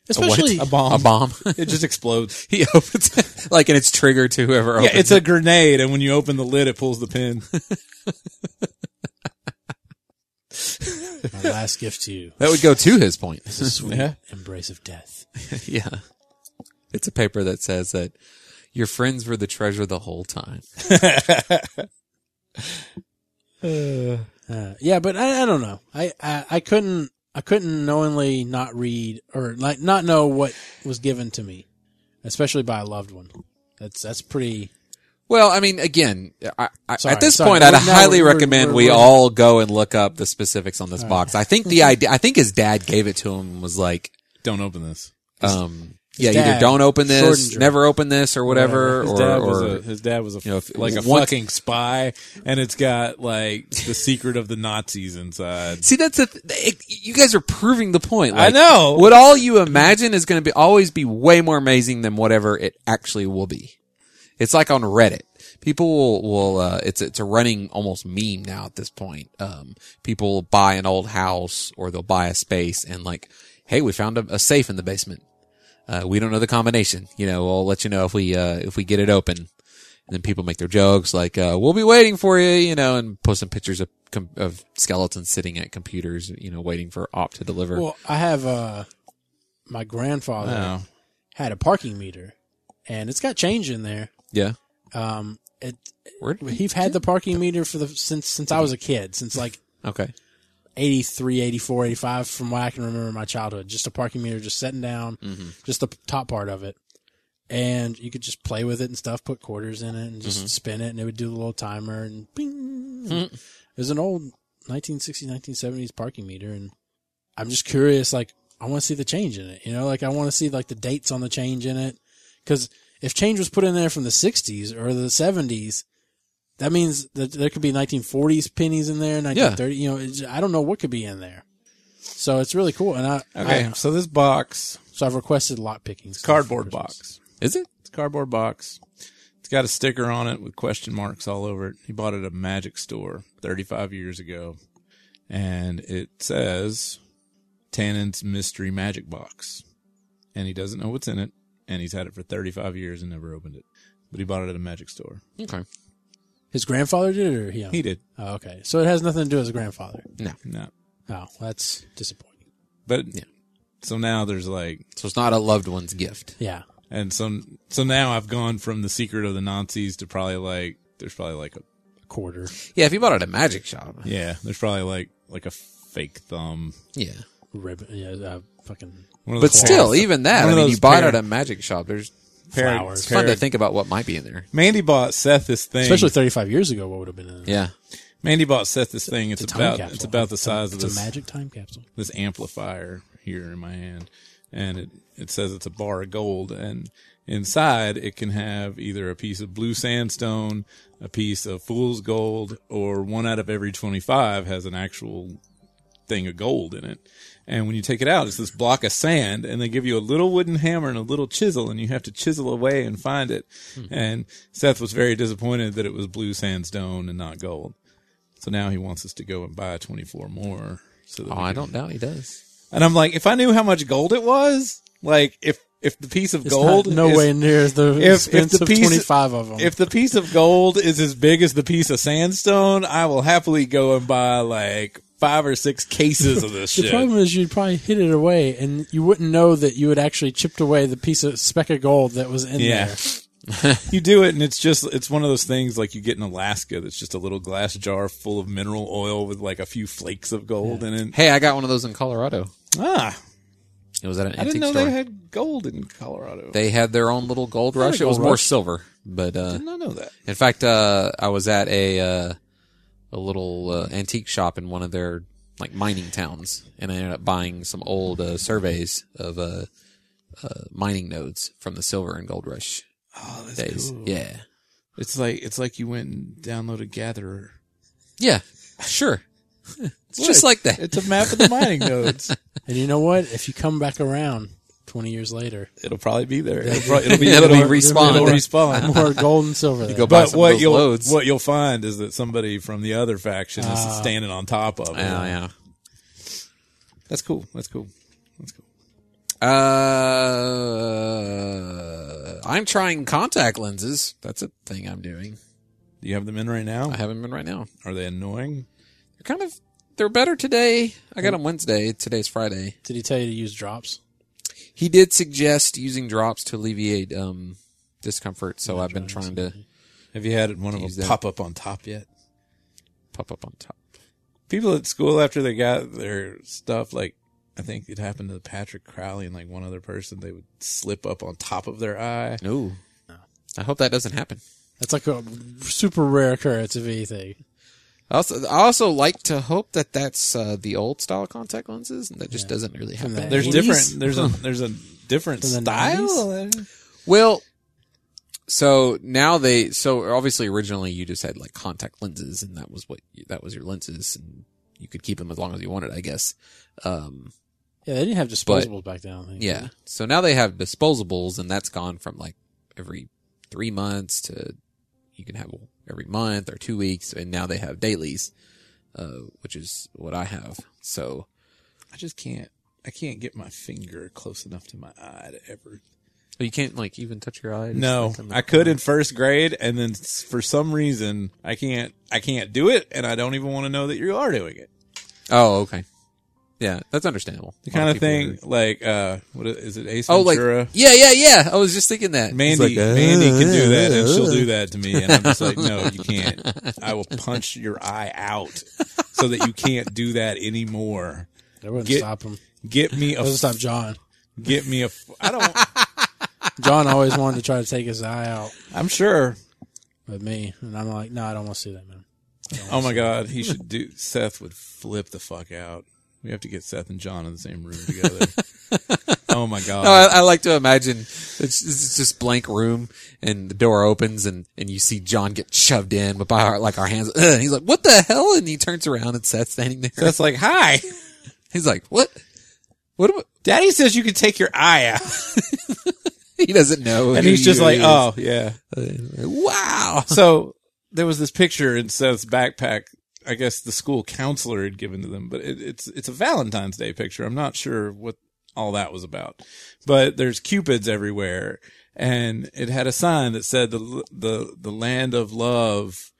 Speaker 2: especially
Speaker 3: A bomb.
Speaker 4: A bomb.
Speaker 3: It just explodes.
Speaker 4: he opens it, like and it's triggered to whoever.
Speaker 3: Yeah,
Speaker 4: opens
Speaker 3: it's a grenade, and when you open the lid, it pulls the pin.
Speaker 2: my last gift to you,
Speaker 4: that would go to his point.
Speaker 2: the sweet
Speaker 3: Yeah.
Speaker 2: embrace of death.
Speaker 4: yeah, it's a paper that says that your friends were the treasure the whole time.
Speaker 2: Uh, yeah, but I, I don't know. I, I I couldn't I couldn't knowingly not read or like not know what was given to me, especially by a loved one. That's that's pretty.
Speaker 4: Well, I mean, again, I, I,
Speaker 2: Sorry,
Speaker 4: at this
Speaker 2: sorry.
Speaker 4: point, I'd
Speaker 2: No,
Speaker 4: highly
Speaker 2: we're-
Speaker 4: recommend
Speaker 2: we're-
Speaker 4: we
Speaker 2: we're-
Speaker 4: all go and look up the specifics on this box. I think the idea, I think his dad gave it to him and was like,
Speaker 3: Don't open this.
Speaker 4: um, yeah,
Speaker 2: dad,
Speaker 4: either don't open this,
Speaker 2: Schrodinger.
Speaker 4: never open this, or whatever,
Speaker 3: His dad
Speaker 4: or,
Speaker 3: was
Speaker 4: or
Speaker 3: a, his dad was a
Speaker 4: you know, if-
Speaker 3: like a
Speaker 4: once-
Speaker 3: fucking spy, and it's got like the secret of the Nazis inside.
Speaker 4: see, that's a, th- it, you guys are proving the point.
Speaker 3: I
Speaker 4: Like,
Speaker 3: know.
Speaker 4: What all you imagine is going to be always be way more amazing than whatever it actually will be. It's like on Reddit. People will, will uh, it's it's a running almost meme now at this point. Um, people will buy an old house or they'll buy a space and like, hey, we found a, a safe in the basement. Uh, we don't know the combination. You know, we'll let you know if we uh, if we get it open. And then people make their jokes like, uh, "We'll be waiting for you," you know, and post some pictures of com- of skeletons sitting at computers, you know, waiting for op to deliver.
Speaker 2: Well, I have uh, my grandfather
Speaker 3: Oh.
Speaker 2: had a parking meter, and it's got change in there.
Speaker 4: yeah.
Speaker 2: Um, it
Speaker 4: Word?
Speaker 2: he's had the parking meter for the since since I was a kid, since like
Speaker 4: Okay.
Speaker 2: 83, 84, 85 from what I can remember in my childhood. Just a parking meter, just sitting down, just the top part of it. And you could just play with it and stuff, put quarters in it and just
Speaker 3: Mm-hmm.
Speaker 2: spin it and it would do the little timer and bing.
Speaker 3: Hmm.
Speaker 2: It was an old 1960s, 1970s parking meter. And I'm just curious, like, I want to see the change in it, you know, like I want to see like the dates on the change in it. Cause if change was put in there from the 60s or the 70s, that means that there could be 1940s pennies in there, 1930. You know, it's, I don't know what could be in there. So it's really cool, and I
Speaker 3: Okay,
Speaker 2: I-
Speaker 3: so this box,
Speaker 2: so I've requested lot picking. stuff
Speaker 3: cardboard
Speaker 2: for Christmas.
Speaker 3: box.
Speaker 4: Is it?
Speaker 3: It's a cardboard box. It's got a sticker on it with question marks all over it. He bought it at a magic store 35 years ago, and it says Tannen's Mystery Magic Box, and he doesn't know what's in it, and he's had it for 35 years and never opened it. But he bought it at a magic store.
Speaker 4: Okay.
Speaker 2: His grandfather did it, or he? Owned?
Speaker 3: He
Speaker 2: it?
Speaker 3: did.
Speaker 2: Oh, okay, so it has nothing to do with his grandfather.
Speaker 3: No.
Speaker 2: Oh, that's disappointing.
Speaker 3: But
Speaker 4: Yeah.
Speaker 3: so now there's like
Speaker 4: So it's not a loved one's gift.
Speaker 2: Yeah,
Speaker 3: And so, so now I've gone from the secret of the Nazis to probably like, there's probably like a,
Speaker 2: quarter.
Speaker 4: Yeah, if you bought it at a magic shop.
Speaker 3: yeah, there's probably like, like a fake thumb.
Speaker 4: Yeah.
Speaker 2: Rib- yeah, uh, fucking
Speaker 3: One of
Speaker 4: But
Speaker 3: those
Speaker 4: still,
Speaker 3: pair-
Speaker 4: even that,
Speaker 3: one
Speaker 4: I
Speaker 3: of
Speaker 4: mean,
Speaker 3: those
Speaker 4: you bought it at
Speaker 3: pair-
Speaker 4: a magic shop. There's
Speaker 3: pair-
Speaker 2: flowers.
Speaker 4: it's fun to
Speaker 3: pair-
Speaker 4: think about what might be in there.
Speaker 3: Mandy bought Seth this thing.
Speaker 2: especially 35 years ago, what would have been in it?
Speaker 4: Yeah.
Speaker 3: Mandy bought Seth this thing. It's,
Speaker 2: It's a time
Speaker 3: about
Speaker 2: capsule.
Speaker 3: it's about the size
Speaker 2: it's
Speaker 3: of
Speaker 2: a
Speaker 3: this
Speaker 2: magic time capsule.
Speaker 3: this amplifier here in my hand, and it it says it's a bar of gold, and inside it can have either a piece of blue sandstone, a piece of fool's gold, or one out of every twenty five has an actual thing of gold in it. And when you take it out, it's this block of sand, and they give you a little wooden hammer and a little chisel, and you have to chisel away and find it. And Seth was very disappointed that it was blue sandstone and not gold. So now he wants us to go and buy 24 more. So that
Speaker 4: Oh,
Speaker 3: we
Speaker 4: I
Speaker 3: can-
Speaker 4: don't doubt he does.
Speaker 3: And I'm like, if I knew how much gold it was, like if if the piece of
Speaker 2: It's
Speaker 3: gold,
Speaker 2: not, no
Speaker 3: is-
Speaker 2: way near the
Speaker 3: if
Speaker 2: expense
Speaker 3: the
Speaker 2: of
Speaker 3: piece-
Speaker 2: 25 of them.
Speaker 3: If the piece of gold is as big as the piece of sandstone, I will happily go and buy like five or six cases of this
Speaker 2: the
Speaker 3: shit.
Speaker 2: problem is you'd probably hit it away and you wouldn't know that you had actually chipped away the piece of speck of gold that was in
Speaker 3: Yeah.
Speaker 2: there.
Speaker 3: you do it, and it's just it's one of those things like you get in Alaska. That's just a little glass jar full of mineral oil with like a few flakes of gold in it.
Speaker 4: Hey, I got one of those in Colorado.
Speaker 3: Ah,
Speaker 4: It was at an
Speaker 3: I didn't
Speaker 4: antique
Speaker 3: know
Speaker 4: store.
Speaker 3: they had gold in Colorado.
Speaker 4: They had their own little gold rush. It
Speaker 3: gold
Speaker 4: was more
Speaker 3: rush.
Speaker 4: silver, but uh,
Speaker 3: I did not know that.
Speaker 4: in fact, uh, I was at a uh, a little uh, antique shop in one of their like mining towns, and I ended up buying some old uh, surveys of uh, uh, mining nodes from the silver and gold rush
Speaker 3: Oh, that's
Speaker 4: days.
Speaker 3: cool.
Speaker 4: Yeah,
Speaker 3: It's like it's like you went and downloaded Gatherer.
Speaker 4: yeah, sure. it's just like that.
Speaker 3: It's a map of the mining nodes.
Speaker 2: And you know what? If you come back around 20 years later,
Speaker 3: It'll probably be there. It'll, prob- it'll be
Speaker 4: It'll be
Speaker 3: it'll
Speaker 4: respawned.
Speaker 3: It'll respawn.
Speaker 2: more gold and silver. there.
Speaker 4: go buy
Speaker 3: But
Speaker 4: some of
Speaker 3: what
Speaker 4: those
Speaker 3: you'll
Speaker 4: loads.
Speaker 3: what you'll find is that somebody from the other faction is
Speaker 2: Ah.
Speaker 3: standing on top of it.
Speaker 4: Oh, yeah.
Speaker 3: That's cool. That's cool. That's cool.
Speaker 4: Uh, I'm trying contact lenses. That's a thing I'm doing.
Speaker 3: Do you have them in right
Speaker 4: I
Speaker 3: now?
Speaker 4: haven't been right now.
Speaker 3: Are they annoying?
Speaker 4: They're kind of they're better today. I got them Wednesday. Today's Friday.
Speaker 2: Did he tell you to use drops?
Speaker 4: He did suggest using drops to alleviate um discomfort, so I've been trying to
Speaker 3: Have you had one of
Speaker 4: Use
Speaker 3: them
Speaker 4: that.
Speaker 3: pop up on top yet?
Speaker 4: pop up on top.
Speaker 3: People at school after they got their stuff, like I think it happened to Patrick Crowley and like one other person, they would slip up on top of their eye.
Speaker 4: No. I hope that doesn't happen.
Speaker 2: That's like a super rare occurrence of anything.
Speaker 4: I Also, I also like to hope that that's uh, the old style contact lenses, and that just doesn't really happen.
Speaker 2: that-
Speaker 3: There's
Speaker 2: 80s?
Speaker 3: different. There's a there's a different
Speaker 2: From the
Speaker 3: style.
Speaker 4: Well, so now they so obviously originally you just had like contact lenses and that was what you, that was your lenses and you could keep them as long as you wanted, I guess. Um,
Speaker 2: Yeah, they didn't have disposables back then. I don't think.
Speaker 4: yeah. So now they have disposables and that's gone from like every 3 months to you can have every month or 2 weeks and now they have dailies uh which is what I have. So
Speaker 3: I just can't. I can't get my finger close enough to my eye to ever.
Speaker 4: Oh, you can't like even touch your eye.
Speaker 3: No, I could in first grade, and then s- for some reason I can't. I can't do it, and I don't even want to know that you are doing it.
Speaker 4: Oh, okay. Yeah, that's understandable.
Speaker 3: The
Speaker 4: A lot
Speaker 3: kind of
Speaker 4: people
Speaker 3: thing
Speaker 4: are-
Speaker 3: like uh, what is, is it? Ace
Speaker 4: Oh, like
Speaker 3: Ventura.
Speaker 4: yeah, yeah, yeah. I was just thinking that.
Speaker 3: Mandy,
Speaker 4: It's like, uh,
Speaker 3: Mandy can do that, and
Speaker 4: uh,
Speaker 3: she'll do that to me, and I'm just like, no, you can't. I will punch your eye out so that you can't do that anymore.
Speaker 2: they wouldn't
Speaker 3: Get-
Speaker 2: stop him.
Speaker 3: Get me a,
Speaker 2: Doesn't stop John.
Speaker 3: get me a. f- I don't.
Speaker 2: John always wanted to try to take his eye out
Speaker 3: I'm sure
Speaker 2: with me, and I'm like, no, I don't want to see that, man.
Speaker 3: Oh my god, he should do. Seth would flip the fuck out. We have to get Seth and John in the same room together. oh my god,
Speaker 4: No, I, I like to imagine it's, it's just blank room, and the door opens, and, and you see John get shoved in, but by our, like our hands, uh, and he's like, "What the hell?" And he turns around, and Seth's standing there.
Speaker 3: Seth's like, "Hi,
Speaker 4: he's like, "What? What?" Am
Speaker 3: Daddy says you can take your eye out,"
Speaker 4: I-" He doesn't know,
Speaker 3: and
Speaker 4: who
Speaker 3: he's just
Speaker 4: you
Speaker 3: like,
Speaker 4: is.
Speaker 3: "Oh yeah."
Speaker 4: wow."
Speaker 3: So there was this picture in Seth's backpack. I guess the school counselor had given to them, but it, it's it's a Valentine's Day picture. I'm not sure what all that was about, but there's cupids everywhere, and it had a sign that said the l- the the land of love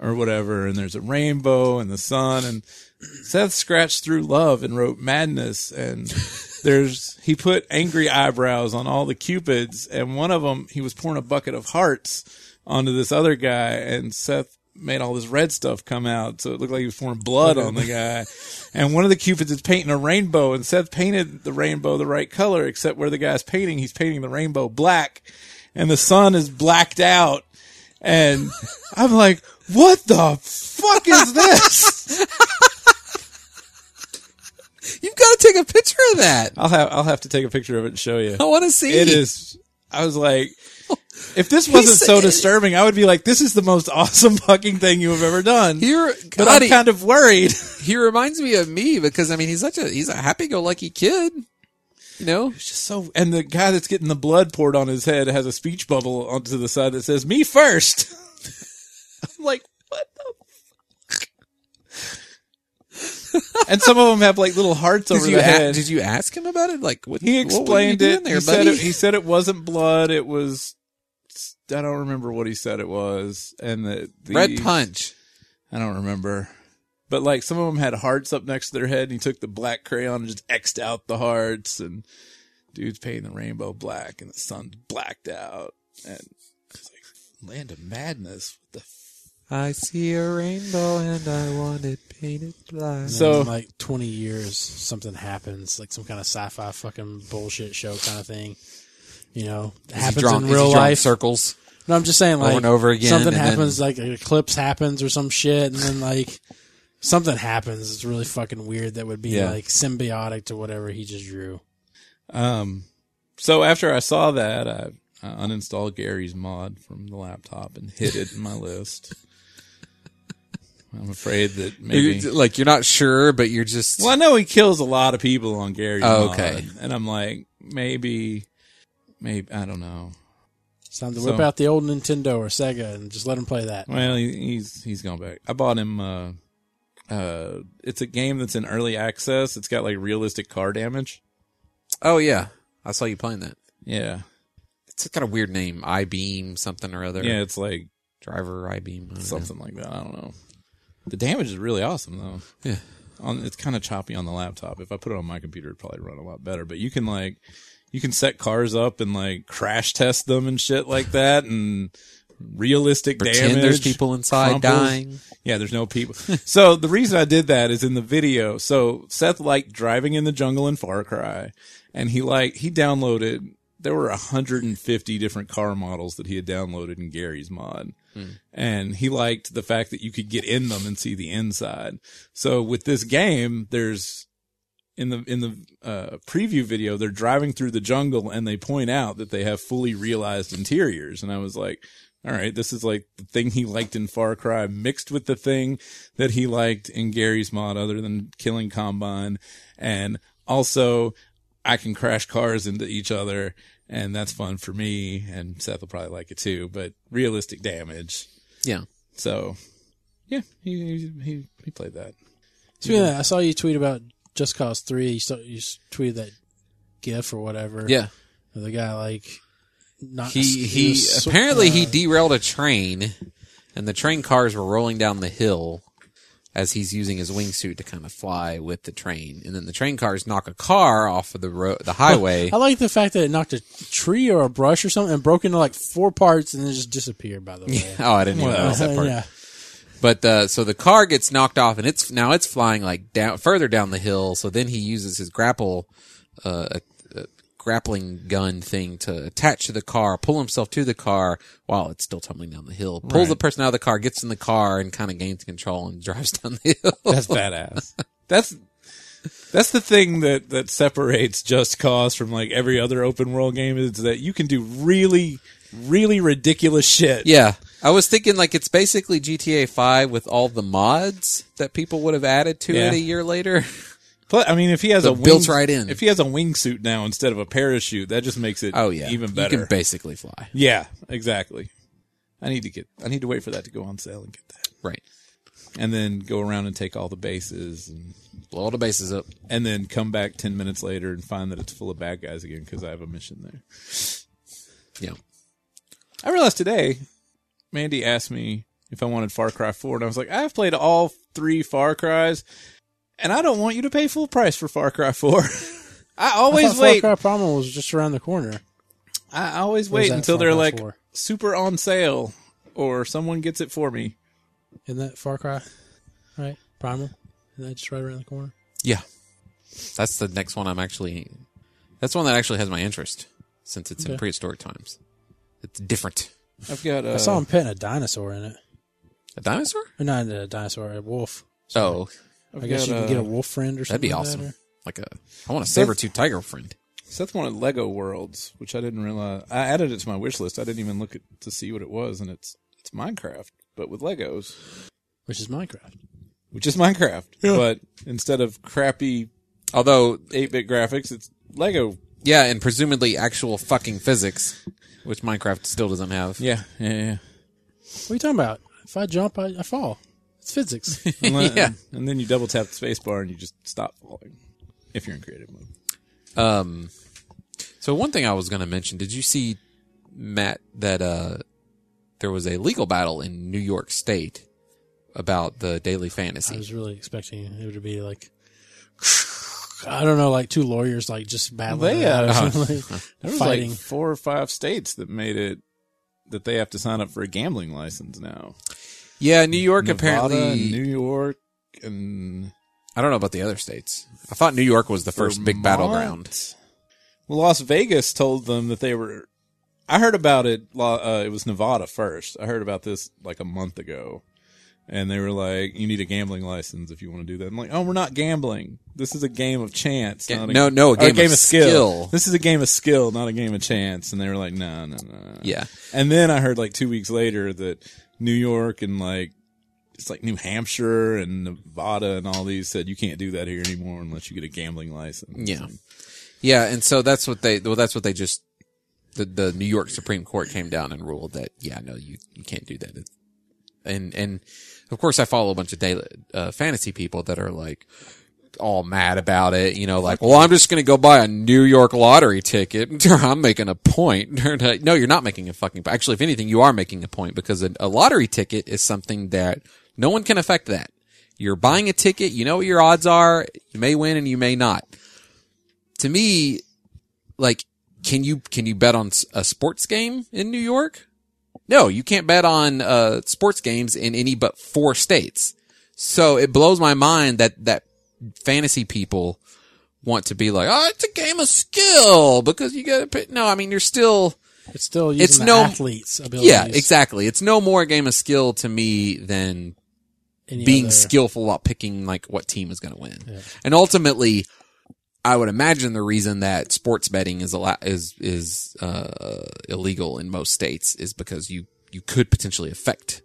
Speaker 3: or whatever, and there's a rainbow and the sun, and Seth scratched through love and wrote madness, and there's he put angry eyebrows on all the cupids, and one of them he was pouring a bucket of hearts onto this other guy, and Seth made all this red stuff come out, so it looked like he was pouring blood on the guy. And one of the cupids is painting a rainbow, and Seth painted the rainbow the right color, except where the guy's painting, he's painting the rainbow black, and the sun is blacked out. And I'm like, what the fuck is this?
Speaker 4: You've got to take a picture of that.
Speaker 3: I'll have I'll have to take a picture of it and show you.
Speaker 4: I want to see
Speaker 3: It is. I was like, if this wasn't so disturbing, I would be like, this is the most awesome fucking thing you have ever done.
Speaker 4: Here,
Speaker 3: but
Speaker 4: God,
Speaker 3: I'm kind of worried.
Speaker 4: he, he reminds me of me because I mean he's such a he's a happy-go-lucky kid, you know.
Speaker 3: It's just so. And the guy that's getting the blood poured on his head has a speech bubble onto the side that says "Me first. I'm like, what the. Fuck? and some of them have like little hearts over
Speaker 4: Did you
Speaker 3: the
Speaker 4: a-
Speaker 3: head.
Speaker 4: did you ask him about it? Like what
Speaker 3: He
Speaker 4: what were you
Speaker 3: explained
Speaker 4: doing
Speaker 3: it.
Speaker 4: There,
Speaker 3: he, said
Speaker 4: buddy?
Speaker 3: it. he said it wasn't blood. It was. I don't remember what he said it was, and the, the
Speaker 4: red punch.
Speaker 3: I don't remember, but like some of them had hearts up next to their head, and he took the black crayon and just xed out the hearts, and dude's painting the rainbow black, and the sun's blacked out, and it's like land of madness. What the f-
Speaker 4: I see a rainbow and I want it painted black.
Speaker 2: And
Speaker 3: So-
Speaker 2: in like 20 years, something happens, like some kind of sci-fi fucking bullshit show kind of thing. You know, it happens in real life.
Speaker 4: circles.
Speaker 2: No, I'm just saying, like
Speaker 4: and over again,
Speaker 2: something
Speaker 4: and then-
Speaker 2: happens, like an eclipse happens or some shit, and then like something happens. It's really fucking weird. That would be
Speaker 3: Yeah.
Speaker 2: like symbiotic to whatever he just drew.
Speaker 3: Um, so after I saw that, I, I uninstalled Gary's mod from the laptop and hid it in my list. I'm afraid that maybe.
Speaker 4: You're- like you're not sure, but you're just
Speaker 3: Well, I know he kills a lot of people on Gary's
Speaker 4: Oh,
Speaker 3: mod,
Speaker 4: okay.
Speaker 3: and I'm like, maybe, maybe I don't know.
Speaker 2: It's time
Speaker 3: So-
Speaker 2: to
Speaker 3: Mm-hmm.
Speaker 2: whip out the old Nintendo or Sega and just let him play that.
Speaker 3: Well, he, he's he's gone back. I bought him. Uh, uh, it's a game that's in early access. It's got like realistic car damage.
Speaker 4: oh yeah. I saw you playing that.
Speaker 3: Yeah,
Speaker 4: It's got a weird name, I beam something or other.
Speaker 3: yeah, it's like
Speaker 4: driver I beam
Speaker 3: something like that. I don't know. The damage is really awesome though.
Speaker 4: Yeah.
Speaker 3: On it's kind of choppy on the laptop. If I put it on my computer, it'd probably run a lot better. But you can like you can set cars up and like crash test them and shit like that and realistic
Speaker 4: Pretend
Speaker 3: damage.
Speaker 4: there's people inside
Speaker 3: crumples.
Speaker 4: dying.
Speaker 3: Yeah, there's no people. so the reason I did that is in the video. So Seth liked driving in the jungle in Far Cry, and he liked he downloaded. There were 150 different car models that he had downloaded in Gary's mod, and he liked the fact that you could get in them and see the inside. So with this game, there's in the in the uh, preview video, they're driving through the jungle and they point out that they have fully realized interiors, and I was like, all right, this is like the thing he liked in Far Cry mixed with the thing that he liked in Gary's mod, other than killing Combine. And also, I can crash cars into each other, and that's fun for me. And Seth will probably like it too, but realistic damage.
Speaker 4: Yeah.
Speaker 3: So, yeah, he, he, he played that.
Speaker 2: Speaking of that, I saw you tweet about Just Cause Three. You, saw, you s- tweeted that GIF or whatever.
Speaker 4: Yeah.
Speaker 2: of the guy like not
Speaker 4: He
Speaker 2: was
Speaker 4: he
Speaker 2: sw-
Speaker 4: apparently he
Speaker 2: uh,
Speaker 4: derailed a train and the train cars were rolling down the hill as he's using his wingsuit to kind of fly with the train. And then the train cars knock a car off of the road the highway.
Speaker 2: I like the fact that it knocked a tree or a brush or something and broke into like four parts and then just disappeared. By the way,
Speaker 4: oh, I didn't even
Speaker 3: Well,
Speaker 4: notice that part.
Speaker 2: yeah.
Speaker 4: But uh, so the car gets knocked off, and it's now it's flying like down further down the hill. So then he uses his grapple, uh, a, a grappling gun thing to attach to the car, pull himself to the car while it's still tumbling down the hill. Pulls the person out of the car, gets in the car, and kind of gains control and drives down the hill.
Speaker 3: That's badass. That's that's the thing that that separates Just Cause from like every other open world game is that you can do really really ridiculous shit.
Speaker 4: yeah, I was thinking like it's basically GTA Five with all the mods that people would have added to
Speaker 3: Yeah.
Speaker 4: it a year later.
Speaker 3: But I mean, if he has
Speaker 4: The
Speaker 3: a wing,
Speaker 4: built right in.
Speaker 3: If he has a wingsuit now instead of a parachute, that just makes it
Speaker 4: oh yeah,
Speaker 3: even better.
Speaker 4: You can basically fly.
Speaker 3: yeah, exactly. I need to get. I need to wait for that to go on sale and get that,
Speaker 4: Right,
Speaker 3: and then go around and take all the bases, and,
Speaker 4: blow all the bases up.
Speaker 3: and then come back ten minutes later and find that it's full of bad guys again because I have a mission there.
Speaker 4: Yeah.
Speaker 3: I realized today, Mandy asked me if I wanted Far Cry 4, and I was like, I've played all three Far Cries, and I don't want you to pay full price for Far Cry 4. I
Speaker 2: I
Speaker 3: always
Speaker 2: thought
Speaker 3: wait.
Speaker 2: Far Cry Primal was just around the corner.
Speaker 3: I always
Speaker 2: What is
Speaker 3: wait
Speaker 2: that
Speaker 3: until
Speaker 2: Far
Speaker 3: they're
Speaker 2: Cry
Speaker 3: like
Speaker 2: for?
Speaker 3: super on sale or someone gets it for me.
Speaker 2: Isn't that Far Cry? Right? Primal? Isn't that just right around the corner?
Speaker 4: Yeah. That's the next one I'm actually. That's one that actually has my interest since it's in
Speaker 2: Okay.
Speaker 4: prehistoric times. It's different.
Speaker 3: I've got. Uh,
Speaker 2: I saw him petting a dinosaur in it.
Speaker 4: A dinosaur?
Speaker 2: Or not a dinosaur, a wolf.
Speaker 4: Oh,
Speaker 3: I've
Speaker 2: I
Speaker 3: got,
Speaker 2: guess you can
Speaker 3: uh,
Speaker 2: get a wolf friend or
Speaker 4: that'd
Speaker 2: something.
Speaker 4: be
Speaker 2: like that,
Speaker 4: awesome.
Speaker 2: or-
Speaker 4: Like a, I want a saber tooth tiger friend.
Speaker 3: Seth wanted Lego Worlds, which I didn't realize. I added it to my wish list. I didn't even look at, to see what it was, and it's it's Minecraft, but with Legos,
Speaker 2: which is Minecraft.
Speaker 3: which is Minecraft, but instead of crappy
Speaker 4: Although,
Speaker 3: eight bit graphics, it's Lego.
Speaker 4: yeah, and presumably actual fucking physics, which Minecraft still doesn't have.
Speaker 3: Yeah, yeah, yeah.
Speaker 2: What are you talking about? If I jump, I, I fall. It's physics.
Speaker 3: And, then,
Speaker 4: Yeah.
Speaker 3: and then you double tap the space bar and you just stop falling if you're in creative mode.
Speaker 4: Um, so one thing I was going to mention, did you see Matt that uh there was a legal battle in New York State about the Daily
Speaker 2: I
Speaker 3: Uh,
Speaker 4: Fantasy?
Speaker 2: was really expecting it to be like, I don't know, like two lawyers like just battling,
Speaker 3: They, uh,
Speaker 2: it out or something,
Speaker 3: There
Speaker 2: like,
Speaker 3: was
Speaker 2: fighting.
Speaker 3: like four or five states that made it that they have to sign up for a gambling license now.
Speaker 4: Yeah, New York
Speaker 3: Nevada,
Speaker 4: apparently.
Speaker 3: New York, and
Speaker 4: I don't know about the other states. I thought New York was the first big
Speaker 3: Vermont.
Speaker 4: battleground.
Speaker 3: Las Vegas told them that they were. I heard about it. la- Uh, it was Nevada first. I heard about this like a month ago, and they were like, "You need a gambling license if you want to do that." I'm like, "Oh, we're not gambling. This is a game of chance.
Speaker 4: Ga-
Speaker 3: not a,
Speaker 4: no, no, a
Speaker 3: or
Speaker 4: game of skill.
Speaker 3: This is a game of skill, not a game of chance." And they were like, "No, no, no."
Speaker 4: Yeah.
Speaker 3: And then I heard like two weeks later that New York and like it's like New Hampshire and Nevada and all these said you can't do that here anymore unless you get a gambling license.
Speaker 4: Yeah. Yeah, and so that's what they well that's what they just the the New York Supreme Court came down and ruled that yeah, no you you can't do that. It- And and of course I follow a bunch of daily uh, fantasy people that are like all mad about it, you know, like, well, I'm just going to go buy a New York lottery ticket. I'm making a point. no, you're not making a fucking point. Actually, if anything, you are making a point because a, a lottery ticket is something that no one can affect that. You're buying a ticket. You know what your odds are. You may win and you may not to me, like, can you can you bet on s- a sports game in New York? No, you can't bet on uh, sports games in any but four states. So it blows my mind that that fantasy people want to be like, oh, it's a game of skill because you got to pay. No, I mean you're still
Speaker 2: it's still using
Speaker 4: it's
Speaker 2: the
Speaker 4: no-
Speaker 2: athlete's abilities.
Speaker 4: yeah, exactly. It's no more a game of skill to me than
Speaker 2: any
Speaker 4: being
Speaker 2: other-
Speaker 4: skillful about picking like what team is going to win. And ultimately, I would imagine the reason that sports betting is allo- is is uh, illegal in most states is because you you could potentially affect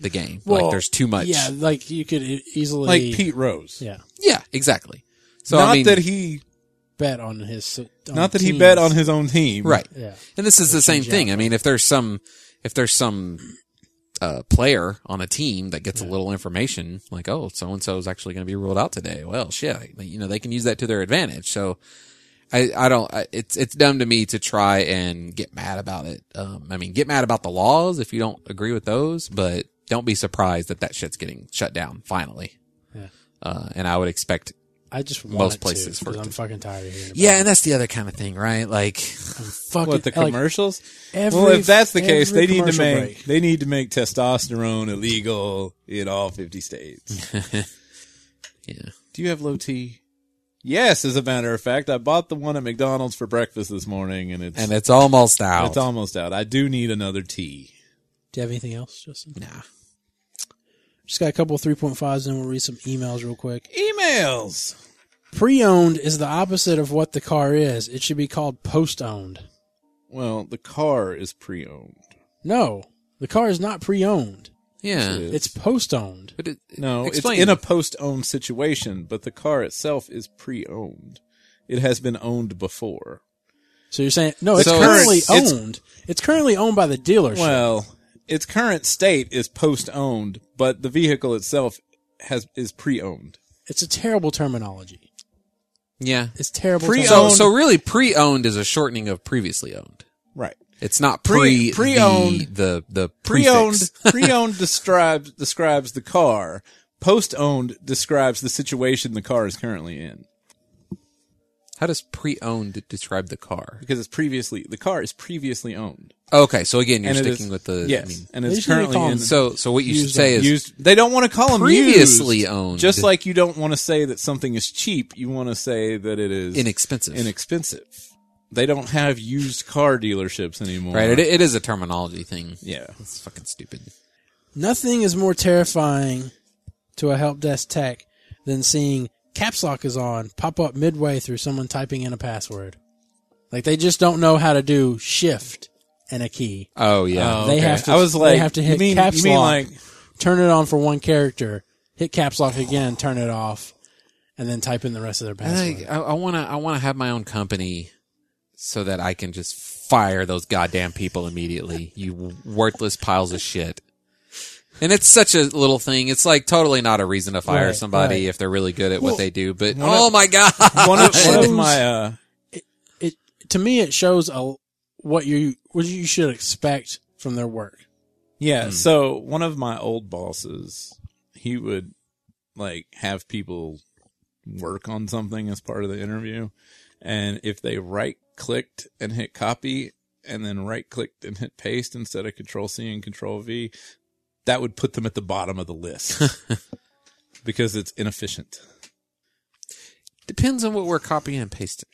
Speaker 4: the game. like
Speaker 2: Well,
Speaker 4: there's too much.
Speaker 2: Yeah, like you could e- easily
Speaker 3: Like Pete Rose.
Speaker 2: yeah,
Speaker 4: Yeah, exactly. So
Speaker 3: not
Speaker 4: I mean,
Speaker 3: that he
Speaker 2: bet on his on
Speaker 3: not that he
Speaker 2: teams.
Speaker 3: bet on his own team.
Speaker 4: right.
Speaker 2: yeah.
Speaker 4: And this is the same thing. I mean, if there's some, if there's some, uh, player on a team that gets a little information, like, oh, so and so is actually going to be ruled out today. Well, shit, you know, they can use that to their advantage. So I, I don't, I, it's, it's dumb to me to try and get mad about it. Um, I mean, get mad about the laws if you don't agree with those, but don't be surprised that that shit's getting shut down finally.
Speaker 2: Yeah.
Speaker 4: Uh, and I would expect,
Speaker 2: I just want
Speaker 4: most
Speaker 2: it to,
Speaker 4: places for
Speaker 2: because
Speaker 4: it
Speaker 2: I'm
Speaker 4: to-
Speaker 2: fucking tired of hearing. About
Speaker 4: yeah.
Speaker 2: it.
Speaker 4: And that's the other kind of thing, right? Like,
Speaker 2: I'm fucking
Speaker 3: What the
Speaker 2: like,
Speaker 3: commercials?
Speaker 2: every-
Speaker 3: well, if that's the case,
Speaker 2: every
Speaker 3: they need to
Speaker 2: commercial
Speaker 3: make
Speaker 2: break.
Speaker 3: they need to make testosterone illegal in all fifty states.
Speaker 4: yeah.
Speaker 3: Do you have low T? Yes, as a matter of fact, I bought the one at McDonald's for breakfast this morning, and it's
Speaker 4: And it's almost out.
Speaker 3: it's almost out. I do need another T.
Speaker 2: Do you have anything else, Justin?
Speaker 4: nah.
Speaker 2: Just got a couple three point fives, and then we'll read some emails real quick.
Speaker 3: Emails.
Speaker 2: Pre-owned is the opposite of what the car is. It should be called post-owned.
Speaker 3: Well, the car is pre-owned.
Speaker 2: No, the car is not pre-owned.
Speaker 4: Yeah.
Speaker 3: It is.
Speaker 2: It's post-owned.
Speaker 4: But it,
Speaker 3: No,
Speaker 4: Explain.
Speaker 3: it's in a post-owned situation, but the car itself is pre-owned. It has been owned before.
Speaker 2: So you're saying no? It's
Speaker 4: So it's-
Speaker 2: currently
Speaker 3: it's-
Speaker 2: owned. It's, currently owned by the dealership.
Speaker 3: Well, its current state is post-owned, but the vehicle itself has is pre-owned.
Speaker 2: it's a terrible terminology.
Speaker 4: yeah.
Speaker 2: It's terrible.
Speaker 3: Pre-owned-
Speaker 4: So,
Speaker 2: terminology.
Speaker 4: so really, pre-owned is a shortening of previously owned.
Speaker 3: Right.
Speaker 4: It's not pre
Speaker 3: Pre-
Speaker 4: pre-owned
Speaker 3: pre-owned-
Speaker 4: the the,
Speaker 3: Pre-owned
Speaker 4: prefix.
Speaker 3: pre-owned describes describes the car. Post-owned describes the situation the car is currently in.
Speaker 4: How does pre-owned describe the car?
Speaker 3: because it's previously the car is previously owned.
Speaker 4: Okay, so again, you're
Speaker 3: and it
Speaker 4: sticking
Speaker 3: is-
Speaker 4: with the
Speaker 3: yes,
Speaker 4: I mean,
Speaker 3: and
Speaker 2: They
Speaker 3: it's
Speaker 2: just need to
Speaker 3: currently
Speaker 2: call
Speaker 3: in
Speaker 2: them
Speaker 4: so so what you should
Speaker 2: Used
Speaker 4: say is
Speaker 3: used. They don't want to call them
Speaker 4: Previously
Speaker 3: used.
Speaker 4: owned.
Speaker 3: Just like you don't want to say that something is cheap, you want to say that it is
Speaker 4: inexpensive,
Speaker 3: inexpensive. They don't have used car dealerships anymore.
Speaker 4: right? It, it is a terminology thing.
Speaker 3: yeah.
Speaker 4: It's fucking stupid.
Speaker 2: Nothing is more terrifying to a help desk tech than seeing caps lock is on pop up midway through someone typing in a password. Like they just don't know how to do shift and a key.
Speaker 4: Oh yeah,
Speaker 2: They have to-
Speaker 3: I was
Speaker 2: they
Speaker 3: like,
Speaker 2: have to hit
Speaker 3: you mean,
Speaker 2: caps
Speaker 3: you mean
Speaker 2: lock.
Speaker 3: like
Speaker 2: Turn it on for one character, hit caps lock again, turn it off, and then type in the rest of their
Speaker 4: I
Speaker 2: password.
Speaker 4: think I I want to I want to have my own company so that I can just fire those goddamn people immediately. you worthless piles of shit. And it's such a little thing. It's like totally not a reason to fire
Speaker 2: Right,
Speaker 4: somebody
Speaker 2: right.
Speaker 4: if they're really good at what
Speaker 2: Well,
Speaker 4: they do. But
Speaker 3: one
Speaker 4: oh
Speaker 3: of-
Speaker 4: my god,
Speaker 3: one of, one
Speaker 2: Shows-
Speaker 3: of my uh,
Speaker 2: it to me it shows a what you what you should expect from their work.
Speaker 3: Yeah. So one of my old bosses, he would like have people work on something as part of the interview. And if they right clicked and hit copy and then right clicked and hit paste instead of control C and control V, that would put them at the bottom of the list because it's inefficient.
Speaker 4: depends on what we're copying and pasting.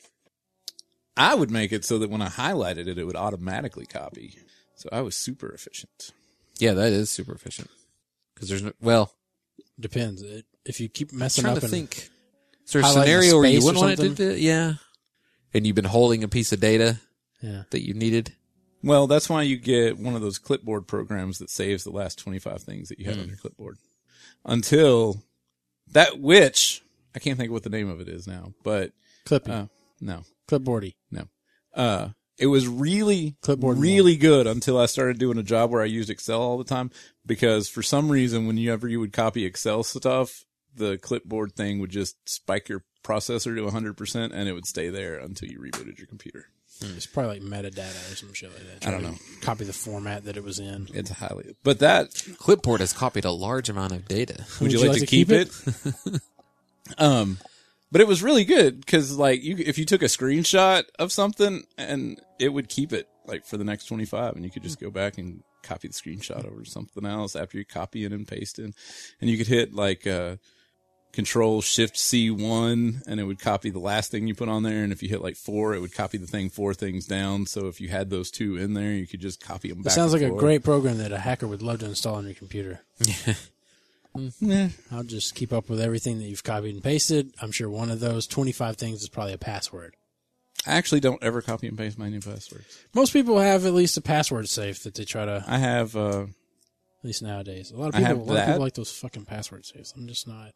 Speaker 3: I would make it so that when I highlighted it, it would automatically copy. So I was super efficient.
Speaker 4: Yeah, that is super efficient because there's no, well,
Speaker 2: Depends. It, if you keep
Speaker 4: I'm
Speaker 2: messing
Speaker 4: trying
Speaker 2: up
Speaker 4: to
Speaker 2: and
Speaker 4: think. Is there a
Speaker 2: highlighting
Speaker 4: scenario where you
Speaker 2: space or
Speaker 4: wouldn't want it to?
Speaker 2: something?
Speaker 4: do- Yeah, and you've been holding a piece of data
Speaker 2: yeah.
Speaker 4: that you needed.
Speaker 3: Well, that's why you get one of those clipboard programs that saves the last 25 things that you have on
Speaker 2: Hmm.
Speaker 3: your clipboard until that which I can't think of what the name of it is now, but
Speaker 2: Clippy,
Speaker 3: uh, no,
Speaker 2: clipboardy.
Speaker 3: uh, it was really
Speaker 2: Clipboard and
Speaker 3: really good until I started doing a job where I used Excel all the time because for some reason, whenever you would copy Excel stuff, the clipboard thing would just spike your processor to 100% and it would stay there until you rebooted your computer.
Speaker 2: It's probably like metadata or some shit like that.
Speaker 3: Hmm. I don't
Speaker 2: Try to Copy the format that it was in.
Speaker 3: It's highly, but that
Speaker 4: Clipboard has copied a large amount of data.
Speaker 3: Would, you, like, to, keep, it? um, but it was really good because like you, if you took a screenshot of something and it would keep it like for the next 25 and you could just go back and copy the screenshot over to something else after you copy it and paste it and you could hit like, uh, control shift C one and it would copy the last thing you put on there. And if you hit like four, it would copy the thing four things down. So if you had those two in there, you could just copy them
Speaker 2: It
Speaker 3: back.
Speaker 2: sounds
Speaker 3: and
Speaker 2: like a
Speaker 3: forth.
Speaker 2: great program that a hacker would love to install on your computer.
Speaker 3: Yeah.
Speaker 2: I'll just keep up with everything that you've copied and pasted. I'm sure one of those 25 things is probably a password.
Speaker 3: I actually don't ever copy and paste my new passwords.
Speaker 2: Most people have at least a password safe that they try to, at
Speaker 3: I have, uh,
Speaker 2: least nowadays. A lot of
Speaker 3: I
Speaker 2: people, a
Speaker 3: have
Speaker 2: lot of
Speaker 3: that.
Speaker 2: people like those fucking password safes. I'm just not.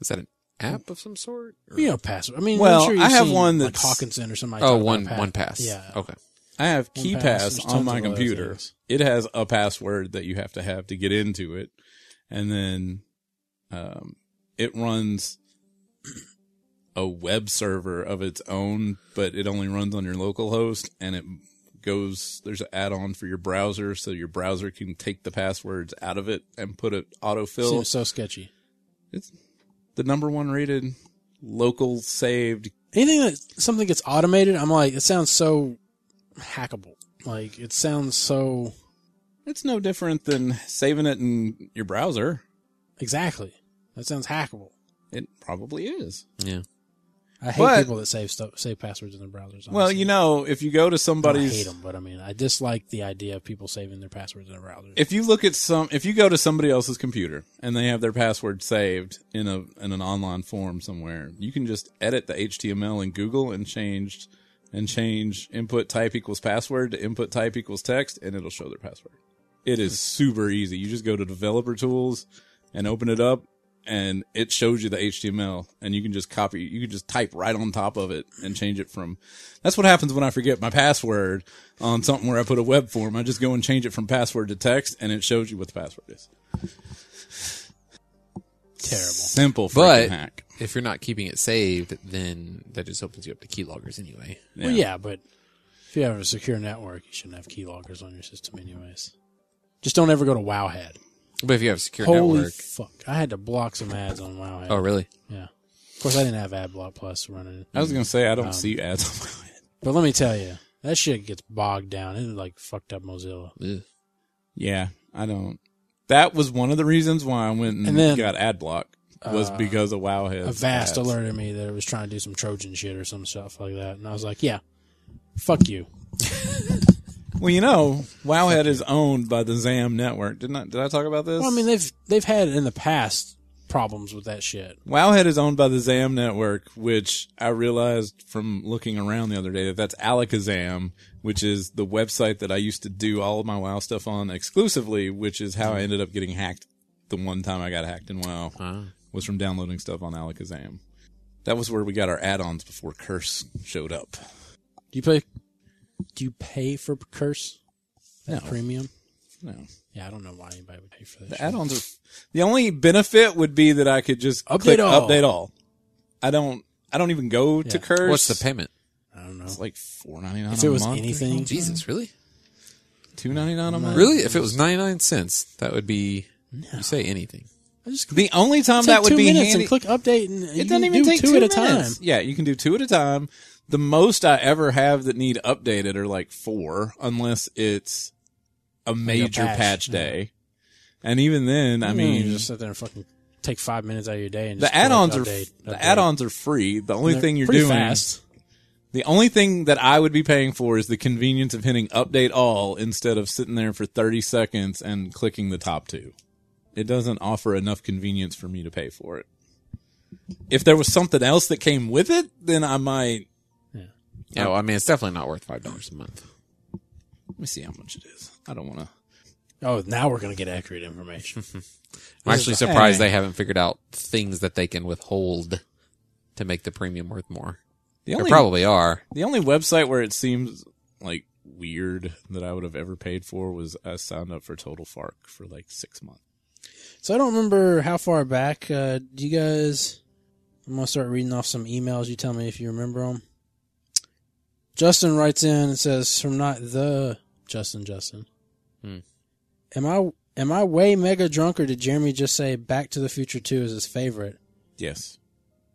Speaker 4: Is that an app of some sort? Or-
Speaker 2: You know, password. I mean,
Speaker 3: Well,
Speaker 2: I'm sure
Speaker 3: I
Speaker 2: you've
Speaker 3: have
Speaker 2: seen,
Speaker 3: one
Speaker 2: like
Speaker 3: that's-
Speaker 2: Hawkinson or somebody.
Speaker 4: Oh,
Speaker 2: talk about
Speaker 4: one
Speaker 2: pa-
Speaker 4: one pass.
Speaker 2: Yeah.
Speaker 3: Oh.
Speaker 4: Okay.
Speaker 3: I have
Speaker 2: One
Speaker 3: key
Speaker 2: pass.
Speaker 3: pass,
Speaker 2: There's
Speaker 3: on
Speaker 2: tons
Speaker 3: my
Speaker 2: of other
Speaker 3: computer.
Speaker 2: things.
Speaker 3: It has a password that you have to have to get into it, and then um, it runs a web server of its own, but it only runs on your local host, and it goes. There's an add-on for your browser, so your browser can take the passwords out of it and put it autofill.
Speaker 2: Seems so sketchy.
Speaker 3: The number one rated local saved.
Speaker 2: anything that something gets automated, I'm like, it sounds so hackable. Like it sounds so
Speaker 3: It's no different than saving it in your browser.
Speaker 2: exactly. That sounds hackable.
Speaker 3: It probably is.
Speaker 4: Yeah.
Speaker 2: I hate
Speaker 3: But-
Speaker 2: people that save stuff, save passwords in their browsers.
Speaker 3: Well,
Speaker 2: honestly.
Speaker 3: you know, if you go to
Speaker 2: I don't
Speaker 3: somebody's
Speaker 2: hate them, but I mean, I dislike the idea of people saving their passwords in their browsers.
Speaker 3: if you look at some if you go to somebody else's computer and they have their password saved in a in an online form somewhere you can just edit the html in google and change and change input type equals password to input type equals text and it'll show their password it is super easy you just go to developer tools and open it up and it shows you the html and you can just copy you can just type right on top of it and change it from that's what happens when i forget my password on something where i put a web form i just go and change it from password to text and it shows you what the password is
Speaker 2: Terrible.
Speaker 3: simple freaking
Speaker 4: But-
Speaker 3: hack
Speaker 4: If you're not keeping it saved, then that just opens you up to keyloggers anyway.
Speaker 2: Well, yeah, but if you have a secure network, you shouldn't have keyloggers on your system, anyways. Just don't ever go to Wowhead.
Speaker 4: But if you have a secure
Speaker 2: Holy
Speaker 4: network,
Speaker 2: fuck! I had to block some ads on Wowhead.
Speaker 4: oh really?
Speaker 2: Yeah. course, I didn't have AdBlock Plus running.
Speaker 3: I was gonna say I don't
Speaker 2: Um,
Speaker 3: see ads on my
Speaker 2: But let me tell you, that shit gets bogged down. It like fucked up Mozilla.
Speaker 4: Ugh.
Speaker 3: Yeah, I don't. That was one of the reasons why I went and,
Speaker 2: And then-
Speaker 3: got ad block was
Speaker 2: Uh,
Speaker 3: because of Wowhead.
Speaker 2: Avast alerted me that it was trying to do some Trojan shit or some stuff like that, and I was like, yeah, fuck you.
Speaker 3: Well, you know, Wowhead is owned by the Zam Network. Didn't I, did I talk about this?
Speaker 2: Well, I mean, they've they've had in the past problems with that shit.
Speaker 3: Wowhead is owned by the Zam Network, which I realized from looking around the other day that that's Alakazam, which is the website that I used to do all of my WoW stuff on exclusively, which is how I ended up getting hacked. The one time I got hacked in WoW
Speaker 4: Wow.
Speaker 3: was from downloading stuff on Alakazam. That was where we got our add-ons before Curse showed up.
Speaker 2: Do you pay? Do you pay for Curse? That premium?
Speaker 3: No.
Speaker 2: Yeah, I don't know why anybody would pay for that.
Speaker 3: The
Speaker 2: shit.
Speaker 3: add-ons are the only benefit would be that I could just
Speaker 2: Update
Speaker 3: click
Speaker 2: all.
Speaker 3: update all. I don't I don't even go to
Speaker 2: Yeah.
Speaker 3: curse.
Speaker 4: What's the payment?
Speaker 2: I don't know.
Speaker 3: It's like four ninety nine.
Speaker 2: If it was anything-
Speaker 3: Oh,
Speaker 4: Jesus, really?
Speaker 3: two ninety nine a month.
Speaker 4: Really? If it was 99 cents, that would be, you say anything.
Speaker 2: I just
Speaker 3: The only time
Speaker 2: take
Speaker 3: that would
Speaker 2: two
Speaker 3: be
Speaker 2: minutes
Speaker 3: handy.
Speaker 2: and click update, and
Speaker 3: it doesn't even take
Speaker 2: two, at a time.
Speaker 3: minutes. Yeah, you can do two at a time. The most I ever have that need updated are like four, unless it's a major
Speaker 2: patch,
Speaker 3: patch
Speaker 2: yeah.
Speaker 3: day. And even then, I mean,
Speaker 2: you just sit there and fucking take five minutes out of your day and just
Speaker 3: the add-ons
Speaker 2: click
Speaker 3: are
Speaker 2: update, update.
Speaker 3: the add-ons are free. The only
Speaker 2: They're
Speaker 3: thing you're
Speaker 2: pretty
Speaker 3: doing,
Speaker 2: fast.
Speaker 3: the only thing that I would be paying for is the convenience of hitting update all instead of sitting there for 30 seconds and clicking the top two. It doesn't offer enough convenience for me to pay for it. If there was something else that came with it, then I might.
Speaker 4: Yeah, well, Oh, I mean, it's definitely not worth $5 a month.
Speaker 3: Let me see how much it is. I don't want to.
Speaker 2: Oh, now we're gonna get accurate information.
Speaker 4: I'm actually surprised
Speaker 2: eh.
Speaker 3: Hey.
Speaker 4: they haven't figured out things that they can withhold to make the premium worth more.
Speaker 3: The
Speaker 4: They
Speaker 3: only
Speaker 4: probably are.
Speaker 3: the only website where it seems like weird that I would have ever paid for was I signed up for Total Fark for like six months.
Speaker 2: so I don't remember how far back. Uh, do you guys? I'm gonna start reading off some emails. You tell me if you remember them. Justin writes in and says, "From not the Justin, Justin,
Speaker 4: Hmm.
Speaker 2: am I am I way mega drunk or did Jeremy just say Back to the Future Two is his favorite?"
Speaker 3: Yes.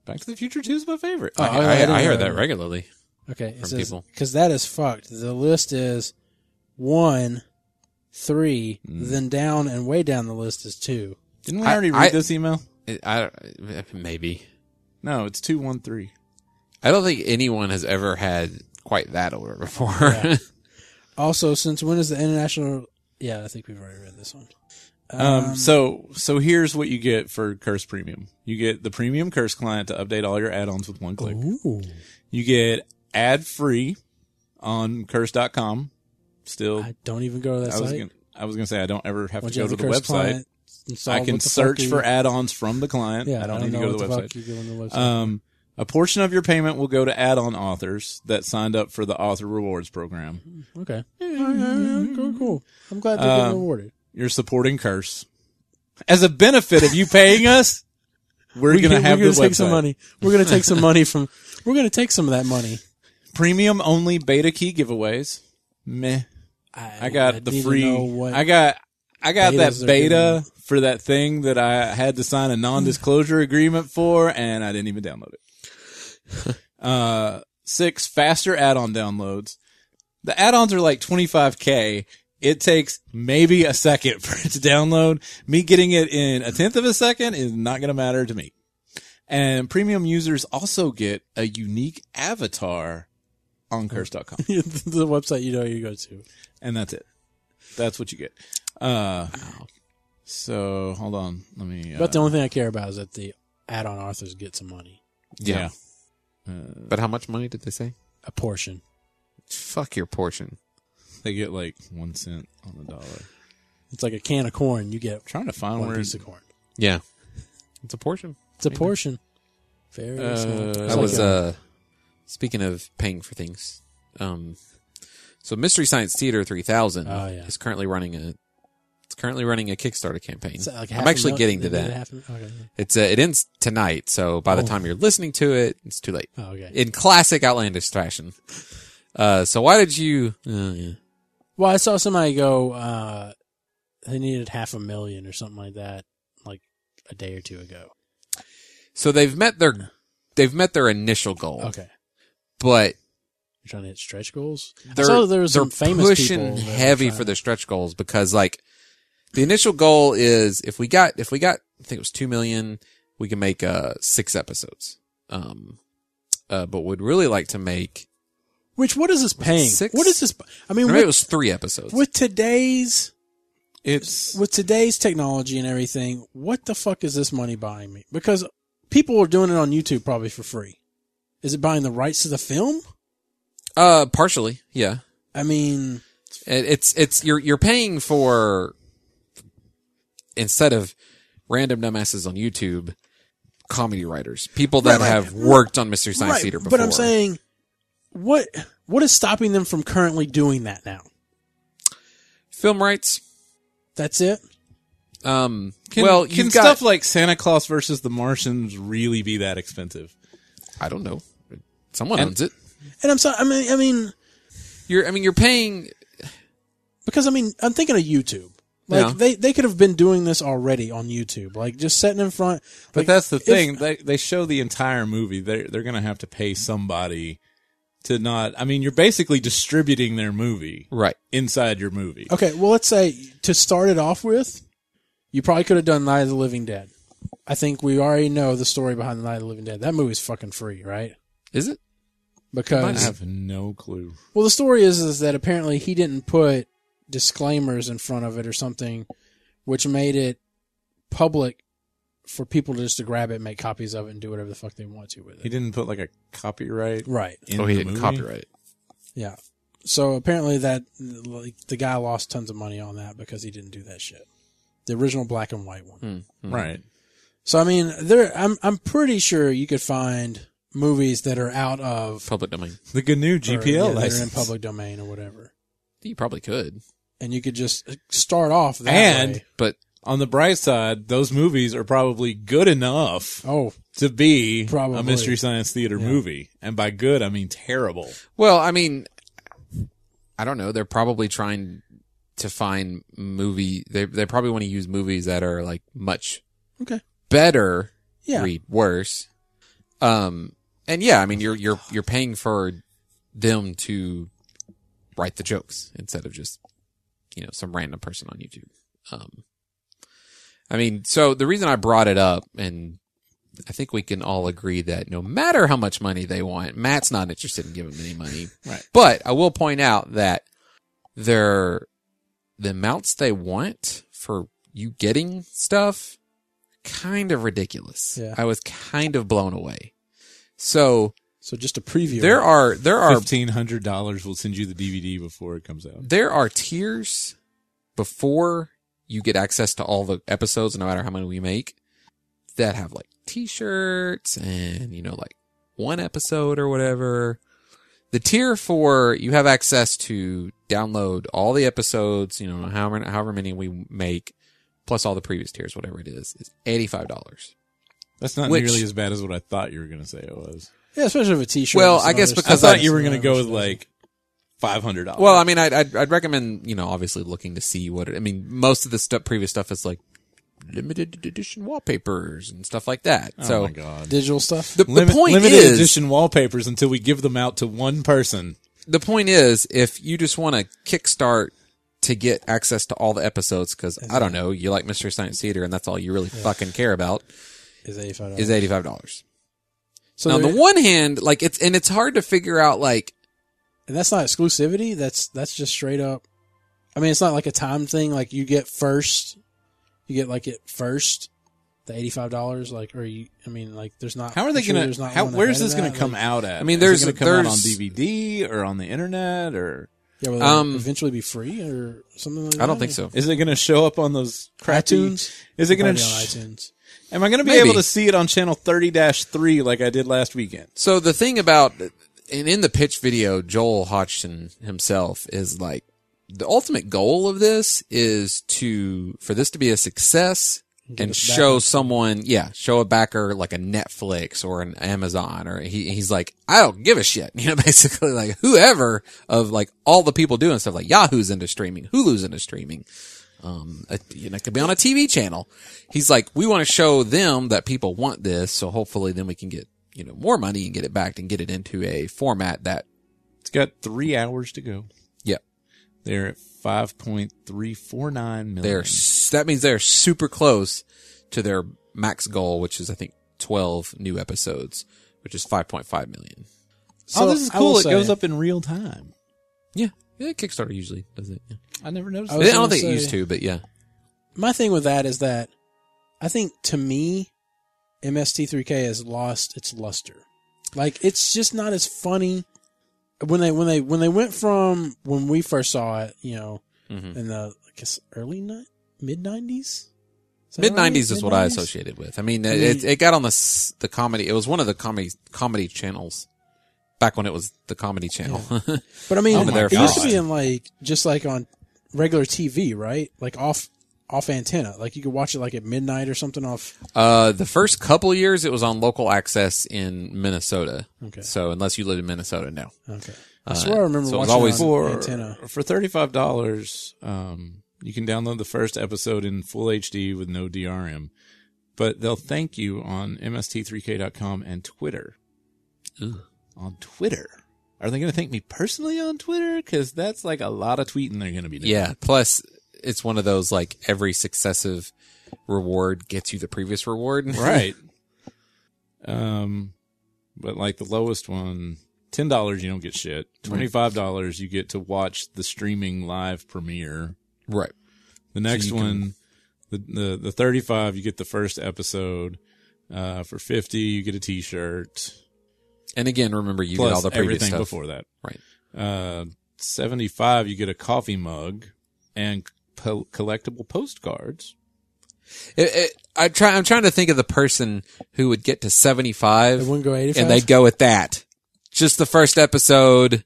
Speaker 3: Back to the Future 2 is my favorite.
Speaker 2: Oh,
Speaker 4: I,
Speaker 2: I- I
Speaker 4: I,
Speaker 2: didn't
Speaker 4: I hear
Speaker 2: know
Speaker 4: that
Speaker 2: that.
Speaker 4: regularly.
Speaker 2: Okay,
Speaker 4: from
Speaker 2: it says
Speaker 4: people.
Speaker 2: because that is fucked. The list is one, three,
Speaker 3: Mm.
Speaker 2: then down and way down the list is two.
Speaker 3: Didn't we
Speaker 4: I-
Speaker 3: already read
Speaker 4: I-
Speaker 3: this email?
Speaker 4: It- I, maybe.
Speaker 3: No, it's 213.
Speaker 4: I don't think anyone has ever had quite that order before.
Speaker 2: Yeah. Also, since when is the international? Yeah, I think we've already read this one.
Speaker 3: Um, so so here's what you get for Curse Premium. You get the premium Curse client to update all your add-ons with one click.
Speaker 2: ooh,
Speaker 3: You get ad-free on curse.com. Still
Speaker 2: I don't even go to that
Speaker 3: I was
Speaker 2: site.
Speaker 3: gonna, I was going to say I don't ever have
Speaker 2: Once
Speaker 3: to
Speaker 2: you
Speaker 3: go to
Speaker 2: have
Speaker 3: the
Speaker 2: a cursed
Speaker 3: website.
Speaker 2: client, install
Speaker 3: I can
Speaker 2: what the fuck
Speaker 3: search
Speaker 2: you-
Speaker 3: for add-ons from the client.
Speaker 2: Yeah,
Speaker 3: I don't, need to
Speaker 2: know
Speaker 3: go
Speaker 2: what
Speaker 3: to the
Speaker 2: fuck
Speaker 3: website.
Speaker 2: You go on the website.
Speaker 3: Um, a portion of your payment will go to add-on authors that signed up for the author rewards program.
Speaker 2: okay, Yeah, yeah, yeah, yeah, cool, cool. I'm glad they're
Speaker 3: Um,
Speaker 2: getting rewarded.
Speaker 3: you're supporting Curse. As a benefit of you paying us, we're
Speaker 2: We-
Speaker 3: going to have
Speaker 2: we're gonna
Speaker 3: the
Speaker 2: take
Speaker 3: website.
Speaker 2: some money. We're gonna take some money from. We're gonna take some of that money.
Speaker 3: Premium only beta key giveaways. Meh. I got
Speaker 2: I need
Speaker 3: the
Speaker 2: to
Speaker 3: free.
Speaker 2: know what-
Speaker 3: I got. I got
Speaker 2: betas
Speaker 3: that
Speaker 2: are
Speaker 3: beta for that thing that I had to sign a non-disclosure agreement for, and I didn't even download it. uh, six faster add-on downloads. The add-ons are like 25k. It takes maybe a second for it to download. Me getting it in a tenth of a second is not going to matter to me. And premium users also get a unique avatar
Speaker 2: Oh.
Speaker 3: on curse.com
Speaker 2: the website you know you go to.
Speaker 3: and that's it. That's what you get. Uh, so hold on, let me. Uh,
Speaker 2: But the only thing I care about is that the add-on authors get some money,
Speaker 3: yeah.
Speaker 4: But how much money did they say?
Speaker 2: a portion.
Speaker 4: Fuck your portion.
Speaker 3: they get like one cent on the dollar.
Speaker 2: It's like a can of corn. You get
Speaker 3: trying to find
Speaker 2: one
Speaker 3: where
Speaker 2: piece of corn.
Speaker 4: Yeah. It's a portion.
Speaker 2: It's a portion. Very
Speaker 3: Uh,
Speaker 2: small.
Speaker 3: I
Speaker 2: It's
Speaker 4: I
Speaker 2: like
Speaker 4: was
Speaker 2: a-
Speaker 4: uh speaking of paying for things. Um so Mystery Science Theater 3000
Speaker 2: Oh, yeah.
Speaker 4: is currently running a it's currently running a Kickstarter campaign.
Speaker 2: it's like half
Speaker 4: I'm
Speaker 2: a
Speaker 4: actually
Speaker 2: mil-
Speaker 4: getting to
Speaker 2: is it
Speaker 4: that.
Speaker 2: half a- Okay.
Speaker 4: It's uh, it ends tonight, so by the
Speaker 2: Oh.
Speaker 4: time you're listening to it, it's too late.
Speaker 2: Oh, okay.
Speaker 4: In classic outlandish fashion. Uh so why did you oh, yeah.
Speaker 2: well, I saw somebody go. Uh, they needed half a million or something like that, like a day or two ago.
Speaker 4: So they've met their they've met their initial goal,
Speaker 2: Okay.
Speaker 4: but
Speaker 2: You're trying to hit stretch goals? I
Speaker 4: they're
Speaker 2: saw that there was
Speaker 4: they're
Speaker 2: some famous
Speaker 4: pushing
Speaker 2: people that were
Speaker 4: heavy
Speaker 2: trying-
Speaker 4: for their stretch goals because like the initial goal is if we got if we got I think it was two million, we can make uh six episodes. Um, uh, but would really like to make
Speaker 2: Which, what is this paying?
Speaker 4: six?
Speaker 2: What is this? I mean,
Speaker 4: maybe it
Speaker 2: with,
Speaker 4: was three episodes.
Speaker 2: with today's,
Speaker 3: It's
Speaker 2: with today's technology and everything, what the fuck is this money buying me? Because people are doing it on YouTube probably for free. Is it buying the rights to the film?
Speaker 4: uh, partially, yeah.
Speaker 2: I mean,
Speaker 4: It, it's it's you're you're paying for instead of random dumbasses on YouTube, comedy writers, people
Speaker 2: Right,
Speaker 4: that
Speaker 2: right.
Speaker 4: have worked on Mystery Science
Speaker 2: right,
Speaker 4: Theater before.
Speaker 2: but I'm saying, what what is stopping them from currently doing that now?
Speaker 4: film rights.
Speaker 2: That's it.
Speaker 4: Um,
Speaker 3: can,
Speaker 4: well,
Speaker 3: can
Speaker 4: you've got,
Speaker 3: stuff like Santa Claus versus the Martians really be that expensive?
Speaker 4: I don't know. Someone
Speaker 3: And-
Speaker 4: owns it.
Speaker 2: And I'm sorry. I mean, I mean,
Speaker 4: You're, I mean, you're paying.
Speaker 2: because I mean, I'm thinking of YouTube. Like
Speaker 4: Yeah.
Speaker 2: they, they could have been doing this already on YouTube. Like just sitting in front.
Speaker 3: But
Speaker 2: like,
Speaker 3: that's the
Speaker 2: if-
Speaker 3: thing. they they show the entire movie. They're they're gonna have to pay somebody to not. I mean, you're basically distributing their movie
Speaker 4: Right.
Speaker 3: inside your movie.
Speaker 2: Okay, well, let's say to start it off with, you probably could have done Night of the Living Dead. I think we already know the story behind the Night of the Living Dead. That movie's fucking free, right?
Speaker 4: Is it?
Speaker 3: I
Speaker 2: Because
Speaker 3: have no clue.
Speaker 2: well, the story is is that apparently he didn't put disclaimers in front of it or something, which made it public for people to just to grab it, and make copies of it, and do whatever the fuck they want to with
Speaker 3: He
Speaker 2: it.
Speaker 3: didn't put like a copyright.
Speaker 2: Right.
Speaker 3: In
Speaker 4: oh, he
Speaker 3: the
Speaker 4: didn't
Speaker 3: movie?
Speaker 4: copyright it.
Speaker 2: Yeah. So apparently that like the guy lost tons of money on that because he didn't do that shit. The original black and white one.
Speaker 4: Mm, mm.
Speaker 3: Right.
Speaker 2: So I mean, there I'm I'm pretty sure you could find movies that are out of
Speaker 4: Public domain.
Speaker 3: The GNU
Speaker 2: or,
Speaker 3: GPL
Speaker 2: yeah, that are in
Speaker 3: license.
Speaker 2: public domain or whatever,
Speaker 4: You probably could,
Speaker 2: and you could just start off that
Speaker 3: And-
Speaker 2: way.
Speaker 4: but
Speaker 3: On the bright side, those movies are probably good enough
Speaker 2: Oh,
Speaker 3: to be
Speaker 2: Probably.
Speaker 3: a mystery science theater
Speaker 2: Yeah.
Speaker 3: movie. And by good, I mean terrible.
Speaker 4: well, I mean, I don't know. They're probably trying to find movie. They they probably want to use movies that are like much
Speaker 2: Okay.
Speaker 4: better.
Speaker 2: yeah,
Speaker 4: Read worse. Um, and yeah, I mean, you're you're you're paying for them to write the jokes instead of just you know some random person on YouTube. Um, I mean, so the reason I brought it up, and I think we can all agree that no matter how much money they want, Matt's not interested in giving them any money.
Speaker 3: Right.
Speaker 4: But I will point out that their the amounts they want for you getting stuff kind of ridiculous.
Speaker 2: Yeah.
Speaker 4: I was kind of blown away. So
Speaker 2: So just a preview.
Speaker 4: there are there are
Speaker 3: Fifteen hundred dollars will send you the DVD before it comes out.
Speaker 4: there are tiers before you get access to all the episodes, no matter how many we make, that have like t-shirts and, you know, like one episode or whatever. The tier for you have access to download all the episodes, you know, however, however many we make, plus all the previous tiers, whatever it is, is $85.
Speaker 3: That's not
Speaker 4: Which-
Speaker 3: nearly as bad as what I thought you were going to say it was.
Speaker 2: yeah, especially with a T-shirt.
Speaker 4: Well,
Speaker 2: and some
Speaker 4: I guess
Speaker 2: other
Speaker 3: I
Speaker 4: because
Speaker 2: stuff.
Speaker 3: thought you were going to go with like five hundred dollars.
Speaker 4: Well, I mean, I'd, I'd, I'd recommend, you know, obviously looking to see what, it, I mean, most of the stuff, previous stuff is like limited edition wallpapers and stuff like that.
Speaker 3: oh
Speaker 4: so
Speaker 3: my god.
Speaker 2: digital stuff.
Speaker 4: the,
Speaker 3: Limit-
Speaker 4: the point
Speaker 3: limited
Speaker 4: is,
Speaker 3: edition wallpapers until we give them out to one person.
Speaker 4: the point is, if you just want to kickstart to get access to all the episodes, cause I don't know, you like Mystery Science Theater and that's all you really fucking care about
Speaker 2: is eighty-five.
Speaker 4: is $85.
Speaker 2: so
Speaker 4: now, on
Speaker 2: there-
Speaker 4: the one hand, like it's, and it's hard to figure out like,
Speaker 2: and that's not exclusivity. That's that's just straight up. I mean, it's not like a time thing. Like you get first, you get like it first, the eighty-five dollars. Like, or you, I mean, like there's not.
Speaker 3: How are they
Speaker 2: I'm sure
Speaker 3: going
Speaker 2: there's
Speaker 3: to?
Speaker 2: not
Speaker 3: How
Speaker 2: one
Speaker 3: Where's
Speaker 2: ahead of
Speaker 3: this going
Speaker 2: that,
Speaker 3: to come
Speaker 2: like-
Speaker 3: out at?
Speaker 4: I mean,
Speaker 3: Is
Speaker 4: there's-
Speaker 3: it going to come out on
Speaker 4: there's-
Speaker 3: DVD or on the internet, or
Speaker 2: Yeah, will um,
Speaker 4: Um,
Speaker 2: eventually be free or something like that.
Speaker 4: I don't think so.
Speaker 3: is it going to show up on those crappy?
Speaker 2: iTunes.
Speaker 3: Is it
Speaker 2: Probably
Speaker 3: going
Speaker 2: on
Speaker 3: to?
Speaker 2: iTunes.
Speaker 3: Am I going to be
Speaker 4: Maybe.
Speaker 3: able to see it on channel thirty three like I did last weekend?
Speaker 4: So the thing about and in the pitch video, Joel Hodgson himself is like the ultimate goal of this is to for this to be a success
Speaker 2: Give
Speaker 4: and
Speaker 2: us
Speaker 4: show
Speaker 2: backers.
Speaker 4: someone, yeah, show a backer like a Netflix or an Amazon or he, he's like, I don't give a shit. You know, basically like whoever of like all the people doing stuff like Yahoo's into streaming, Hulu's into streaming. Um, it, you know, it could be on a TV channel. He's like, we want to show them that people want this. So hopefully then we can get, you know more money and get it backed and get it into a format that
Speaker 3: It's got three hours to go.
Speaker 4: Yep.
Speaker 3: They're at five point three four nine million.
Speaker 4: they're s- that means they're super close to their max goal, which is I think twelve new episodes, which is five point five million.
Speaker 3: oh, this is
Speaker 2: I will
Speaker 3: cool. It
Speaker 2: say-
Speaker 3: goes up in real time.
Speaker 4: Yeah, yeah. Kickstarter usually does it. Yeah.
Speaker 3: I never noticed.
Speaker 2: I
Speaker 4: I,
Speaker 2: was
Speaker 4: don't
Speaker 2: gonna
Speaker 4: think it
Speaker 2: say-
Speaker 4: used to, but yeah,
Speaker 2: My thing with that is that I think to me, MST3K has lost its luster. Like it's just not as funny when they when they when they went from when we first saw it, you know,
Speaker 4: Mhm.
Speaker 2: in the I guess early ni- mid nineties.
Speaker 4: mid nineties is what I associated with. I mean,
Speaker 2: I
Speaker 4: it,
Speaker 2: mean-
Speaker 4: it got on the s- the comedy. It was one of the comedy comedy channels back when it was the comedy channel.
Speaker 2: But I mean,
Speaker 4: Oh my
Speaker 2: it used to
Speaker 4: God.
Speaker 2: be in like just like on regular TV, right? Like off off antenna. Like you could watch it like at midnight or something off.
Speaker 4: Uh, the first couple years, it was on local access in Minnesota.
Speaker 2: Okay.
Speaker 4: So unless you live in Minnesota, no.
Speaker 2: Okay,
Speaker 4: Uh,
Speaker 2: I swear I remember
Speaker 4: so it was
Speaker 2: watching
Speaker 4: always-
Speaker 2: it on
Speaker 3: for
Speaker 2: antenna.
Speaker 3: for thirty five dollars, um, you can download the first episode in full HD with no DRM. But they'll thank you on mst3k.com and Twitter.
Speaker 4: Ooh.
Speaker 3: On Twitter, are they going to thank me personally on Twitter? Because that's like a lot of tweeting they're going to be doing.
Speaker 4: Yeah. Plus, it's one of those like every successive reward gets you the previous reward.
Speaker 3: right. Um, but like the lowest one, ten dollars you don't get shit. Twenty five dollars you get to watch the streaming live premiere.
Speaker 4: right.
Speaker 3: The next
Speaker 4: you can-
Speaker 3: one, the, the the thirty five, you get the first episode. Uh, for fifty, you get a T shirt
Speaker 4: And again, remember you
Speaker 3: plus
Speaker 4: get all the previous
Speaker 3: everything
Speaker 4: stuff.
Speaker 3: before that.
Speaker 4: Right.
Speaker 3: Uh, seventy five, you get a coffee mug and po- collectible postcards.
Speaker 4: It, it, I try. I'm trying to think of the person who would get to 75
Speaker 2: It wouldn't go eighty five.
Speaker 4: and they go with that. Just the first episode,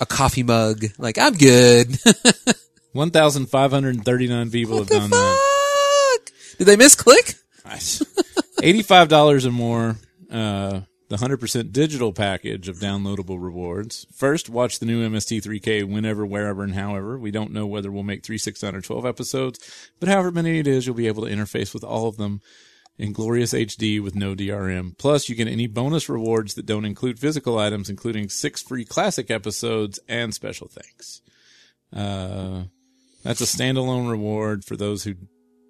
Speaker 4: a coffee mug. Like I'm good.
Speaker 3: One thousand five hundred thirty nine people
Speaker 4: what
Speaker 3: have
Speaker 4: the
Speaker 3: done that.
Speaker 4: fuck? Did they misclick?
Speaker 3: Eighty-five dollars or more. Uh, the hundred percent digital package of downloadable rewards. First, watch the new MST3K whenever, wherever, and however. We don't know whether we'll make three, six, nine, or twelve episodes, but however many it is, you'll be able to interface with all of them in glorious HD with no DRM. Plus, you get any bonus rewards that don't include physical items, including six free classic episodes and special thanks. Uh, that's a standalone reward for those who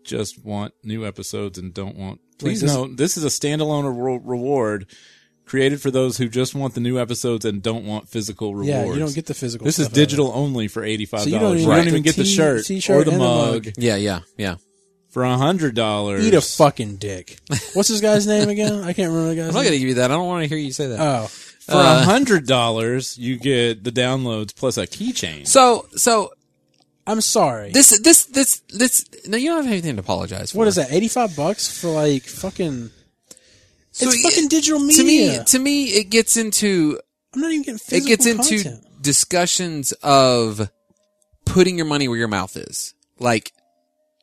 Speaker 3: just want new episodes and don't want. Please
Speaker 2: this-
Speaker 3: note, this is a standalone re- reward created for those who just want the new episodes and don't want physical rewards.
Speaker 2: yeah, you don't get the physical.
Speaker 3: this is
Speaker 2: stuff out of it.
Speaker 3: digital only for eighty five
Speaker 2: So
Speaker 3: dollars.
Speaker 2: you
Speaker 3: you
Speaker 2: don't
Speaker 3: don't,
Speaker 2: even
Speaker 4: get
Speaker 3: even get the
Speaker 2: the t-
Speaker 3: shirt
Speaker 2: t-shirt
Speaker 3: or the
Speaker 2: and the
Speaker 3: mug,
Speaker 2: mug.
Speaker 4: Yeah, yeah, yeah.
Speaker 3: for a hundred dollars.
Speaker 2: Eat a fucking dick. What's this guy's name again? I can't remember the
Speaker 4: I'm
Speaker 2: guy's
Speaker 4: not
Speaker 2: name.
Speaker 4: gonna give you that. I don't want to hear you say that.
Speaker 2: Oh,
Speaker 3: For a hundred dollars, you get the downloads plus a keychain.
Speaker 4: so, so
Speaker 2: I'm sorry.
Speaker 4: this, this, this, this. No, you don't have anything to apologize for.
Speaker 2: what is that? Eighty five bucks for like fucking.
Speaker 4: So
Speaker 2: it's
Speaker 4: it-
Speaker 2: fucking digital media.
Speaker 4: To me, to me, it gets into
Speaker 2: I'm not even getting
Speaker 4: it
Speaker 2: physical
Speaker 4: gets into
Speaker 2: content.
Speaker 4: discussions of putting your money where your mouth is. Like,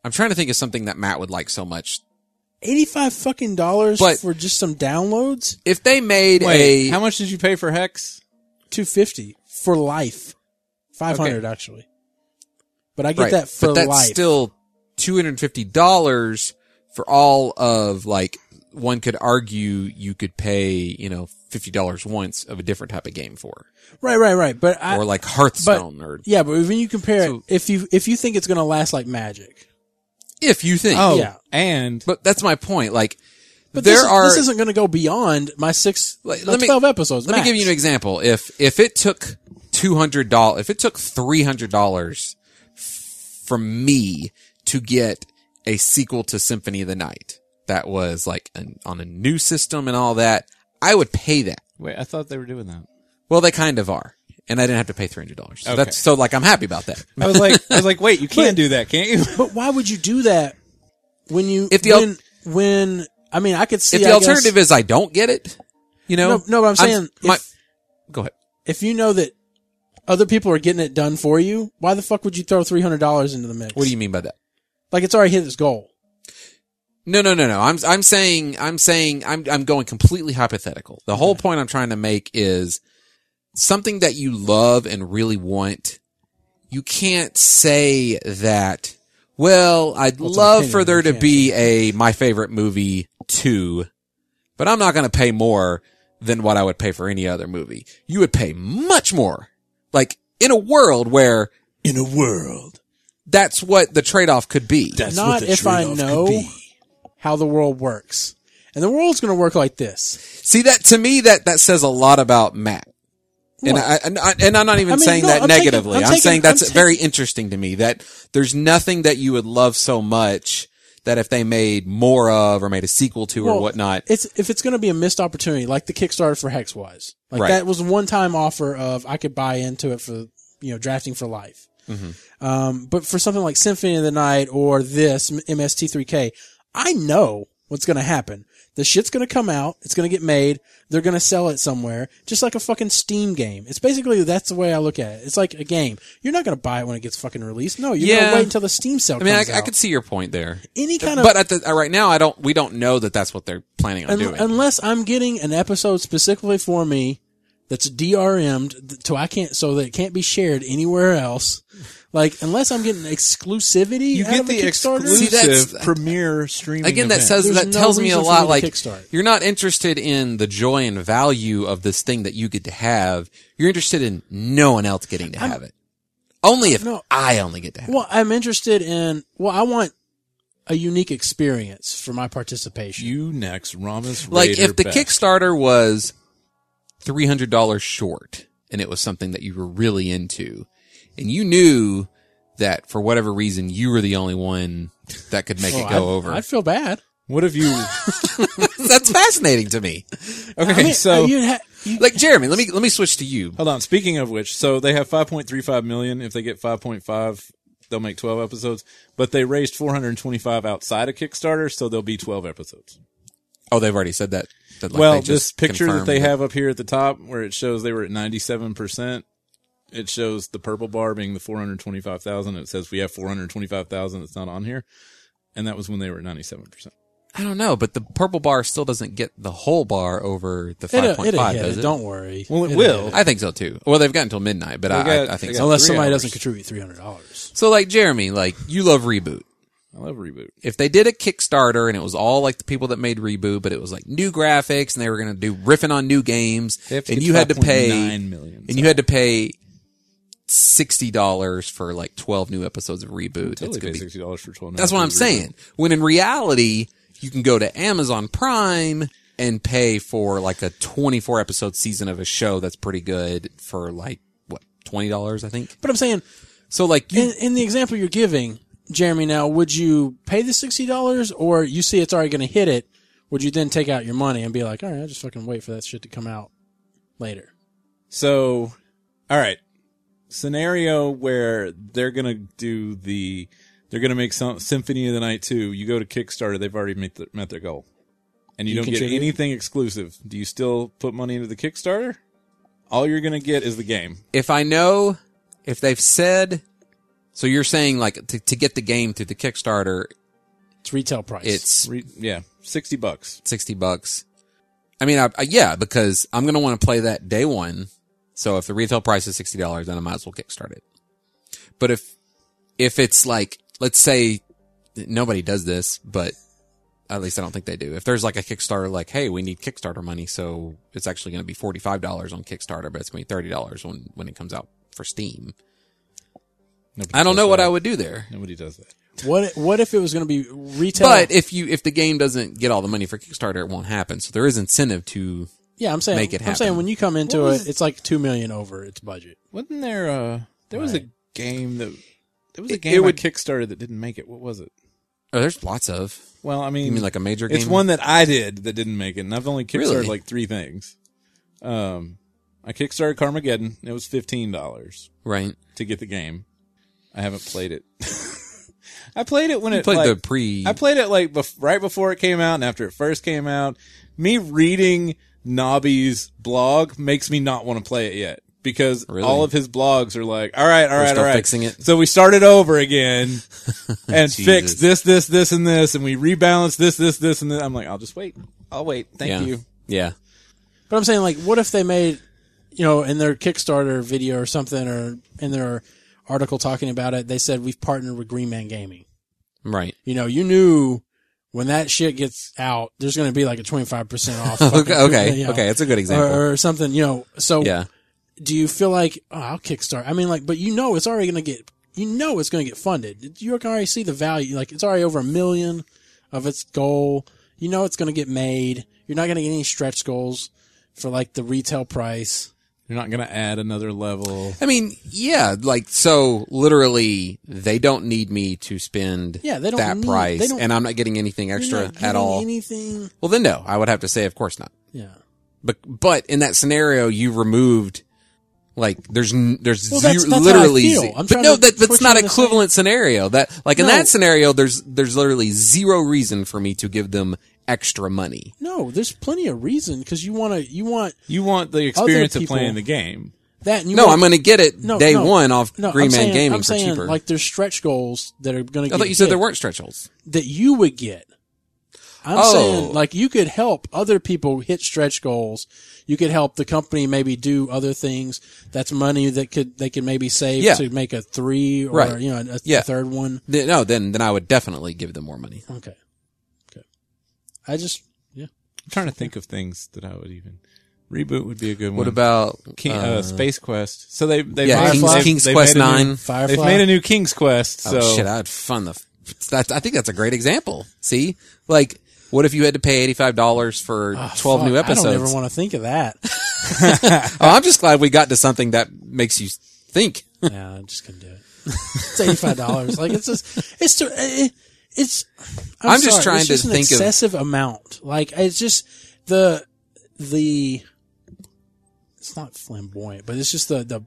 Speaker 4: I'm trying to think of something that Matt would like so much.
Speaker 2: eighty five fucking dollars
Speaker 4: But-
Speaker 2: for just some downloads.
Speaker 4: If they made
Speaker 3: Wait,
Speaker 4: a
Speaker 3: how much did you pay for Hex?
Speaker 2: Two fifty for life. Five hundred actually. But I get
Speaker 4: Right.
Speaker 2: that for
Speaker 4: but that's
Speaker 2: life.
Speaker 4: still two hundred and fifty dollars for all of like one could argue you could pay you know fifty dollars once of a different type of game for,
Speaker 2: right, right, right. But I,
Speaker 4: or like Hearthstone, or
Speaker 2: yeah, but when you compare,
Speaker 4: So-
Speaker 2: it, if you if you think it's gonna last like magic,
Speaker 4: if you think.
Speaker 3: Oh,
Speaker 2: Yeah.
Speaker 3: and
Speaker 4: But that's my point. Like
Speaker 2: but
Speaker 4: there
Speaker 2: this, is-
Speaker 4: are.
Speaker 2: this isn't gonna go beyond my six,
Speaker 4: Like,
Speaker 2: my
Speaker 4: let me-
Speaker 2: twelve episodes.
Speaker 4: let me give you an example. If if it took two hundred dollars, if it took three hundred dollars from me to get a sequel to Symphony of the Night that was like an, on a new system and all that, I would pay that.
Speaker 3: wait, I thought they were doing that.
Speaker 4: Well, they kind of are, and I didn't have to pay three hundred dollars. So
Speaker 3: Okay.
Speaker 4: that's so like I'm happy about that.
Speaker 3: I was like, I was like, wait, you can't do that, can't you?
Speaker 2: But why would you do that when you
Speaker 4: If the al-
Speaker 2: when when I mean I could see
Speaker 4: if the
Speaker 2: I guess-
Speaker 4: alternative is I don't get it, you know.
Speaker 2: no no but I'm saying if,
Speaker 4: my- go ahead.
Speaker 2: if you know that other people are getting it done for you why the fuck would you throw three hundred dollars into the mix?
Speaker 4: What do you mean by that?
Speaker 2: like it's already hit its goal?
Speaker 4: No, no, no, no. I'm I'm saying I'm saying I'm I'm going completely hypothetical. The whole point I'm trying to make is something that you love and really want. You can't say that. Well, I'd
Speaker 2: Well, it's an
Speaker 4: love
Speaker 2: opinion,
Speaker 4: for there
Speaker 2: you
Speaker 4: to
Speaker 2: can't
Speaker 4: be a my favorite movie two, but I'm not going to pay more than what I would pay for any other movie. You would pay much more. Like in a world where
Speaker 5: in a world.
Speaker 4: that's what the trade off could be.
Speaker 5: That's
Speaker 2: Not
Speaker 5: what the
Speaker 2: if I
Speaker 5: trade-off could
Speaker 2: know.
Speaker 5: be.
Speaker 2: How the world works. And the world's going to work like this.
Speaker 4: See that to me that that says a lot about Matt. And I, and I and I'm not even
Speaker 2: I mean,
Speaker 4: saying
Speaker 2: no,
Speaker 4: that
Speaker 2: I'm taking-
Speaker 4: negatively.
Speaker 2: I'm
Speaker 4: I'm,
Speaker 2: taking-
Speaker 4: saying that's
Speaker 2: I'm taking-
Speaker 4: very interesting to me that there's nothing that you would love so much that if they made more of or made a sequel to
Speaker 2: Well,
Speaker 4: or whatnot,
Speaker 2: It's if it's going to be a missed opportunity, like the Kickstarter for Hex was. Like
Speaker 4: Right.
Speaker 2: that was a one-time offer of I could buy into it for you know drafting for life.
Speaker 4: Mm-hmm.
Speaker 2: Um, but for something like Symphony of the Night or this M- MST3K, I know what's going to happen. The shit's going to come out. It's going to get made. They're going to sell it somewhere, just like a fucking Steam game. It's basically that's the way I look at it. It's like a game. You're not going to buy it when it gets fucking released. No, you're going
Speaker 4: Yeah.
Speaker 2: to wait until the Steam sale.
Speaker 4: I mean, I,
Speaker 2: comes
Speaker 4: I
Speaker 2: out.
Speaker 4: could see your point there.
Speaker 2: any kind of
Speaker 4: But at the, uh, right now, I don't. We don't know that that's what they're planning on
Speaker 2: Un-
Speaker 4: doing.
Speaker 2: Unless I'm getting an episode specifically for me that's DRM'd th- to I can't so that it can't be shared anywhere else. Like unless I'm getting exclusivity,
Speaker 3: You
Speaker 2: out
Speaker 3: get
Speaker 2: of
Speaker 3: the
Speaker 2: a Kickstarter?
Speaker 4: See, that's-
Speaker 3: exclusive premiere streaming.
Speaker 4: Again, that
Speaker 3: event.
Speaker 4: says
Speaker 2: There's
Speaker 4: that
Speaker 2: no
Speaker 4: tells me a
Speaker 2: reason for me
Speaker 4: lot.
Speaker 2: to
Speaker 4: Like
Speaker 2: kickstart.
Speaker 4: you're not interested in the joy and value of this thing that you get to have. You're interested in no one else getting to have it. Only if
Speaker 2: No.
Speaker 4: I only get to have it.
Speaker 2: Well, I'm interested in. Well, I want a unique experience for my participation.
Speaker 3: you next, Ramos.
Speaker 4: Like
Speaker 3: Raider
Speaker 4: if the
Speaker 3: Beck.
Speaker 4: Kickstarter was three hundred dollars short, and it was something that you were really into, and you knew that for whatever reason you were the only one that could make it
Speaker 2: Well,
Speaker 4: go
Speaker 2: I'd-
Speaker 4: over.
Speaker 2: I'd Oh, feel bad.
Speaker 3: What if you?
Speaker 4: That's fascinating to me.
Speaker 3: Okay,
Speaker 2: I mean, uh,
Speaker 3: so
Speaker 2: you ha- you-
Speaker 4: Like Jeremy, let me let me switch to you.
Speaker 3: Hold on. Speaking of which, so they have 5.35 million. If they get 5.5, they'll make 12 episodes. But they raised 425 outside of Kickstarter, so there'll be 12 episodes.
Speaker 4: Oh, they've already said that. that, like,
Speaker 3: well,
Speaker 4: they
Speaker 3: this
Speaker 4: just
Speaker 3: picture that
Speaker 4: confirmed
Speaker 3: they have up here at the top, where it shows they were at 97%, it shows the purple bar being the 425,000. It says we have 425,000 that's not on here. And that was when they were at 97%.
Speaker 4: I don't know, but the purple bar still doesn't get the whole bar over the
Speaker 3: uh,
Speaker 2: it'll,
Speaker 4: five
Speaker 2: it'll
Speaker 4: point five,
Speaker 2: hit
Speaker 4: does
Speaker 2: it.
Speaker 4: it?
Speaker 2: Don't worry.
Speaker 3: Well, it
Speaker 2: It'll
Speaker 3: will.
Speaker 2: hit it.
Speaker 4: I think so too. Well, they've got until midnight, but
Speaker 3: They
Speaker 4: I,
Speaker 3: got-
Speaker 4: I, I
Speaker 3: they
Speaker 4: think
Speaker 3: got
Speaker 4: so.
Speaker 2: Unless
Speaker 3: three
Speaker 2: somebody
Speaker 3: hours.
Speaker 2: doesn't contribute three hundred dollars.
Speaker 4: So, like Jeremy, like you love reboot.
Speaker 3: I love Reboot.
Speaker 4: if they did a Kickstarter and it was all like the people that made Reboot, but it was like new graphics and they were going to do riffing on new games,
Speaker 3: They have to
Speaker 4: and
Speaker 3: get
Speaker 4: you had to
Speaker 3: 5.9
Speaker 4: pay,
Speaker 3: million,
Speaker 4: and you had to pay sixty dollars for like twelve new episodes of Reboot. It's
Speaker 3: Totally
Speaker 4: gonna
Speaker 3: pay
Speaker 4: be-
Speaker 3: $60 for 12
Speaker 4: that's what I'm
Speaker 3: episodes of Reboot.
Speaker 4: saying. When in reality, you can go to Amazon Prime and pay for like a 24 episode season of a show that's pretty good for like what twenty dollars, I think.
Speaker 2: But I'm saying
Speaker 4: So like you
Speaker 2: in, in the example you're giving, Jeremy, now would you pay the sixty dollars, or you see it's already going to hit it? Would you then take out your money and be like, all right, I'll just fucking wait for that shit to come out later?
Speaker 3: So, all right. Scenario where they're going to do the, they're going to make some Symphony of the Night 2. You go to Kickstarter, they've already met, the, met their goal. And you,
Speaker 2: You
Speaker 3: don't
Speaker 2: contribute?
Speaker 3: get anything exclusive. Do you still put money into the Kickstarter? All you're going to get is the game.
Speaker 4: if I know if they've said so you're saying like to, to get the game through the Kickstarter
Speaker 2: It's retail price.
Speaker 4: it's
Speaker 3: Re- yeah, 60 bucks.
Speaker 4: 60 bucks. I mean I, I, yeah because I'm going to want to play that day one. So if the retail price is $60 then I might as well kickstart it. But if if it's like let's say nobody does this but at least I don't think they do. If there's like a Kickstarter like hey we need Kickstarter money so it's actually going to be $45 on Kickstarter but it's going to be $30 when when it comes out for Steam.
Speaker 3: Nobody
Speaker 4: I don't
Speaker 3: does
Speaker 4: know what
Speaker 3: that.
Speaker 4: I would do there.
Speaker 3: Nobody does that.
Speaker 2: what what if it was going to be retail?
Speaker 4: But if you if the game doesn't get all the money for Kickstarter, it won't happen. So there is incentive to.
Speaker 2: yeah, I'm saying
Speaker 4: make it
Speaker 2: I'm saying
Speaker 4: happen.
Speaker 2: when you come into
Speaker 3: What was-
Speaker 2: it, it's like two million over its budget.
Speaker 3: Wasn't there a, there was a game that, there was a
Speaker 4: It-
Speaker 3: game
Speaker 4: it
Speaker 3: it
Speaker 4: would-
Speaker 3: would, Kickstarter that didn't make it. What was it?
Speaker 4: Oh, there's lots of.
Speaker 3: Well, I mean,
Speaker 4: You mean like a major game?
Speaker 3: It's one that I did that didn't make it, and I've only kickstarted
Speaker 4: Really?
Speaker 3: like three things. Um, I kickstarted Carmageddon. It was fifteen dollars
Speaker 4: right.
Speaker 3: to get the game. I haven't played it. I played it when
Speaker 4: You
Speaker 3: it
Speaker 4: played
Speaker 3: like,
Speaker 4: the pre.
Speaker 3: I played it like bef- right before it came out and after it first came out. Me reading Nobby's blog makes me not want to play it yet because
Speaker 4: Really?
Speaker 3: all of his blogs are like, all right, all right,
Speaker 4: still
Speaker 3: all right.
Speaker 4: fixing it?
Speaker 3: So we started over again and fixed
Speaker 4: Jesus.
Speaker 3: this, this, this, and this, and we rebalanced this, this, this, and then I'm like, I'll just wait. I'll wait. Thank
Speaker 4: yeah.
Speaker 3: you.
Speaker 4: Yeah.
Speaker 2: But I'm saying, like, what if they made, you know, in their Kickstarter video or something, or in their article talking about it, they said we've partnered with Green Man Gaming.
Speaker 4: Right.
Speaker 2: You know, you knew when that shit gets out, there's going to be like a 25% off.
Speaker 4: okay, Uh,
Speaker 2: fucking-
Speaker 4: okay,
Speaker 2: you know,
Speaker 4: okay. It's a good example.
Speaker 2: Or, or something, you know. So
Speaker 4: yeah,
Speaker 2: do you feel like, oh, I'll kickstart? I mean, like, but you know, it's already going to get, you know, it's going to get funded. You can already see the value. Like, it's already over a million of its goal. You know, it's going to get made. You're not going to get any stretch goals for like the retail price.
Speaker 3: You're not going to add another level.
Speaker 4: I mean, yeah, like so. Literally, they don't need me to spend
Speaker 2: Yeah, they don't
Speaker 4: that
Speaker 2: need-
Speaker 4: price,
Speaker 2: they don't-
Speaker 4: and I'm not getting anything
Speaker 2: You're
Speaker 4: extra
Speaker 2: not
Speaker 4: at
Speaker 2: getting
Speaker 4: all.
Speaker 2: Anything?
Speaker 4: well, then no, I would have to say, of course not.
Speaker 2: Yeah.
Speaker 4: But but in that scenario, you removed like there's n- there's
Speaker 2: Well, that's-
Speaker 4: zero,
Speaker 2: that's how I
Speaker 4: literally.
Speaker 2: feel.
Speaker 4: ze-
Speaker 2: I'm
Speaker 4: but
Speaker 2: trying
Speaker 4: no,
Speaker 2: to
Speaker 4: that,
Speaker 2: put
Speaker 4: that's
Speaker 2: you
Speaker 4: not
Speaker 2: in the same-
Speaker 4: equivalent scenario. That like in
Speaker 2: No.
Speaker 4: that scenario, there's there's literally zero reason for me to give them extra money.
Speaker 2: No, there's plenty of reason because you want to, you want
Speaker 3: You want the experience of
Speaker 2: people-
Speaker 3: playing the game.
Speaker 2: that. And you
Speaker 4: No,
Speaker 2: want,
Speaker 4: I'm going to get it
Speaker 2: No,
Speaker 4: day
Speaker 2: no.
Speaker 4: one off
Speaker 2: No,
Speaker 4: Green
Speaker 2: I'm
Speaker 4: Man
Speaker 2: saying,
Speaker 4: Gaming
Speaker 2: I'm
Speaker 4: for
Speaker 2: saying,
Speaker 4: cheaper.
Speaker 2: Like there's stretch goals that are going to.
Speaker 4: I
Speaker 2: get
Speaker 4: thought you said
Speaker 2: hit.
Speaker 4: there weren't stretch holes.
Speaker 2: that you would get. I'm
Speaker 4: Oh.
Speaker 2: saying like you could help other people hit stretch goals. You could help the company maybe do other things. That's money that could they could maybe save
Speaker 4: Yeah.
Speaker 2: to make a three or
Speaker 4: Right.
Speaker 2: you know a, a
Speaker 4: Yeah.
Speaker 2: third one.
Speaker 4: Th- No, then then I would definitely give them more money.
Speaker 2: Okay, okay. I just yeah.
Speaker 3: I'm trying to think of things that I would even reboot would be a good one.
Speaker 4: What about
Speaker 3: King, uh, Space Quest? So they they
Speaker 4: yeah,
Speaker 2: Firefly?
Speaker 4: King's,
Speaker 2: They've-
Speaker 4: King's
Speaker 3: they've
Speaker 4: Quest
Speaker 3: made a new-
Speaker 4: Nine?
Speaker 2: Firefly.
Speaker 3: they've made a new King's Quest. So
Speaker 4: oh shit, I'd fund the. f- That, I think that's a great example. See, like, what if you had to pay eighty five dollars for
Speaker 2: Ah,
Speaker 4: twelve
Speaker 2: fuck,
Speaker 4: new
Speaker 2: I don't ever
Speaker 4: episodes?
Speaker 2: want to think of that.
Speaker 4: oh, I'm just glad we got to something that makes you think.
Speaker 2: yeah, I just couldn't do it. it's eighty five dollars. like it's just it's too, it, it's. I'm,
Speaker 4: I'm just
Speaker 2: sorry,
Speaker 4: trying
Speaker 2: it's
Speaker 4: to
Speaker 2: just an
Speaker 4: think of-
Speaker 2: excessive amount. Like it's just the the. It's not flamboyant, but it's just the the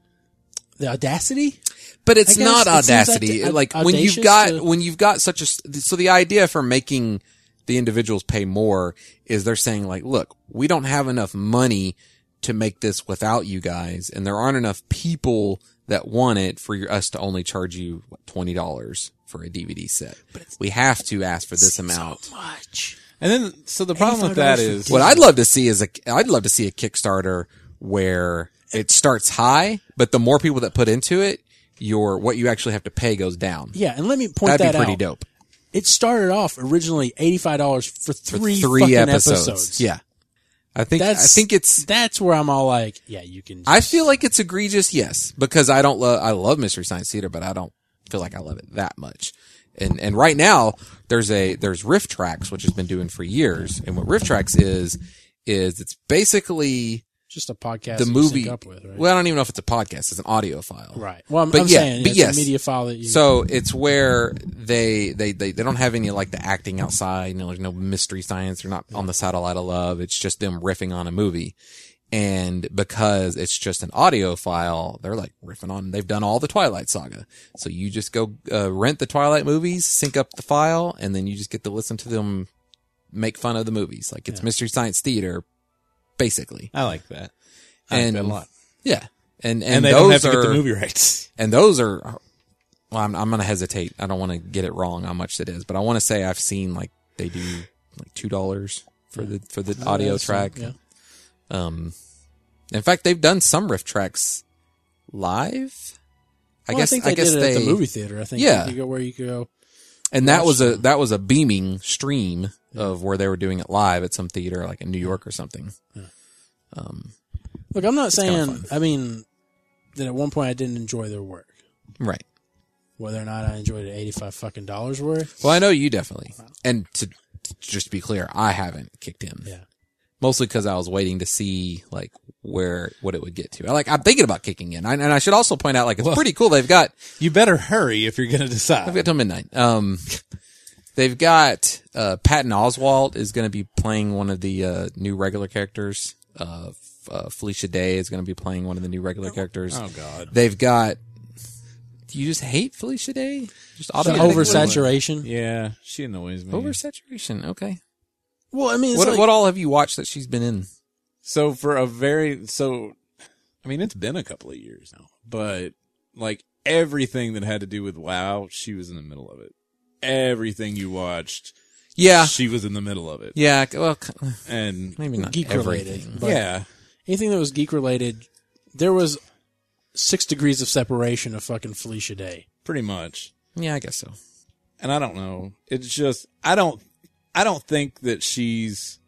Speaker 2: the audacity.
Speaker 4: But it's
Speaker 2: guess
Speaker 4: not
Speaker 2: it seems
Speaker 4: audacity.
Speaker 2: aud-
Speaker 4: like when
Speaker 2: audacious
Speaker 4: you've got
Speaker 2: to-
Speaker 4: when you've got such a s- so the idea for making the individuals pay more is they're saying like, look, we don't have enough money to make this without you guys, and there aren't enough people that want it for your, us to only charge you what, twenty dollars for a DVD set. We have to ask for this amount.
Speaker 2: So much.
Speaker 3: and then so the problem with that
Speaker 2: $85
Speaker 3: is
Speaker 2: for
Speaker 4: What I'd love to see is a I'd love to see a Kickstarter where it starts high, but the more people that put into it, your what you actually have to pay goes down.
Speaker 2: Yeah, and let me point
Speaker 4: That'd
Speaker 2: that
Speaker 4: be pretty
Speaker 2: out.
Speaker 4: dope.
Speaker 2: It started off originally eighty five dollars for
Speaker 4: For
Speaker 2: three, fucking episodes.
Speaker 4: Yeah. I think
Speaker 2: That's,
Speaker 4: I think it's
Speaker 2: that's where I'm all like, yeah, you can.
Speaker 4: I feel like it's egregious, yes, because I don't love I love Mystery Science Theater, but I don't feel like I love it that much. And and right now there's a there's Rift Tracks, which has been doing for years. And what Rift Tracks is is it's basically
Speaker 2: just a podcast.
Speaker 4: the
Speaker 2: that you
Speaker 4: movie.
Speaker 2: sync up with, right?
Speaker 4: Well, I don't even know if it's a podcast. It's an audio file.
Speaker 2: Right. Well, I'm,
Speaker 4: But
Speaker 2: I'm
Speaker 4: yeah,
Speaker 2: saying
Speaker 4: but
Speaker 2: it's
Speaker 4: yes.
Speaker 2: a media file that you.
Speaker 4: So it's where they, they, they, they don't have any like the acting outside, you know, there's no mystery science. They're not on the satellite of love. It's just them riffing on a movie. And because it's just an audio file, they're like riffing on, they've done all the Twilight saga. So you just go uh, rent the Twilight movies, sync up the file, and then you just get to listen to them make fun of the movies. Like it's
Speaker 2: Yeah.
Speaker 4: mystery science theater, basically.
Speaker 3: I like that.
Speaker 4: And-
Speaker 3: I like that a lot.
Speaker 4: Yeah. And, and,
Speaker 3: And, they
Speaker 4: those
Speaker 3: don't have to
Speaker 4: are,
Speaker 3: get the movie rights.
Speaker 4: and those are well i'm, I'm gonna hesitate i don't want to get it wrong how much it is but i want to say i've seen like they do like two dollars for the for the audio
Speaker 2: that's-
Speaker 4: track
Speaker 2: yeah.
Speaker 4: um in fact they've done some riff tracks live i
Speaker 2: Well,
Speaker 4: guess i,
Speaker 2: think they
Speaker 4: guess
Speaker 2: did it
Speaker 4: they
Speaker 2: at the movie theater. I think
Speaker 4: Yeah.
Speaker 2: you go where you go.
Speaker 4: and that was a
Speaker 2: watched
Speaker 4: that was a beaming stream of where they were doing it live at some theater like in new york or something um
Speaker 2: Look, I'm not
Speaker 4: kinda
Speaker 2: saying. I mean, that at one point I didn't enjoy their work.
Speaker 4: right
Speaker 2: Whether or not I enjoyed it, eighty five fucking dollars worth.
Speaker 4: well i know you definitely and to to just be clear i haven't kicked in
Speaker 2: Yeah.
Speaker 4: mostly because I was waiting to see like where what it would get to. I like I'm thinking about kicking in, I, and I should also point out like it's pretty cool. They've got
Speaker 3: You better hurry if you're going to
Speaker 4: I've
Speaker 3: decide.
Speaker 4: got till midnight. Um, they've got uh, Patton Oswald is going to be playing one of the uh, new regular characters. Uh, F- uh, Felicia Day is going to be playing one of the new regular characters.
Speaker 3: Oh God.
Speaker 4: They've got. Do you just hate Felicia Day? Just
Speaker 2: The
Speaker 4: automatically
Speaker 2: oversaturation.
Speaker 3: Yeah, she annoys me.
Speaker 4: Oversaturation. Okay.
Speaker 2: Well, I mean, it's
Speaker 4: What,
Speaker 2: like,
Speaker 4: what all have you watched that she's been in?
Speaker 3: so for a very so, I mean, it's been a couple of years now, but like everything that had to do with WoW, she was in the middle of it. Everything you watched,
Speaker 4: Yeah.
Speaker 3: she was in the middle of it.
Speaker 4: Yeah. Well, c-
Speaker 3: And
Speaker 4: maybe not
Speaker 2: Geek related,
Speaker 4: everything.
Speaker 2: but-
Speaker 3: yeah,
Speaker 2: anything that was geek related, there was six degrees of separation of fucking Felicia Day.
Speaker 3: pretty much.
Speaker 4: Yeah, I guess so.
Speaker 3: And I don't know. It's just I don't I don't think that she's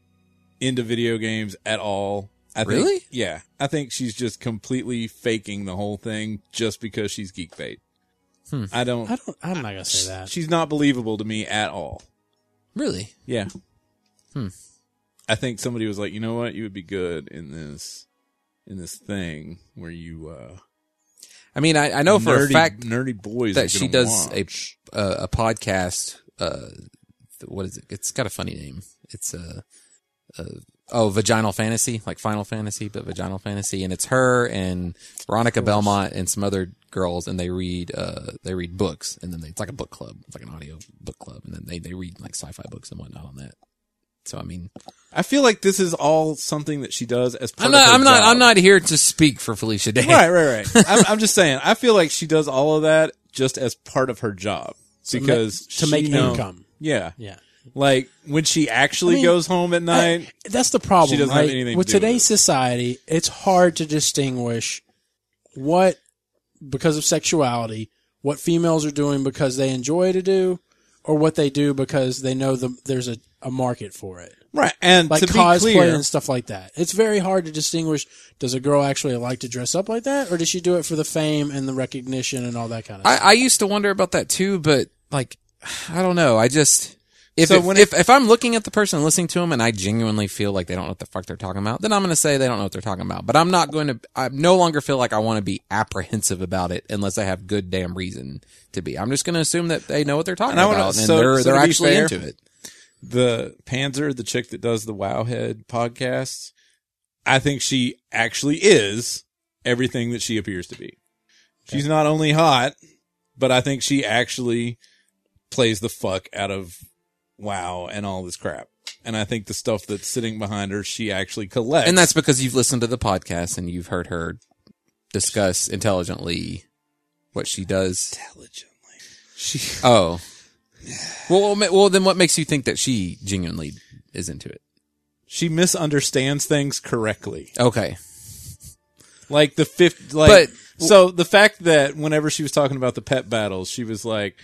Speaker 3: into video games at all. I
Speaker 4: Really?
Speaker 3: Think, yeah. I think she's just completely faking the whole thing just because she's geek bait.
Speaker 4: Hmm.
Speaker 3: I don't.
Speaker 2: I don't. I'm not gonna say that.
Speaker 3: She's not believable to me at all.
Speaker 4: Really?
Speaker 3: Yeah.
Speaker 4: Hmm.
Speaker 3: I think somebody was like, you know what, you would be good in this, in this thing where you. uh
Speaker 4: I mean, I, I know for
Speaker 3: nerdy,
Speaker 4: a fact
Speaker 3: nerdy boys
Speaker 4: that she does
Speaker 3: a.
Speaker 4: a uh, a podcast. Uh, th- what is it? It's got a funny name. It's a, uh oh vaginal fantasy, like Final Fantasy, but vaginal fantasy. And it's her and Veronica Belmont and some other girls, and they read uh they read books, and then they, it's like a book club, it's like an audio book club, and then they they read like sci-fi books and whatnot on that. So I mean,
Speaker 3: I feel like this is all something that she does as part
Speaker 4: I'm not
Speaker 3: of her
Speaker 4: I'm not
Speaker 3: job.
Speaker 4: I'm not here to speak for Felicia Day.
Speaker 3: right, right, right. I'm, I'm just saying. I feel like she does all of that just as part of her job because
Speaker 2: to make
Speaker 3: she know-
Speaker 2: income.
Speaker 3: Yeah,
Speaker 2: Yeah.
Speaker 3: like when she actually
Speaker 2: I mean,
Speaker 3: goes home at night.
Speaker 2: I- that's the problem.
Speaker 3: She doesn't have
Speaker 2: right?
Speaker 3: anything to
Speaker 2: with
Speaker 3: do with
Speaker 2: today's
Speaker 3: it.
Speaker 2: society. It's hard to distinguish what, because of sexuality, what females are doing because they enjoy to do, or what they do because they know the, there's a, a market for it,
Speaker 3: right, and
Speaker 2: like
Speaker 3: to be
Speaker 2: cosplay
Speaker 3: clear,
Speaker 2: and stuff like that. It's very hard to distinguish. Does a girl actually like to dress up like that, or does she do it for the fame and the recognition and all that kind of?
Speaker 4: I, I used to wonder about that too, but like, I don't know. I just if
Speaker 3: So
Speaker 4: if,
Speaker 3: when
Speaker 4: if if I'm looking at the person and listening to them, and I genuinely feel like they don't know what the fuck they're talking about, then I'm going to say they don't know what they're talking about. But I'm not going to. I no longer feel like I want to be apprehensive about it unless I have good damn reason to be. I'm just going to assume that they know what they're talking
Speaker 3: And I wanna-
Speaker 4: about and
Speaker 3: so-
Speaker 4: they're
Speaker 3: so
Speaker 4: they're
Speaker 3: to be
Speaker 4: actually
Speaker 3: fair-
Speaker 4: into it.
Speaker 3: the Panzer, the chick that does the Wowhead podcast, I think she actually is everything that she appears to be. She's not only hot, but I think she actually plays the fuck out of Wow and all this crap. And I think the stuff that's sitting behind her, she actually collects.
Speaker 4: And that's because you've listened to the podcast and you've heard her discuss intelligently what she does.
Speaker 3: intelligently. She
Speaker 4: Oh. Well, well, well, then what makes you think that she genuinely is into it?
Speaker 3: she misunderstands things correctly.
Speaker 4: Okay.
Speaker 3: Like the fifth, like
Speaker 4: But-
Speaker 3: so the fact that whenever she was talking about the pet battles, she was like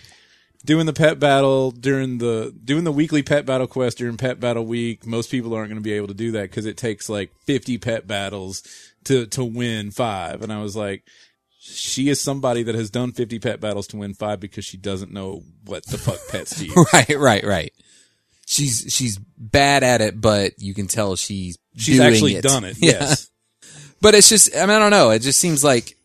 Speaker 3: doing the pet battle during the doing the weekly pet battle quest during pet battle week. Most people aren't going to be able to do that because it takes like fifty pet battles to to win five. And I was like, she is somebody that has done fifty pet battles to win five because she doesn't know what the fuck pets do.
Speaker 4: Right, right, right. She's she's bad at it, but you can tell she's
Speaker 3: She's
Speaker 4: doing
Speaker 3: actually done it. Yes.
Speaker 4: But it's just I mean I don't know. It just seems like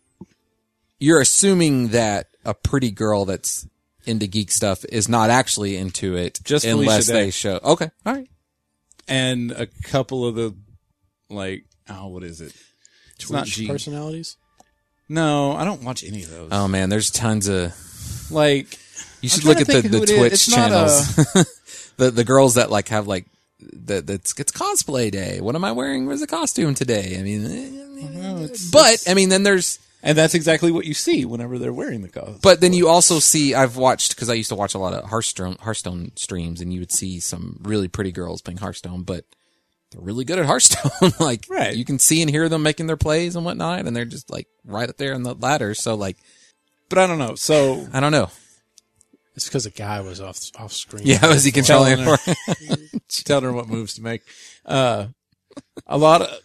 Speaker 4: you're assuming that a pretty girl that's into geek stuff is not actually into it
Speaker 3: Just Felicia
Speaker 4: unless
Speaker 3: Day.
Speaker 4: they show. Okay. All right.
Speaker 3: and a couple of the like oh what is it it's not
Speaker 2: Twitch
Speaker 3: G.
Speaker 2: personalities.
Speaker 3: no i don't watch any of those
Speaker 4: Oh man, there's tons of
Speaker 3: like
Speaker 4: You
Speaker 3: I'm
Speaker 4: should
Speaker 3: trying
Speaker 4: look at
Speaker 3: to
Speaker 4: the,
Speaker 3: think
Speaker 4: the
Speaker 3: who it is.
Speaker 4: Twitch
Speaker 3: It's not
Speaker 4: channels. the the girls that like have like the, the it's, it's cosplay day. What am I wearing? Where's the costume today? I mean, eh, I mean, but I mean, then there's
Speaker 3: and that's exactly what you see whenever they're wearing the clothes
Speaker 4: but then you also see I've watched because I used to watch a lot of Hearthstone Hearthstone streams, and you would see some really pretty girls playing Hearthstone, but they're really good at Hearthstone. like
Speaker 3: Right.
Speaker 4: you can see and hear them making their plays and whatnot, and they're just like right up there on the ladder. So like
Speaker 3: but i don't know so
Speaker 4: I don't know.
Speaker 2: It's because a guy was off off screen.
Speaker 4: Yeah, was he controlling
Speaker 3: Telling
Speaker 4: it for?
Speaker 3: telling her what moves to make uh a lot of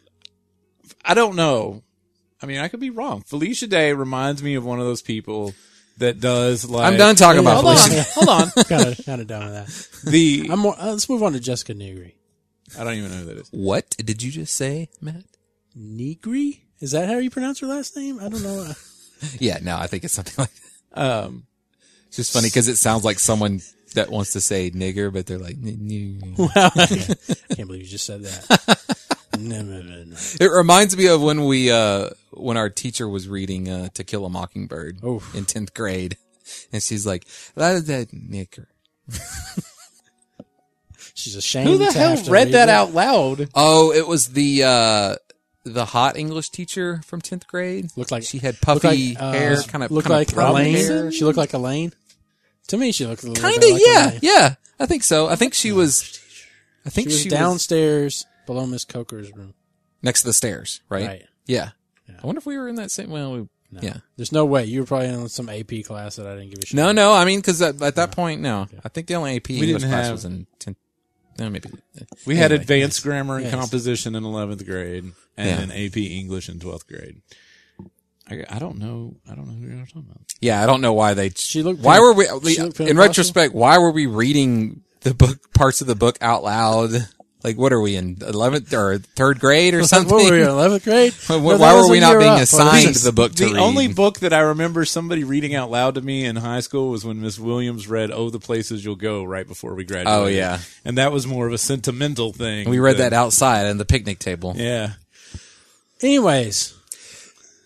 Speaker 3: i don't know i mean i could be wrong felicia day reminds me of one of those people that does like
Speaker 4: I'm done talking about
Speaker 3: hold
Speaker 4: Felicia.
Speaker 3: on hold on
Speaker 2: kind of kind of done with that.
Speaker 3: the
Speaker 2: I'm more, uh, let's move on to Jessica Negri.
Speaker 3: i don't even know who that is
Speaker 4: What did you just say, Matt?
Speaker 2: Negri? Is that how you pronounce her last name? I don't know.
Speaker 4: Yeah, no, I think it's something like that.
Speaker 3: um
Speaker 4: It's just funny because it sounds like someone that wants to say nigger, but they're like, "N- n- n-."
Speaker 2: I can't believe you just said that. no, no, no, no.
Speaker 4: it reminds me of when we, uh, when our teacher was reading, uh, To Kill a Mockingbird
Speaker 2: Oof.
Speaker 4: in 10th grade. And she's like, that is that nigger.
Speaker 2: She's ashamed.
Speaker 3: who the
Speaker 2: to
Speaker 3: hell
Speaker 2: have to
Speaker 3: read
Speaker 2: read
Speaker 3: that out loud
Speaker 4: Oh, it was the, uh, the hot English teacher from 10th grade.
Speaker 2: Looked like
Speaker 4: She had
Speaker 2: looked
Speaker 4: puffy
Speaker 2: like, uh,
Speaker 4: hair, kind of,
Speaker 2: looked
Speaker 4: kind
Speaker 2: like
Speaker 4: of problem
Speaker 2: Elaine.
Speaker 4: hair.
Speaker 2: She looked like Elaine. To me, she looked a little
Speaker 4: Kind
Speaker 2: bit
Speaker 4: of,
Speaker 2: like
Speaker 4: yeah,
Speaker 2: Elaine.
Speaker 4: yeah. I think so. I think she was, I
Speaker 2: She
Speaker 4: think
Speaker 2: was downstairs below Miss Coker's room.
Speaker 4: next to the stairs, right?
Speaker 2: Right.
Speaker 4: Yeah.
Speaker 2: Yeah.
Speaker 4: I wonder if we were in that same. Well, we,
Speaker 2: No.
Speaker 4: yeah.
Speaker 2: There's no way you were probably in some AP class that I didn't give a shit.
Speaker 4: No,
Speaker 2: about.
Speaker 4: no. I mean, because at, at that point, no. I think the only AP
Speaker 3: We
Speaker 4: English
Speaker 3: didn't
Speaker 4: class
Speaker 3: have-
Speaker 4: was in tenth No, maybe
Speaker 3: We had
Speaker 4: Anyway.
Speaker 3: advanced grammar and
Speaker 2: Yes.
Speaker 3: composition in 11th grade and
Speaker 4: Yeah.
Speaker 3: then AP English in 12th grade. I, I don't know. I don't know who you're talking about.
Speaker 4: Yeah, I don't know why they.
Speaker 2: She looked
Speaker 4: Why
Speaker 2: pen-
Speaker 4: were we?
Speaker 2: she looked
Speaker 4: in
Speaker 2: Pentecostal?
Speaker 4: retrospect, why were we reading the book parts of the book out loud? Like, what are we in eleventh or third grade or something?
Speaker 2: What were we in eleventh grade?
Speaker 4: Why-
Speaker 2: No, that uh,
Speaker 4: why
Speaker 2: was
Speaker 4: were
Speaker 2: a
Speaker 4: we not
Speaker 2: year
Speaker 4: being
Speaker 2: up.
Speaker 4: assigned the book to
Speaker 3: The
Speaker 4: read?
Speaker 3: only book that I remember somebody reading out loud to me in high school was when Miss Williams read "Oh, the Places You'll Go" right before we graduated.
Speaker 4: Oh, yeah.
Speaker 3: and that was more of a sentimental thing.
Speaker 4: we read
Speaker 3: than-
Speaker 4: that outside on the picnic table.
Speaker 3: Yeah,
Speaker 2: Anyways,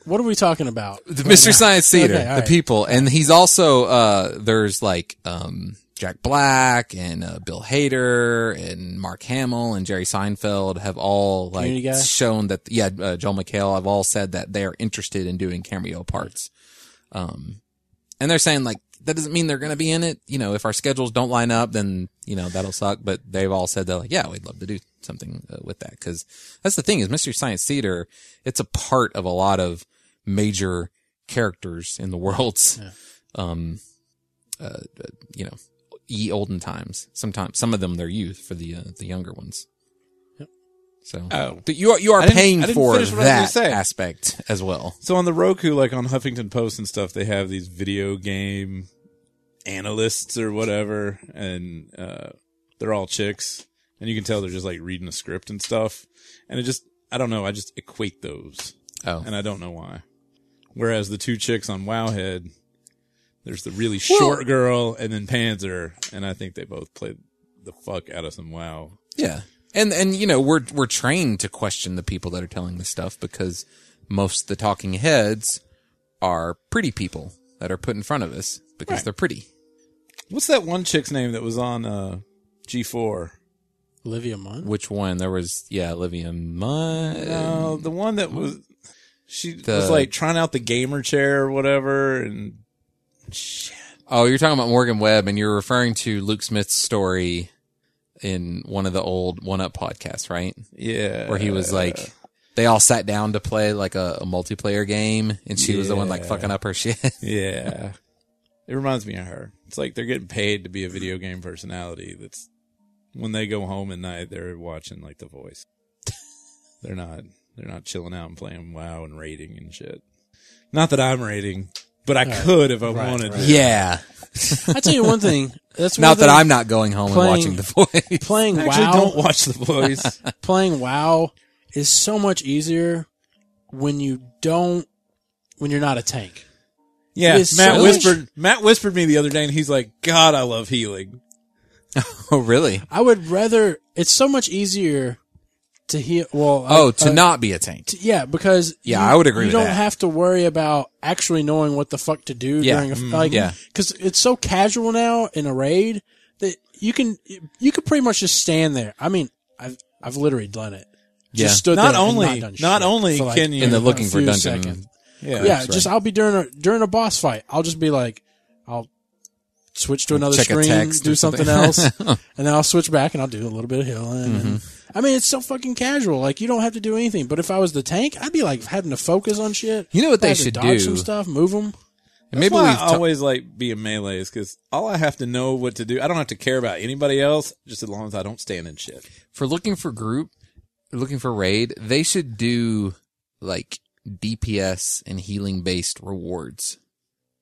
Speaker 2: what are we talking about?
Speaker 4: The Mystery Science Theater,
Speaker 2: Okay, all
Speaker 4: the
Speaker 2: right.
Speaker 4: people, and he's also uh there's like um Jack Black and uh, Bill Hader and Mark Hamill and Jerry Seinfeld have all
Speaker 2: Community
Speaker 4: like
Speaker 2: guy?
Speaker 4: shown that yeah uh, Joel McHale have all said that they are interested in doing cameo parts, um, and they're saying like that doesn't mean they're going to be in it. You know, if our schedules don't line up, then you know that'll suck. But they've all said they're like yeah we'd love to do something uh, with that because that's the thing is Mystery Science Theater it's a part of a lot of major characters in the world's um uh, uh, you know ye olden times sometimes some of them their youth for the uh, the younger ones so
Speaker 3: Oh.
Speaker 4: But you are you are
Speaker 3: I didn't-
Speaker 4: paying
Speaker 3: I didn't
Speaker 4: for
Speaker 3: finish what I was gonna
Speaker 4: that
Speaker 3: say.
Speaker 4: aspect as well
Speaker 3: So on the Roku, like on Huffington Post and stuff, they have these video game analysts or whatever, and uh, they're all chicks, and you can tell they're just like reading a script and stuff. And it just, I don't know, I just equate those,
Speaker 4: oh
Speaker 3: and I don't know why. Whereas the two chicks on Wowhead, there's the really short girl and then Panzer, and I think they both played the fuck out of some Wow.
Speaker 4: yeah and and you know we're we're trained to question the people that are telling this stuff because most of the talking heads are pretty people that are put in front of us because they're pretty
Speaker 3: What's that one chick's name that was on uh, G4?
Speaker 2: Olivia Munn.
Speaker 4: which one there was yeah Olivia Munn
Speaker 3: No, Uh, the one that was she
Speaker 4: Um, The-
Speaker 3: was like trying out the gamer chair or whatever, and
Speaker 4: Oh, you're talking about Morgan Webb, and you're referring to Luke Smith's story in one of the old One Up podcasts, right?
Speaker 3: yeah,
Speaker 4: Where he was like, they all sat down to play like a, a multiplayer game, and she was the one like
Speaker 3: Yeah.
Speaker 4: fucking up her shit.
Speaker 3: yeah. It reminds me of her. It's like they're getting paid to be a video game personality. That's when they go home at night, they're watching like The Voice. they're not. They're not chilling out and playing WoW and raiding and shit. Not that I'm raiding, but I could if I
Speaker 2: Right,
Speaker 3: wanted
Speaker 2: right.
Speaker 3: to.
Speaker 4: yeah.
Speaker 2: I tell you one thing. That's
Speaker 4: Not
Speaker 2: one
Speaker 4: that
Speaker 2: thing-
Speaker 4: I'm not going home
Speaker 2: Playing-
Speaker 4: and watching The Voice.
Speaker 2: playing
Speaker 3: I actually
Speaker 2: WoW.
Speaker 3: don't watch The Voice.
Speaker 2: playing WoW is so much easier when you don't when you're not a tank.
Speaker 3: yeah,
Speaker 2: It is
Speaker 3: Matt
Speaker 2: so-
Speaker 3: whispered. Matt whispered me the other day, and he's like, "God, I love healing."
Speaker 4: oh, really?
Speaker 2: I would rather it's so much easier to heal well
Speaker 4: Oh,
Speaker 2: I-
Speaker 4: to
Speaker 2: uh,
Speaker 4: not be a tank.
Speaker 2: to- yeah, because
Speaker 4: Yeah,
Speaker 2: you-
Speaker 4: I would agree
Speaker 2: You
Speaker 4: with
Speaker 2: don't
Speaker 4: that.
Speaker 2: have to worry about actually knowing what the fuck to do
Speaker 4: Yeah,
Speaker 2: during a
Speaker 4: mm,
Speaker 2: like
Speaker 4: yeah.
Speaker 2: because it's so casual now in a raid that you can you can pretty much just stand there. I mean, I've I've literally done it.
Speaker 4: Yeah.
Speaker 2: Just stood
Speaker 3: Not
Speaker 2: there and
Speaker 3: only-
Speaker 2: done
Speaker 3: not
Speaker 2: shit
Speaker 3: only
Speaker 2: for, like,
Speaker 3: can you-
Speaker 4: In the
Speaker 2: a
Speaker 4: looking for
Speaker 2: few
Speaker 4: dungeon.
Speaker 2: seconds.
Speaker 3: Yeah,
Speaker 2: yeah,
Speaker 4: That's
Speaker 2: just
Speaker 4: right.
Speaker 2: I'll be during a during a boss fight. I'll just be like, I'll switch to another
Speaker 4: Check a
Speaker 2: screen,
Speaker 4: text
Speaker 2: do
Speaker 4: or
Speaker 2: something,
Speaker 4: something.
Speaker 2: else, and then I'll switch back and I'll do a little bit of healing.
Speaker 4: Mm-hmm.
Speaker 2: And, I mean, it's so fucking casual. Like you don't have to do anything. But if I was the tank, I'd be like having to focus on shit.
Speaker 4: You know what
Speaker 2: I
Speaker 4: they
Speaker 2: had to
Speaker 4: should
Speaker 2: dodge Some
Speaker 4: do?
Speaker 2: stuff, move them.
Speaker 4: And
Speaker 3: That's
Speaker 4: maybe
Speaker 3: why
Speaker 4: we've
Speaker 3: I
Speaker 4: ta-
Speaker 3: always like being melee is because all I have to know what to do. I don't have to care about anybody else, just as long as I don't stand in shit.
Speaker 4: for looking for group, looking for raid, they should do like DPS and healing based rewards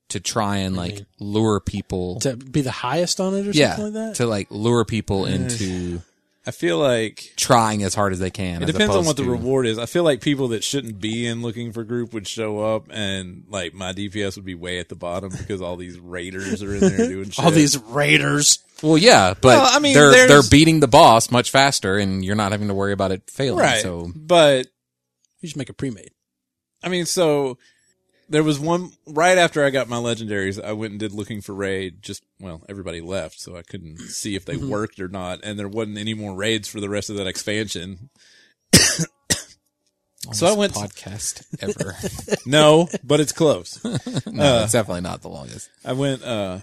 Speaker 4: to try and like
Speaker 2: mean?
Speaker 4: lure people.
Speaker 2: To be the highest on it or
Speaker 4: yeah,
Speaker 2: something like that.
Speaker 4: to like lure people into
Speaker 3: I feel like
Speaker 4: trying as hard as they can.
Speaker 3: it
Speaker 4: as
Speaker 3: depends on
Speaker 4: opposed
Speaker 3: what the
Speaker 4: to-
Speaker 3: reward is. I feel like people that shouldn't be in looking for group would show up, and like my DPS would be way at the bottom because all these raiders are in there doing shit.
Speaker 2: All these raiders.
Speaker 4: Well, yeah, but
Speaker 3: Well, I mean,
Speaker 4: they're they're
Speaker 3: there's-
Speaker 4: beating the boss much faster, and you're not having to worry about it failing.
Speaker 3: right?
Speaker 4: So
Speaker 3: But
Speaker 2: You just make a pre-made.
Speaker 3: I mean, so there was one right after I got my legendaries. I went and did looking for raid. Just well, everybody left, so I couldn't see if they
Speaker 4: Mm-hmm.
Speaker 3: worked or not. And there wasn't any more raids for the rest of that expansion. So I
Speaker 4: Longest
Speaker 3: went-
Speaker 4: podcast ever.
Speaker 3: No, but it's close.
Speaker 4: no,
Speaker 3: Uh,
Speaker 4: it's definitely not the longest.
Speaker 3: I went. uh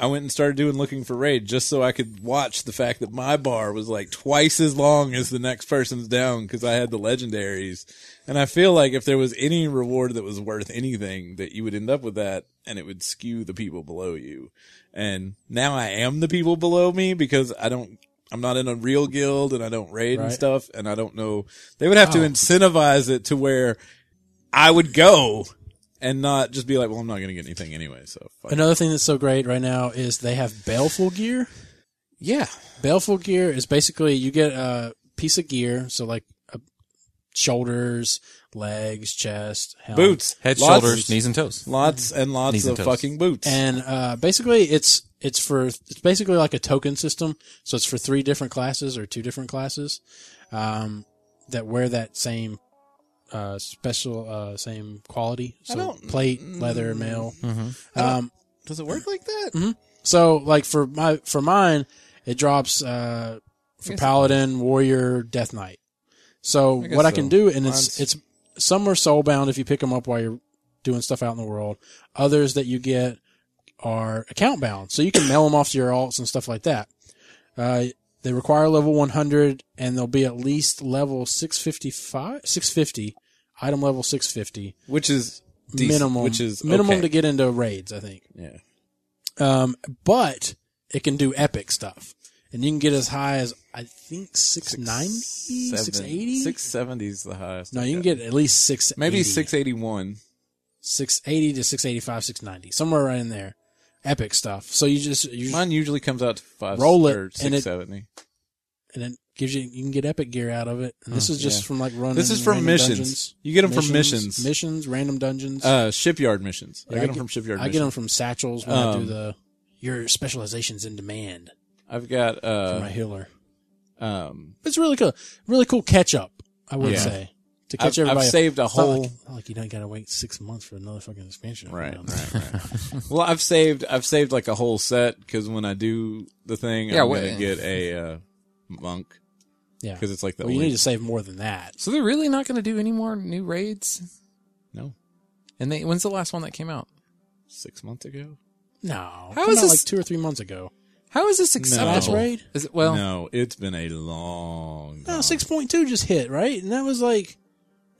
Speaker 3: I went and started doing looking for raid just so I could watch the fact that my bar was like twice as long as the next person's down because I had the legendaries. And I feel like if there was any reward that was worth anything, that you would end up with that and it would skew the people below you. And now I am the people below me because I don't I'm not in a real guild and I don't raid and
Speaker 2: Right.
Speaker 3: stuff and I don't know. They would have to
Speaker 2: Oh.
Speaker 3: incentivize it to where I would go and not just be like, well, I'm not going to get anything anyway. So fuck.
Speaker 2: Another thing that's so great right now is they have baleful gear.
Speaker 4: Yeah.
Speaker 2: Baleful gear is basically you get a piece of gear, so like uh, shoulders, legs, chest, helm,
Speaker 3: Um, boots,
Speaker 4: Head,
Speaker 3: Lots-
Speaker 4: shoulders, knees, and toes.
Speaker 3: lots and lots
Speaker 4: Knees and
Speaker 3: of
Speaker 4: toes.
Speaker 3: fucking boots.
Speaker 2: and uh, basically it's it's for it's basically like a token system. So it's for three different classes or two different classes um, that wear that same uh, special uh, same quality.
Speaker 3: I
Speaker 2: So
Speaker 3: don't-
Speaker 2: plate, leather, mail.
Speaker 4: Mm-hmm.
Speaker 2: Um,
Speaker 3: Does it work like that?
Speaker 2: so like for my for mine, it drops uh, for
Speaker 3: guess-
Speaker 2: paladin, warrior, death knight. So
Speaker 3: I guess
Speaker 2: what I can
Speaker 3: so.
Speaker 2: do, and
Speaker 3: Mine's-
Speaker 2: it's it's some are soulbound if you pick them up while you're doing stuff out in the world. Others that you get are account bound, so you can mail them off to your alts and stuff like that. Uh, they require level 100, and they'll be at least level 655, 650, item level 650
Speaker 3: Which is decent,
Speaker 2: minimum,
Speaker 3: Which is
Speaker 2: minimum
Speaker 3: okay.
Speaker 2: to get into raids, I think.
Speaker 3: Yeah.
Speaker 2: Um, but it can do epic stuff, and you can get as high as I think 690, 680.
Speaker 3: 670 is the highest.
Speaker 2: no,
Speaker 3: I
Speaker 2: you can
Speaker 3: got.
Speaker 2: get at least six,
Speaker 3: maybe 681.
Speaker 2: 680 to 685, 690, somewhere right in there. Epic stuff. So you just you just,
Speaker 3: Mine usually comes out to five
Speaker 2: Roll it,
Speaker 3: or
Speaker 2: and it-
Speaker 3: 670.
Speaker 2: and it gives you you can get epic gear out of it. And this is just
Speaker 3: Oh, yeah.
Speaker 2: from like running.
Speaker 3: This is from
Speaker 2: random
Speaker 3: missions.
Speaker 2: dungeons.
Speaker 3: You get them from missions.
Speaker 2: missions, random dungeons.
Speaker 3: Uh, shipyard missions.
Speaker 2: Yeah,
Speaker 3: I
Speaker 2: I
Speaker 3: get them
Speaker 2: get-
Speaker 3: from shipyard
Speaker 2: I
Speaker 3: missions.
Speaker 2: get them from satchels when I do
Speaker 3: Um,
Speaker 2: the your specializations in demand
Speaker 3: I've got
Speaker 2: for my
Speaker 3: uh,
Speaker 2: healer.
Speaker 3: um,
Speaker 2: It's really cool. Really cool catch up, I would
Speaker 3: Yeah.
Speaker 2: say. To catch
Speaker 3: I've, I've
Speaker 2: everybody. up.
Speaker 3: saved a
Speaker 2: It's not
Speaker 3: whole.
Speaker 2: like, not like you don't got to wait six months for another fucking expansion. to come
Speaker 3: Right,
Speaker 2: out.
Speaker 3: right, right. Um, well, I've saved I've saved like a whole set because when I do the thing,
Speaker 4: Yeah,
Speaker 3: I'm
Speaker 4: wait.
Speaker 3: gonna get a uh, monk
Speaker 2: Yeah.
Speaker 3: because it's like the
Speaker 2: Well, you
Speaker 3: only-
Speaker 2: need to save more than that.
Speaker 4: So they're really not going to do any more new raids.
Speaker 3: no
Speaker 4: And they, when's the last one that came out?
Speaker 3: six months ago.
Speaker 2: No.
Speaker 4: How
Speaker 2: Came
Speaker 4: is
Speaker 2: out,
Speaker 4: this-
Speaker 2: like two or three months ago?
Speaker 4: How is this acceptable?
Speaker 2: Last raid?
Speaker 4: Is it well?
Speaker 3: no, it's been a long.
Speaker 2: No,
Speaker 3: long-
Speaker 2: six point two just hit right, and that was like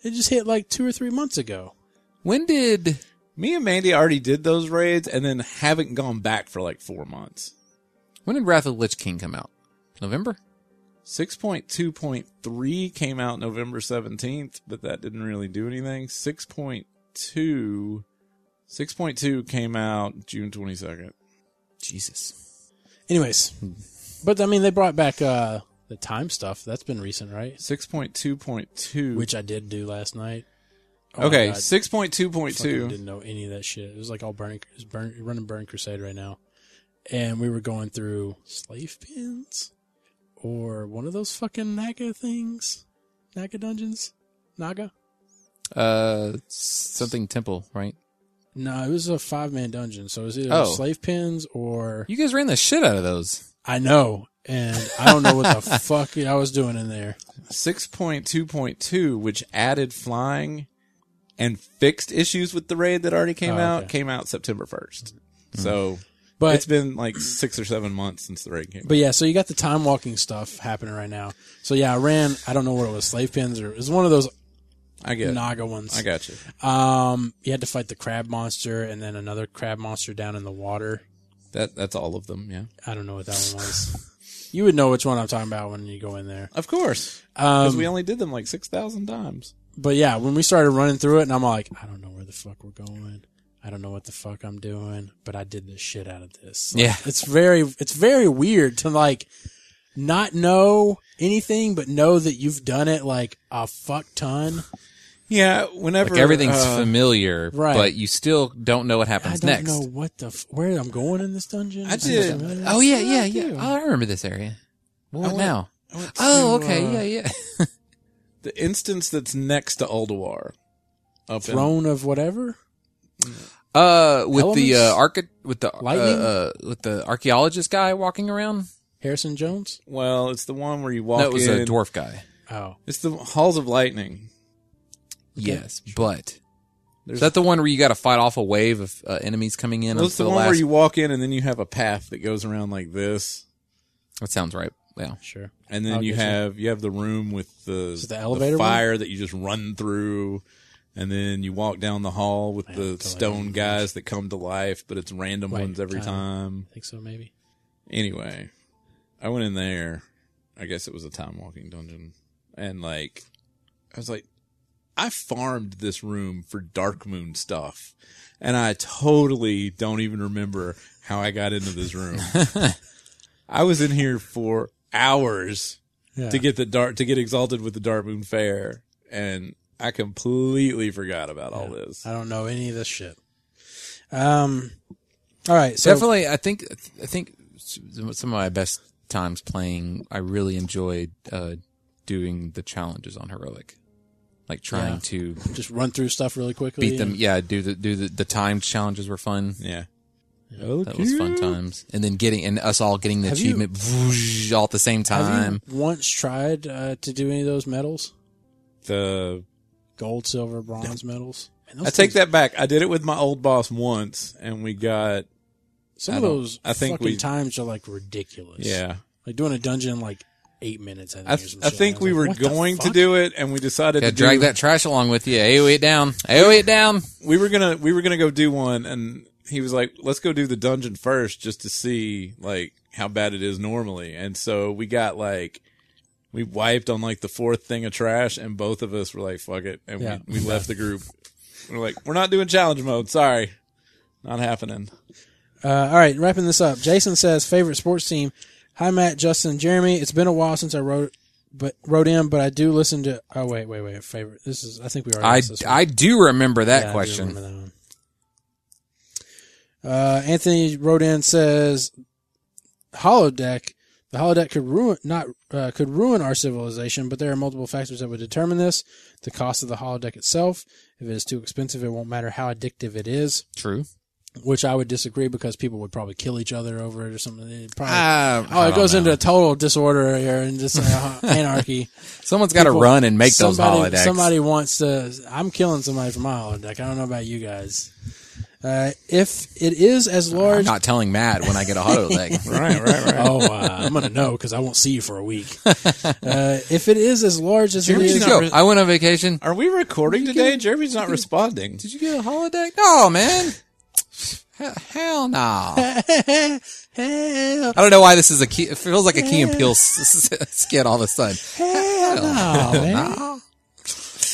Speaker 2: it just hit like two or three months ago.
Speaker 4: When did?
Speaker 3: Me and Mandy already did those raids and then haven't gone back for like four months.
Speaker 4: When did Wrath of the Lich King come out? November.
Speaker 3: Six point two point three came out November seventeenth, but that didn't really do anything. Six point two, six point two came out June twenty second.
Speaker 4: Jesus.
Speaker 2: Anyways,
Speaker 3: Hmm.
Speaker 2: but I mean they brought back uh the time stuff. That's been recent, right?
Speaker 3: Six point two point two.
Speaker 2: Which I did do last night. Oh my
Speaker 3: okay,
Speaker 2: God,
Speaker 3: six point two point
Speaker 2: fucking
Speaker 3: two.
Speaker 2: Didn't know any of that shit. It was like all burning, it was burn, running Burn Crusade right now, and we were going through slave pins or one of those fucking Naga things, Naga dungeons, Naga.
Speaker 4: Uh, something temple, right?
Speaker 2: No, it was a five man dungeon, so it was either
Speaker 4: Oh.
Speaker 2: slave pins or
Speaker 4: You guys ran the shit out of those.
Speaker 2: I know, and I don't know what the fuck I was doing in there.
Speaker 3: Six point two point two, which added flying and fixed issues with the raid that already came
Speaker 2: Oh,
Speaker 3: out,
Speaker 2: okay. Mm-hmm.
Speaker 3: came out September first. So
Speaker 2: But
Speaker 3: it's been like six or seven months since the raid came. out.
Speaker 2: But yeah, so you got the time walking stuff happening right now. So yeah, I ran. I don't know what it was, slave pins or it was one of those
Speaker 3: I get, it.
Speaker 2: Naga ones.
Speaker 3: I got you.
Speaker 2: Um, you had to fight the crab monster and then another crab monster down in the water.
Speaker 3: That that's all of them. Yeah,
Speaker 2: I don't know what that one was. you would know which one I'm talking about when you go in there.
Speaker 3: of course.
Speaker 2: Um,
Speaker 3: Because we only did them like 6,000 times.
Speaker 2: but yeah, when we started running through it, and I'm like, I don't know where the fuck we're going. I don't know what the fuck I'm doing, but I did the shit out of this. Like,
Speaker 4: Yeah.
Speaker 2: it's very, it's very weird to like not know anything, but know that you've done it like a fuck ton.
Speaker 3: Yeah, whenever.
Speaker 4: Like everything's
Speaker 3: uh,
Speaker 4: familiar,
Speaker 2: right.
Speaker 4: but you still don't know what
Speaker 2: I
Speaker 4: happens
Speaker 2: don't
Speaker 4: next.
Speaker 2: know what the f- where I'm going in this dungeon.
Speaker 3: I
Speaker 2: It's
Speaker 3: did.
Speaker 2: unfamiliar.
Speaker 4: Oh yeah, yeah,
Speaker 3: Yeah, I
Speaker 4: yeah.
Speaker 3: do.
Speaker 4: Oh, I remember this area. What
Speaker 3: went-
Speaker 4: now?
Speaker 3: I went to,
Speaker 4: Oh, okay,
Speaker 3: uh,
Speaker 4: yeah, yeah.
Speaker 3: The instance that's next to Alduar. Up in-
Speaker 2: Throne of whatever.
Speaker 4: Uh, with the uh,
Speaker 2: Elements?
Speaker 4: archi- with the uh,
Speaker 2: Lightning?
Speaker 4: uh, with the archaeologist guy walking around.
Speaker 2: Harrison Jones.
Speaker 3: well, it's the one where you walk
Speaker 4: no, it was
Speaker 3: in.
Speaker 4: a dwarf guy.
Speaker 2: Oh,
Speaker 3: It's the Halls of Lightning.
Speaker 4: Yes, but
Speaker 3: There's,
Speaker 4: is that the one where you got to fight off a wave of uh, enemies coming in?
Speaker 3: well, it's
Speaker 4: until
Speaker 3: the
Speaker 4: the
Speaker 3: one
Speaker 4: last.
Speaker 3: where you walk in and then you have a path that goes around like this.
Speaker 4: That sounds right. Yeah.
Speaker 2: sure.
Speaker 3: And then
Speaker 2: I'll
Speaker 3: you
Speaker 2: get you.
Speaker 3: have you have the room with the,
Speaker 2: it the elevator room?
Speaker 3: fire that you just run through, and then you walk down the hall with
Speaker 2: until I
Speaker 3: the
Speaker 2: get
Speaker 3: stone guys that come to life, but it's random
Speaker 2: Wait,
Speaker 3: ones every
Speaker 2: time.
Speaker 3: time.
Speaker 2: I think so, maybe.
Speaker 3: Anyway, I went in there I guess it was a time walking dungeon. And like, I was like, I farmed this room for Dark Moon stuff. And I totally don't even remember how I got into this room. I was in here for hours
Speaker 2: Yeah.
Speaker 3: to get the dark, to get exalted with the Dark Moon Fair. And I completely forgot about all this.
Speaker 2: I don't know any of this shit. Um, all right. So
Speaker 4: Definitely, I think I think some of my best times playing. I really enjoyed uh, doing the challenges on heroic, like trying
Speaker 2: Yeah.
Speaker 4: to
Speaker 2: just run through stuff really quickly.
Speaker 4: beat them. Yeah, do the do the the time challenges were fun.
Speaker 3: Yeah.
Speaker 4: That was fun times, and then getting and us all getting the
Speaker 2: Have you-
Speaker 4: achievement whoosh, all at the same
Speaker 2: Have
Speaker 4: time.
Speaker 2: you once tried uh, to do any of those medals?
Speaker 3: The
Speaker 2: Gold, silver, bronze medals. Man, those
Speaker 3: I take
Speaker 2: things-
Speaker 3: that back. I did it with my old boss once, and we got
Speaker 2: Some
Speaker 3: I
Speaker 2: of
Speaker 3: don't-
Speaker 2: those
Speaker 3: I think
Speaker 2: fucking
Speaker 3: we-
Speaker 2: times are like ridiculous.
Speaker 3: yeah.
Speaker 2: like doing a dungeon in like eight minutes. I think,
Speaker 3: I,
Speaker 2: or some
Speaker 3: I
Speaker 2: shit.
Speaker 3: think
Speaker 2: was
Speaker 3: we
Speaker 2: like,
Speaker 3: were
Speaker 2: what the
Speaker 3: going to
Speaker 2: fuck?
Speaker 3: do it, and we decided
Speaker 4: Yeah,
Speaker 3: to
Speaker 4: drag
Speaker 3: do,
Speaker 4: that trash along with you. AoE it down. AoE it down.
Speaker 3: We were gonna we were gonna go do one, and he was like, "Let's go do the dungeon first, just to see like how bad it is normally." And so we got like we wiped on like the fourth thing of trash, and both of us were like, "Fuck it," and
Speaker 2: Yeah.
Speaker 3: we, we left the group. We're like, "We're not doing challenge mode. Sorry, not happening."
Speaker 2: Uh, all right, wrapping this up. Jason says favorite sports team. Hi Matt, Justin, Jeremy. It's been a while since I wrote, but wrote in, but I do listen to. Oh wait, wait, wait. Favorite. This is. I think we already.
Speaker 4: I,
Speaker 2: asked this one.
Speaker 4: I do remember that
Speaker 2: Yeah, I do
Speaker 4: question.
Speaker 2: remember that one. Uh, Anthony wrote in says, "Holodeck. The holodeck could ruin not uh, could ruin our civilization, but there are multiple factors that would determine this. The cost of the holodeck itself. If it is too expensive, it won't matter how addictive it is.
Speaker 4: True.
Speaker 2: Which I would disagree because people would probably kill each other over it or something. It'd probably-
Speaker 4: Uh,
Speaker 2: oh, it goes into total disorder here and just uh, anarchy."
Speaker 4: Someone's got to
Speaker 2: people-
Speaker 4: run and make
Speaker 2: somebody,
Speaker 4: those holodecks.
Speaker 2: Somebody wants to. I'm killing somebody for my holodeck. I don't know about you guys. Uh, if it is as
Speaker 4: I'm
Speaker 2: large,
Speaker 4: not telling Matt when I get a holodeck.
Speaker 3: Right, right, right.
Speaker 2: oh, uh, I'm gonna know because I won't see you for a week. Uh, if it is as large as it
Speaker 4: Where'd you
Speaker 2: is,
Speaker 4: go? I went on vacation.
Speaker 3: Are we recording today? Jeremy's not responding.
Speaker 4: Did you get a holodeck? No, man. Hell, hell no.
Speaker 2: hell,
Speaker 4: I don't know why this is a key. It feels like a Key and Peele s- s- skit all of a sudden.
Speaker 2: hell no, man.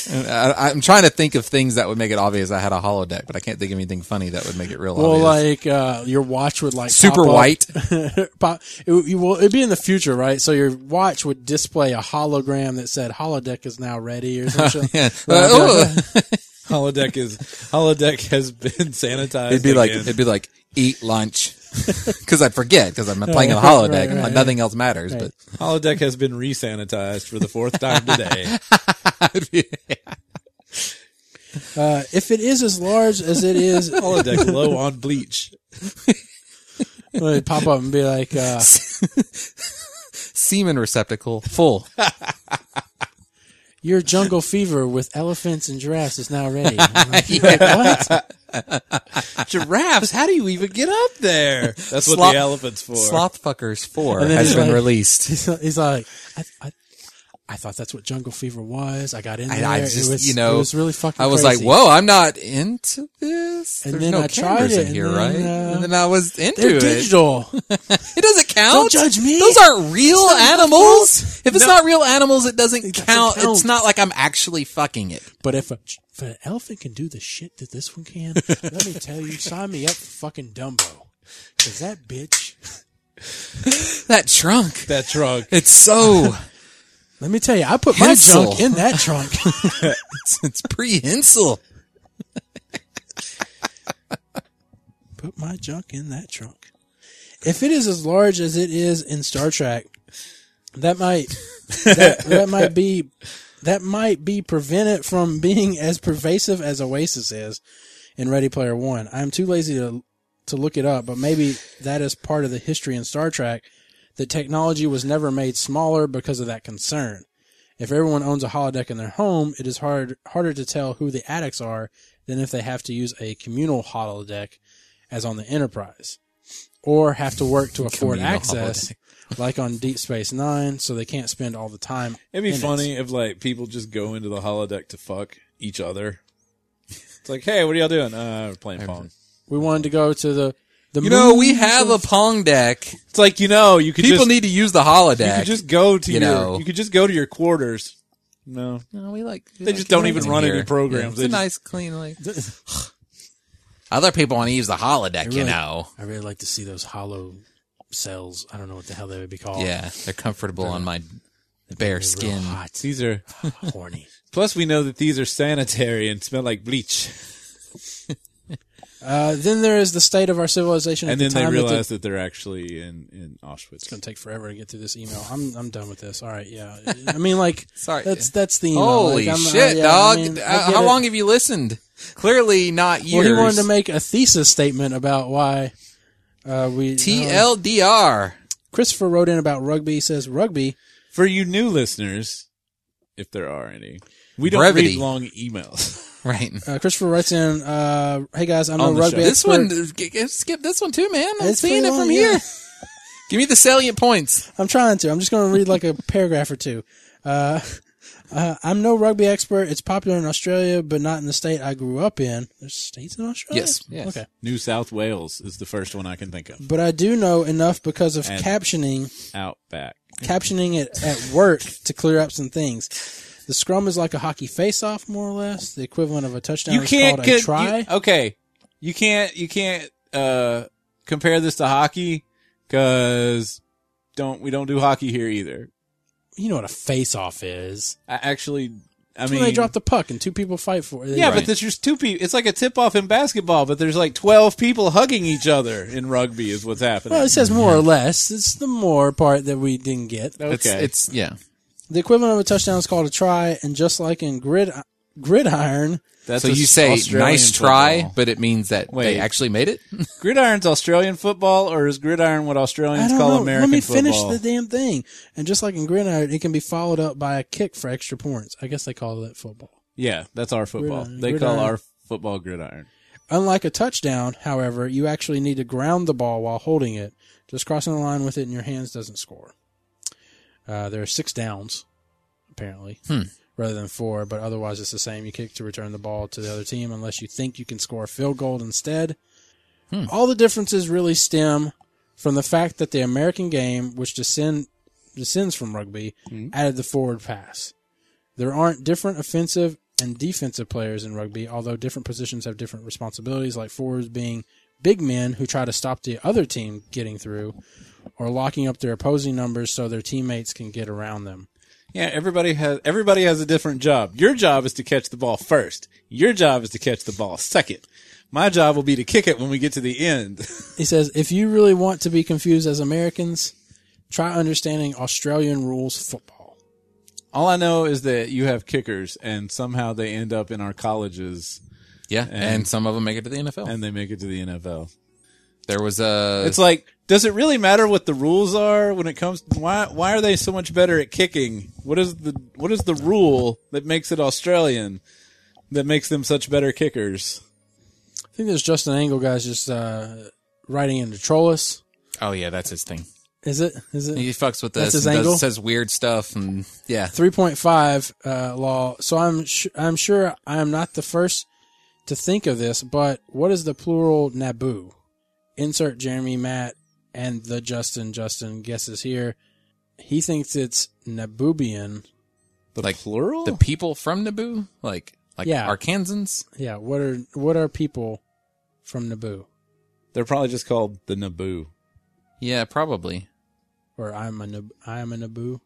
Speaker 4: And I, I'm trying to think of things that would make it obvious I had a holodeck, but I can't think of anything funny that would make it real
Speaker 2: Well,
Speaker 4: obvious.
Speaker 2: like uh, your watch would like
Speaker 4: Super
Speaker 2: pop up-
Speaker 4: white.
Speaker 2: pop, it, would- you- well, it'd be in the future, right? So your watch would display a hologram that said "holodeck is now ready" or something.
Speaker 4: Yeah. Uh, oh.
Speaker 3: Holodeck is holodeck has been sanitized.
Speaker 4: It'd be like
Speaker 3: again.
Speaker 4: it'd be like eat lunch because I forget because I'm playing a holodeck
Speaker 2: right,
Speaker 4: and
Speaker 2: right,
Speaker 4: like nothing else matters.
Speaker 3: holodeck has been resanitized for the fourth time today.
Speaker 4: But it'd be-
Speaker 2: Uh, if it is as large as it is,
Speaker 3: Holodeck low on bleach.
Speaker 2: would pop up and be like, uh,
Speaker 4: semen receptacle full.
Speaker 2: "Your jungle fever with elephants and giraffes is now ready." I'm like, "Wait, what?
Speaker 3: Giraffes, how do you even get up there? That's what
Speaker 4: Slop-
Speaker 3: the elephant's for.
Speaker 4: Sloth fuckers four
Speaker 2: And then
Speaker 4: has
Speaker 2: he's
Speaker 4: been
Speaker 2: like-
Speaker 4: released.
Speaker 2: He's, he's like, I, I, I thought that's what jungle fever was. I got in
Speaker 4: I-
Speaker 2: there.
Speaker 4: I
Speaker 2: it
Speaker 4: just,
Speaker 2: was,
Speaker 4: you know,
Speaker 2: it was really fucking.
Speaker 4: I was
Speaker 2: crazy.
Speaker 4: like, "Whoa, I'm not into this."
Speaker 2: And
Speaker 4: There's
Speaker 2: then
Speaker 4: no
Speaker 2: I tried
Speaker 4: cameras
Speaker 2: it,
Speaker 4: in
Speaker 2: and
Speaker 4: here,
Speaker 2: then,
Speaker 4: right?
Speaker 2: uh,
Speaker 4: and then I was into
Speaker 2: They're
Speaker 4: it.
Speaker 2: digital.
Speaker 4: It doesn't count.
Speaker 2: Don't judge me.
Speaker 4: Those aren't real animals. If it's
Speaker 2: No.
Speaker 4: not real animals, it doesn't,
Speaker 2: doesn't
Speaker 4: count.
Speaker 2: count.
Speaker 4: It's not like I'm actually fucking it.
Speaker 2: But if, a, if an elephant can do the shit that this one can, let me tell you, sign me up for fucking Dumbo. Is that bitch?
Speaker 4: That trunk.
Speaker 3: That trunk.
Speaker 4: It's so
Speaker 2: Let me tell you, I put my
Speaker 4: Hensel.
Speaker 2: junk in that trunk.
Speaker 4: it's, it's prehensile.
Speaker 2: put my junk in that trunk. If it is as large as it is in Star Trek, that might that, that might be that might be prevented from being as pervasive as Oasis is in Ready Player One. I'm too lazy to to look it up, but maybe that is part of the history in Star Trek that technology was never made smaller because of that concern. If everyone owns a holodeck in their home, it is hard harder to tell who the addicts are than if they have to use a communal holodeck as on the Enterprise, or have to work to afford
Speaker 4: Communal
Speaker 2: access, like on Deep Space Nine, so they can't spend all the time.
Speaker 3: It'd be
Speaker 2: in it.
Speaker 3: funny if like people just go into the holodeck to fuck each other. It's like, hey, what are y'all doing? Uh, we're playing Pong.
Speaker 2: We wanted to go to the The
Speaker 4: You know,
Speaker 2: moon-
Speaker 4: we have a Pong deck.
Speaker 3: It's like you know you could
Speaker 4: People
Speaker 3: just
Speaker 4: need to use the
Speaker 3: you
Speaker 4: holodeck.
Speaker 3: could just go to
Speaker 4: you
Speaker 3: your
Speaker 4: know.
Speaker 3: you could just go to your quarters. No,
Speaker 4: no, we like.
Speaker 3: They just don't even run any programs.
Speaker 4: It's
Speaker 3: They
Speaker 4: a
Speaker 3: just-
Speaker 4: nice, clean. Like other people want to use the holodeck, you
Speaker 2: really-
Speaker 4: know.
Speaker 2: I really like to see those hollow cells. I don't know what the hell they would be
Speaker 3: Oh.
Speaker 2: called.
Speaker 4: Yeah, they're comfortable on my bare
Speaker 2: They're real
Speaker 4: skin.
Speaker 2: hot,
Speaker 3: these are.
Speaker 2: horny.
Speaker 3: Plus, we know that these are sanitary and smell like bleach.
Speaker 2: Uh, then there is the state of our civilization.
Speaker 3: And
Speaker 2: at
Speaker 3: then
Speaker 2: the
Speaker 3: they
Speaker 2: time that the-
Speaker 3: realize that they're actually in in Auschwitz.
Speaker 2: it's going to take forever to get through this email. I'm I'm done with this. All right, yeah. I mean, like,
Speaker 4: Sorry.
Speaker 2: that's that's the email.
Speaker 4: Holy
Speaker 2: Like, I'm- uh,
Speaker 4: shit,
Speaker 2: yeah, I
Speaker 4: dog!
Speaker 2: mean, I
Speaker 4: Uh,
Speaker 2: get
Speaker 4: How
Speaker 2: it.
Speaker 4: long have you listened? Clearly not
Speaker 2: Well,
Speaker 4: years.
Speaker 2: he wanted to make a thesis statement about why uh, we uh,
Speaker 4: TLDR.
Speaker 2: Christopher wrote in about rugby. He says rugby.
Speaker 3: For you new listeners, if there are any, we don't
Speaker 4: Brevity.
Speaker 3: read long emails.
Speaker 4: Right.
Speaker 2: Uh, Christopher writes in, uh, "Hey guys, I'm
Speaker 3: On
Speaker 2: a
Speaker 3: the
Speaker 2: rugby
Speaker 3: show.
Speaker 4: This
Speaker 2: expert.
Speaker 4: one, uh, g- g- skip this one too, man. I'm
Speaker 2: It's
Speaker 4: seeing
Speaker 2: pretty
Speaker 4: it from
Speaker 2: long,
Speaker 4: here.
Speaker 2: yeah.
Speaker 4: Give me the salient points.
Speaker 2: I'm trying to. I'm just going to read like a paragraph or two. Uh, uh, I'm no rugby expert. It's popular in Australia, but not in the state I grew up in. There's states in Australia.
Speaker 4: Yes, yes.
Speaker 2: Okay.
Speaker 3: new South Wales is the first one I can think of.
Speaker 2: But I do know enough because of
Speaker 3: And-
Speaker 2: captioning.
Speaker 3: Out back.
Speaker 2: captioning it at work to clear up some things. The scrum is like a hockey face-off, more or less, the equivalent of a touchdown.
Speaker 3: you
Speaker 2: is
Speaker 3: can't
Speaker 2: called
Speaker 3: co-
Speaker 2: a
Speaker 3: you-
Speaker 2: try.
Speaker 3: okay, you can't you can't uh, compare this to hockey because don't we don't do hockey here either.
Speaker 2: You, know what a face-off is?
Speaker 3: I actually, I
Speaker 2: It's
Speaker 3: mean,
Speaker 2: when they drop the puck and two people fight for it.
Speaker 3: yeah,
Speaker 2: Right.
Speaker 3: but there's just two people. It's like a tip off in basketball, but there's like twelve people hugging each other in rugby is what's happening.
Speaker 2: well, it says more or less. It's the more part that we didn't get.
Speaker 3: okay,
Speaker 4: It's, it's yeah.
Speaker 2: The equivalent of a touchdown is called a try, and just like in grid gridiron,
Speaker 3: That's
Speaker 4: so
Speaker 3: a
Speaker 4: you
Speaker 3: s-
Speaker 4: say
Speaker 3: Australian
Speaker 4: nice try,
Speaker 3: football.
Speaker 4: but it means that
Speaker 3: Wait.
Speaker 4: they actually made it.
Speaker 3: gridiron's Australian football, or is gridiron what
Speaker 2: I
Speaker 3: Australians
Speaker 2: don't
Speaker 3: call
Speaker 2: know.
Speaker 3: American
Speaker 2: Let me finish
Speaker 3: football?
Speaker 2: the damn thing. And just like in gridiron, it can be followed up by a kick for extra points. I guess they call that football.
Speaker 3: yeah, that's our football.
Speaker 2: Gridiron,
Speaker 3: they
Speaker 2: gridiron.
Speaker 3: call our football gridiron.
Speaker 2: Unlike a touchdown, however, you actually need to ground the ball while holding it. Just crossing the line with it in your hands doesn't score. Uh, there are six downs, apparently,
Speaker 4: Hmm.
Speaker 2: rather than four, but otherwise it's the same. You kick to return the ball to the other team unless you think you can score a field goal instead.
Speaker 4: Hmm.
Speaker 2: All the differences really stem from the fact that the American game, which descend, descends from rugby,
Speaker 3: Hmm.
Speaker 2: added the forward pass. There aren't different offensive and defensive players in rugby, although different positions have different responsibilities, like forwards being big men who try to stop the other team getting through or locking up their opposing numbers so their teammates can get around them.
Speaker 3: Yeah, everybody has everybody has a different job. Your job is to catch the ball first. Your job is to catch the ball second. My job will be to kick it when we get to the end.
Speaker 2: He says, if you really want to be confused as Americans, try understanding Australian rules football.
Speaker 3: All I know is that you have kickers, and somehow they end up in our colleges,
Speaker 4: Yeah, and, some of them make it to the NFL.
Speaker 3: and they make it to the NFL.
Speaker 4: there was a
Speaker 3: It's like, does it really matter what the rules are when it comes? Why why are they so much better at kicking? What is the what is the rule that makes it Australian? That makes them such better kickers.
Speaker 2: I think there's Justin Angle guys just uh, writing into troll us.
Speaker 4: oh yeah, that's his thing.
Speaker 2: Is it? Is it?
Speaker 4: He fucks with this
Speaker 2: That's his
Speaker 4: and
Speaker 2: angle?
Speaker 4: does, says weird stuff and yeah.
Speaker 2: 3.5 uh, law. So I'm sh- I'm sure I am not the first to think of this, but what is the plural Naboo? Insert Jeremy, Matt, and the Justin. Justin guesses here. He thinks it's Nabubian.
Speaker 3: The
Speaker 4: Like,
Speaker 3: plural.
Speaker 4: The people from Naboo, like like
Speaker 2: Yeah.
Speaker 4: Arkansans.
Speaker 2: Yeah. What are what are people from Naboo?
Speaker 3: They're probably just called the Naboo.
Speaker 4: Yeah, probably.
Speaker 2: Or I'm a Nab- I am a Naboo.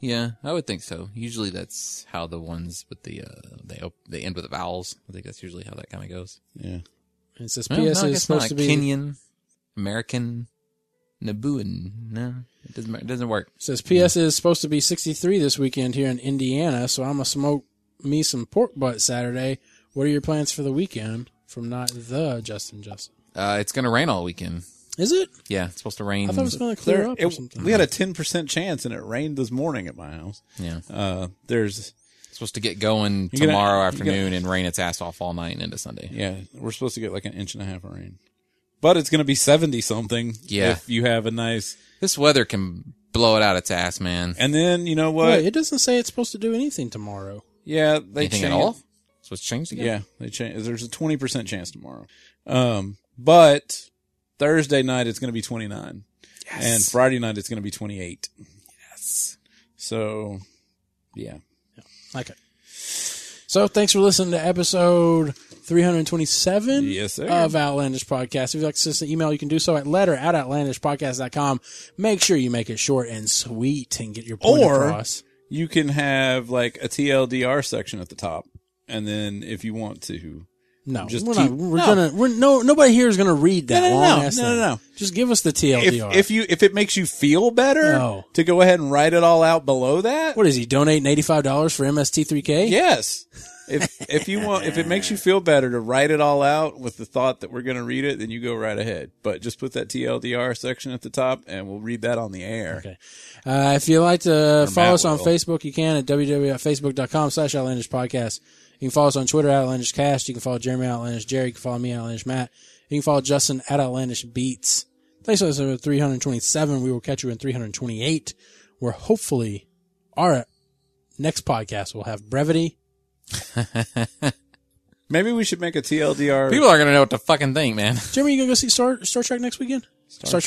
Speaker 4: Yeah, I would think so. Usually that's how the ones with the uh they op- they end with the vowels. I think that's usually how that kind of goes.
Speaker 3: Yeah.
Speaker 2: And it says
Speaker 4: Well,
Speaker 2: PS
Speaker 4: no, I
Speaker 2: is
Speaker 4: guess not.
Speaker 2: supposed to be
Speaker 4: Kenyan, American, Nabooan. No, it doesn't. It doesn't work.
Speaker 2: Says PS is supposed to be 63 this weekend here in Indiana, so I'm gonna smoke me some pork butt Saturday. What are your plans for the weekend? From not the Justin Justin.
Speaker 4: Uh, it's gonna rain all weekend.
Speaker 2: Is it?
Speaker 4: Yeah, it's supposed to rain.
Speaker 2: I thought it was gonna clear
Speaker 3: Mm. There-
Speaker 2: up
Speaker 3: it-
Speaker 2: or something.
Speaker 3: we had a 10% chance and it rained this morning at my house.
Speaker 4: yeah,
Speaker 3: Uh, there's,
Speaker 4: it's supposed to get going
Speaker 3: You're gonna-
Speaker 4: tomorrow
Speaker 3: you're
Speaker 4: afternoon and rain its ass off all night and into Sunday.
Speaker 3: yeah, we're supposed to get like an inch and a half of rain, but it's going to be 70 something.
Speaker 4: Yeah.
Speaker 3: If you have a nice,
Speaker 4: This weather can blow it out its ass, man.
Speaker 3: and then you know what?
Speaker 2: Wait, it doesn't say it's supposed to do anything tomorrow.
Speaker 3: yeah. They
Speaker 4: Anything
Speaker 3: change.
Speaker 4: at all? So it's changed again.
Speaker 3: Yeah. They change. There's a 20% chance tomorrow. Um, but Thursday night it's going to be 29,
Speaker 4: Yes.
Speaker 3: and Friday night it's going to be 28. Yes. So, yeah.
Speaker 2: Okay. So thanks for listening to episode 327
Speaker 3: Yes, sir.
Speaker 2: of Outlandish Podcast. If you'd like to send us an email, you can do so at letter at outlandishpodcast.com. Make sure you make it short and sweet and get your point
Speaker 3: Or-
Speaker 2: across.
Speaker 3: You can have like a TLDR section at the top, and then if you want to,
Speaker 2: No,
Speaker 3: just
Speaker 2: we're
Speaker 3: keep-
Speaker 2: not. We're
Speaker 3: no.
Speaker 2: gonna. We're no. Nobody here is gonna read that
Speaker 3: No, no, no,
Speaker 2: long ass
Speaker 3: no,
Speaker 2: thing.
Speaker 3: no, no.
Speaker 2: Just give us the TLDR.
Speaker 3: if if you if it makes you feel better
Speaker 2: No.
Speaker 3: to go ahead and write it all out below that,
Speaker 2: what is he donating eighty five dollars for MST3K?
Speaker 3: Yes. If if you want if it makes you feel better to write it all out with the thought that we're going to read it, then you go right ahead. But just put that TLDR section at the top and we'll read that on the air.
Speaker 2: Okay. Uh, if you'd like to follow
Speaker 3: Matt
Speaker 2: us on
Speaker 3: will.
Speaker 2: Facebook, you can at www.facebook.com slash outlandish podcast. You can follow us on Twitter at outlandish cast. You can follow Jeremy at outlandish Jerry. You can follow me at outlandish Matt. You can follow Justin at outlandish beats. Thanks for listening to 327. We will catch you in 328, where hopefully our next podcast will have brevity.
Speaker 3: Maybe we should make a TLDR
Speaker 4: People are gonna know what to fucking think, man.
Speaker 2: Jeremy, you gonna go see Star Star Trek next weekend? Star, Go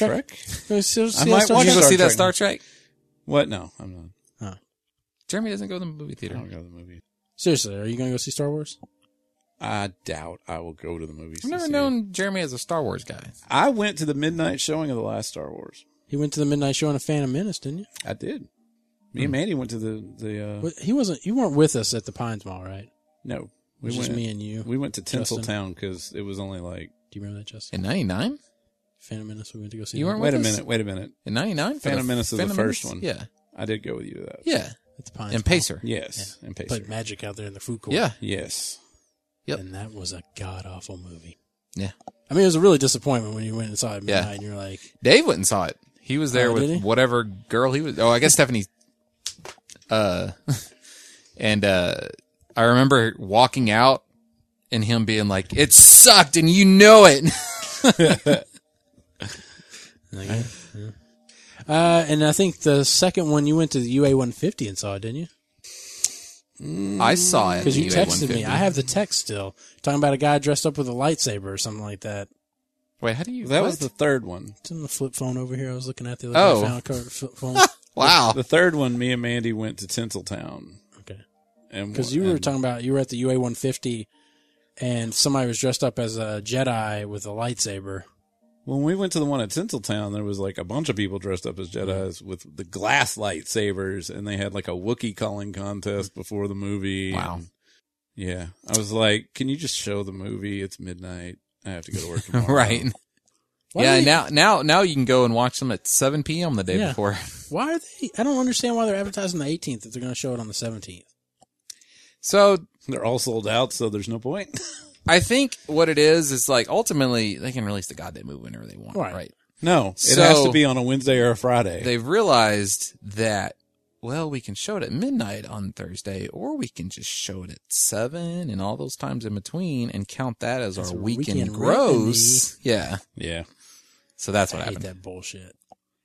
Speaker 2: see- see
Speaker 3: I
Speaker 2: that
Speaker 3: might
Speaker 2: Star
Speaker 3: watch
Speaker 4: You
Speaker 2: Trek?
Speaker 4: go
Speaker 3: Star
Speaker 4: see that
Speaker 3: Trek
Speaker 4: Star
Speaker 3: now.
Speaker 4: Trek?
Speaker 3: What? No, I'm not.
Speaker 4: Jeremy doesn't go to the movie
Speaker 3: I
Speaker 4: theater.
Speaker 3: don't go to the movie.
Speaker 2: Seriously, are you gonna go see Star Wars?
Speaker 3: I doubt I will go to the movies. to
Speaker 4: I've never
Speaker 3: see it.
Speaker 4: known Jeremy as a Star Wars guy.
Speaker 3: I went to the midnight showing of the last Star Wars.
Speaker 2: He went to the midnight show in a Phantom Menace, didn't you?
Speaker 3: I did. Me
Speaker 2: Hmm.
Speaker 3: and Mandy went to the the. Uh,
Speaker 2: But he wasn't. You weren't with us at the Pines Mall, right?
Speaker 3: no,
Speaker 2: It was
Speaker 3: we
Speaker 2: just
Speaker 3: went.
Speaker 2: me and you.
Speaker 3: we went to
Speaker 2: Justin.
Speaker 3: Tinseltown because it was only like.
Speaker 2: Do you remember that, Justin?
Speaker 4: In '99,
Speaker 2: Phantom Menace. We went to go see.
Speaker 4: You
Speaker 2: that
Speaker 4: weren't
Speaker 3: Wait a
Speaker 4: with us?
Speaker 3: minute. Wait a minute.
Speaker 4: in '99,
Speaker 3: Phantom Menace is the first one.
Speaker 4: Yeah,
Speaker 3: I did go with you to that.
Speaker 4: yeah,
Speaker 2: at the Pines
Speaker 4: and
Speaker 2: Mall.
Speaker 4: Pacer.
Speaker 3: Yes, and Pacer.
Speaker 2: Played Magic out there in the food court.
Speaker 4: Yeah,
Speaker 3: Yes.
Speaker 4: Yep.
Speaker 2: and that was a god awful movie.
Speaker 4: yeah.
Speaker 2: I mean, it was a really disappointment when you went and saw it at
Speaker 4: Yeah.
Speaker 2: midnight, and you're like,
Speaker 4: Dave went and saw it. He was there
Speaker 2: Oh, did he?
Speaker 4: with whatever girl he was. Oh, I guess Stephanie. Uh, and uh, I remember walking out and him being like, "It sucked," and you know it.
Speaker 2: uh, and I think the second one you went to the UA 150 and saw it, didn't you?
Speaker 4: I saw it
Speaker 2: Because you
Speaker 4: at
Speaker 2: texted me.
Speaker 4: 150.
Speaker 2: I have the text still talking about a guy dressed up with a lightsaber or something like that.
Speaker 4: Wait, how do you?
Speaker 3: That
Speaker 4: what?
Speaker 3: was the third one.
Speaker 2: It's in the flip phone over here. I was looking at the other
Speaker 4: Oh.
Speaker 2: day. I found a card- flip phone.
Speaker 4: wow.
Speaker 3: The third one, me and Mandy went to Tinseltown.
Speaker 2: okay.
Speaker 3: and
Speaker 2: Because you
Speaker 4: um,
Speaker 2: were
Speaker 3: and-
Speaker 2: talking about you were at the UA 150, and somebody was dressed up as a Jedi with a lightsaber.
Speaker 3: When we went to the one at Tinseltown, there was like a bunch of people dressed up as Jedi's with the glass lightsabers, and they had like a Wookiee calling contest before the movie.
Speaker 4: Wow.
Speaker 3: And, yeah. I was like, can you just show the movie? It's midnight. I have to go to work tomorrow.
Speaker 4: Right.
Speaker 2: Why
Speaker 4: yeah.
Speaker 2: Are they,
Speaker 4: Now, now, now you can go and watch them at 7 p.m. the day
Speaker 2: Yeah.
Speaker 4: before.
Speaker 2: Why are they? I don't understand why they're advertising the 18th if they're going to show it on the 17th.
Speaker 4: So
Speaker 3: They're all sold out, so there's no point.
Speaker 4: I think what it is is like ultimately they can release the goddamn movie whenever they want,
Speaker 2: Right.
Speaker 4: right?
Speaker 3: no. It
Speaker 4: So-
Speaker 3: has to be on a Wednesday or a Friday.
Speaker 4: They've realized that well, we can show it at midnight on Thursday, or we can just show it at seven and all those times in between, and count that as
Speaker 2: That's
Speaker 4: our
Speaker 2: our
Speaker 4: weekend,
Speaker 2: weekend
Speaker 4: gross. Yeah,
Speaker 3: yeah.
Speaker 4: so that's
Speaker 2: I
Speaker 4: what
Speaker 2: hate
Speaker 4: happened.
Speaker 2: that bullshit.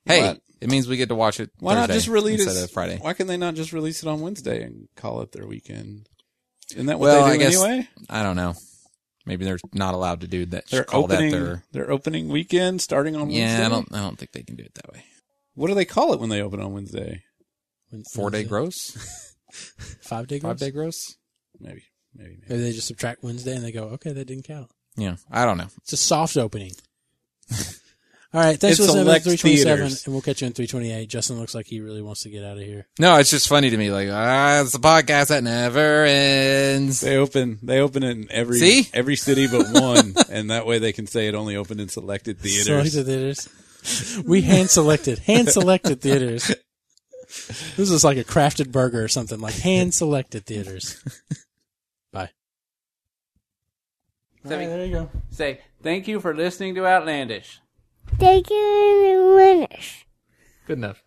Speaker 4: Hey,
Speaker 3: What?
Speaker 4: it means we get to watch it.
Speaker 3: Why not
Speaker 4: Thursday
Speaker 3: just release
Speaker 4: instead
Speaker 3: it
Speaker 4: of Friday?
Speaker 3: Why can they not just release it on Wednesday and call it their weekend? Isn't that what
Speaker 4: Well,
Speaker 3: they
Speaker 4: I
Speaker 3: do
Speaker 4: guess
Speaker 3: anyway?
Speaker 4: I don't know. Maybe they're not allowed to do that.
Speaker 3: They're
Speaker 4: call
Speaker 3: opening
Speaker 4: that their
Speaker 3: their opening weekend starting on Wednesday.
Speaker 4: yeah. I don't. I don't think they can do it that way.
Speaker 3: What do they call it when they open on Wednesday?
Speaker 2: When-
Speaker 4: Four
Speaker 2: when
Speaker 4: day
Speaker 2: is it?
Speaker 4: gross,
Speaker 2: five day gross.
Speaker 4: five day gross.
Speaker 3: Maybe, maybe, maybe.
Speaker 2: Maybe they just subtract Wednesday and they go, okay, that didn't count.
Speaker 4: Yeah, I don't know.
Speaker 2: It's a soft opening. All right, thanks
Speaker 3: It's
Speaker 2: for listening to
Speaker 3: select
Speaker 2: 327,
Speaker 3: theaters.
Speaker 2: and we'll catch you in 328. Justin looks like he really wants to get out of here.
Speaker 4: No, it's just funny to me. Like, ah, it's a podcast that never ends.
Speaker 3: They open, they open it in every
Speaker 4: See?
Speaker 3: every city but one, and that way they can say it only opened in selected theaters.
Speaker 2: Selected theaters. We hand selected, hand selected theaters. This is like a crafted burger or something, like hand selected theaters. Bye. All right, there you go.
Speaker 1: Say, thank you for listening to Outlandish.
Speaker 5: Take it in the winners.
Speaker 4: Good enough.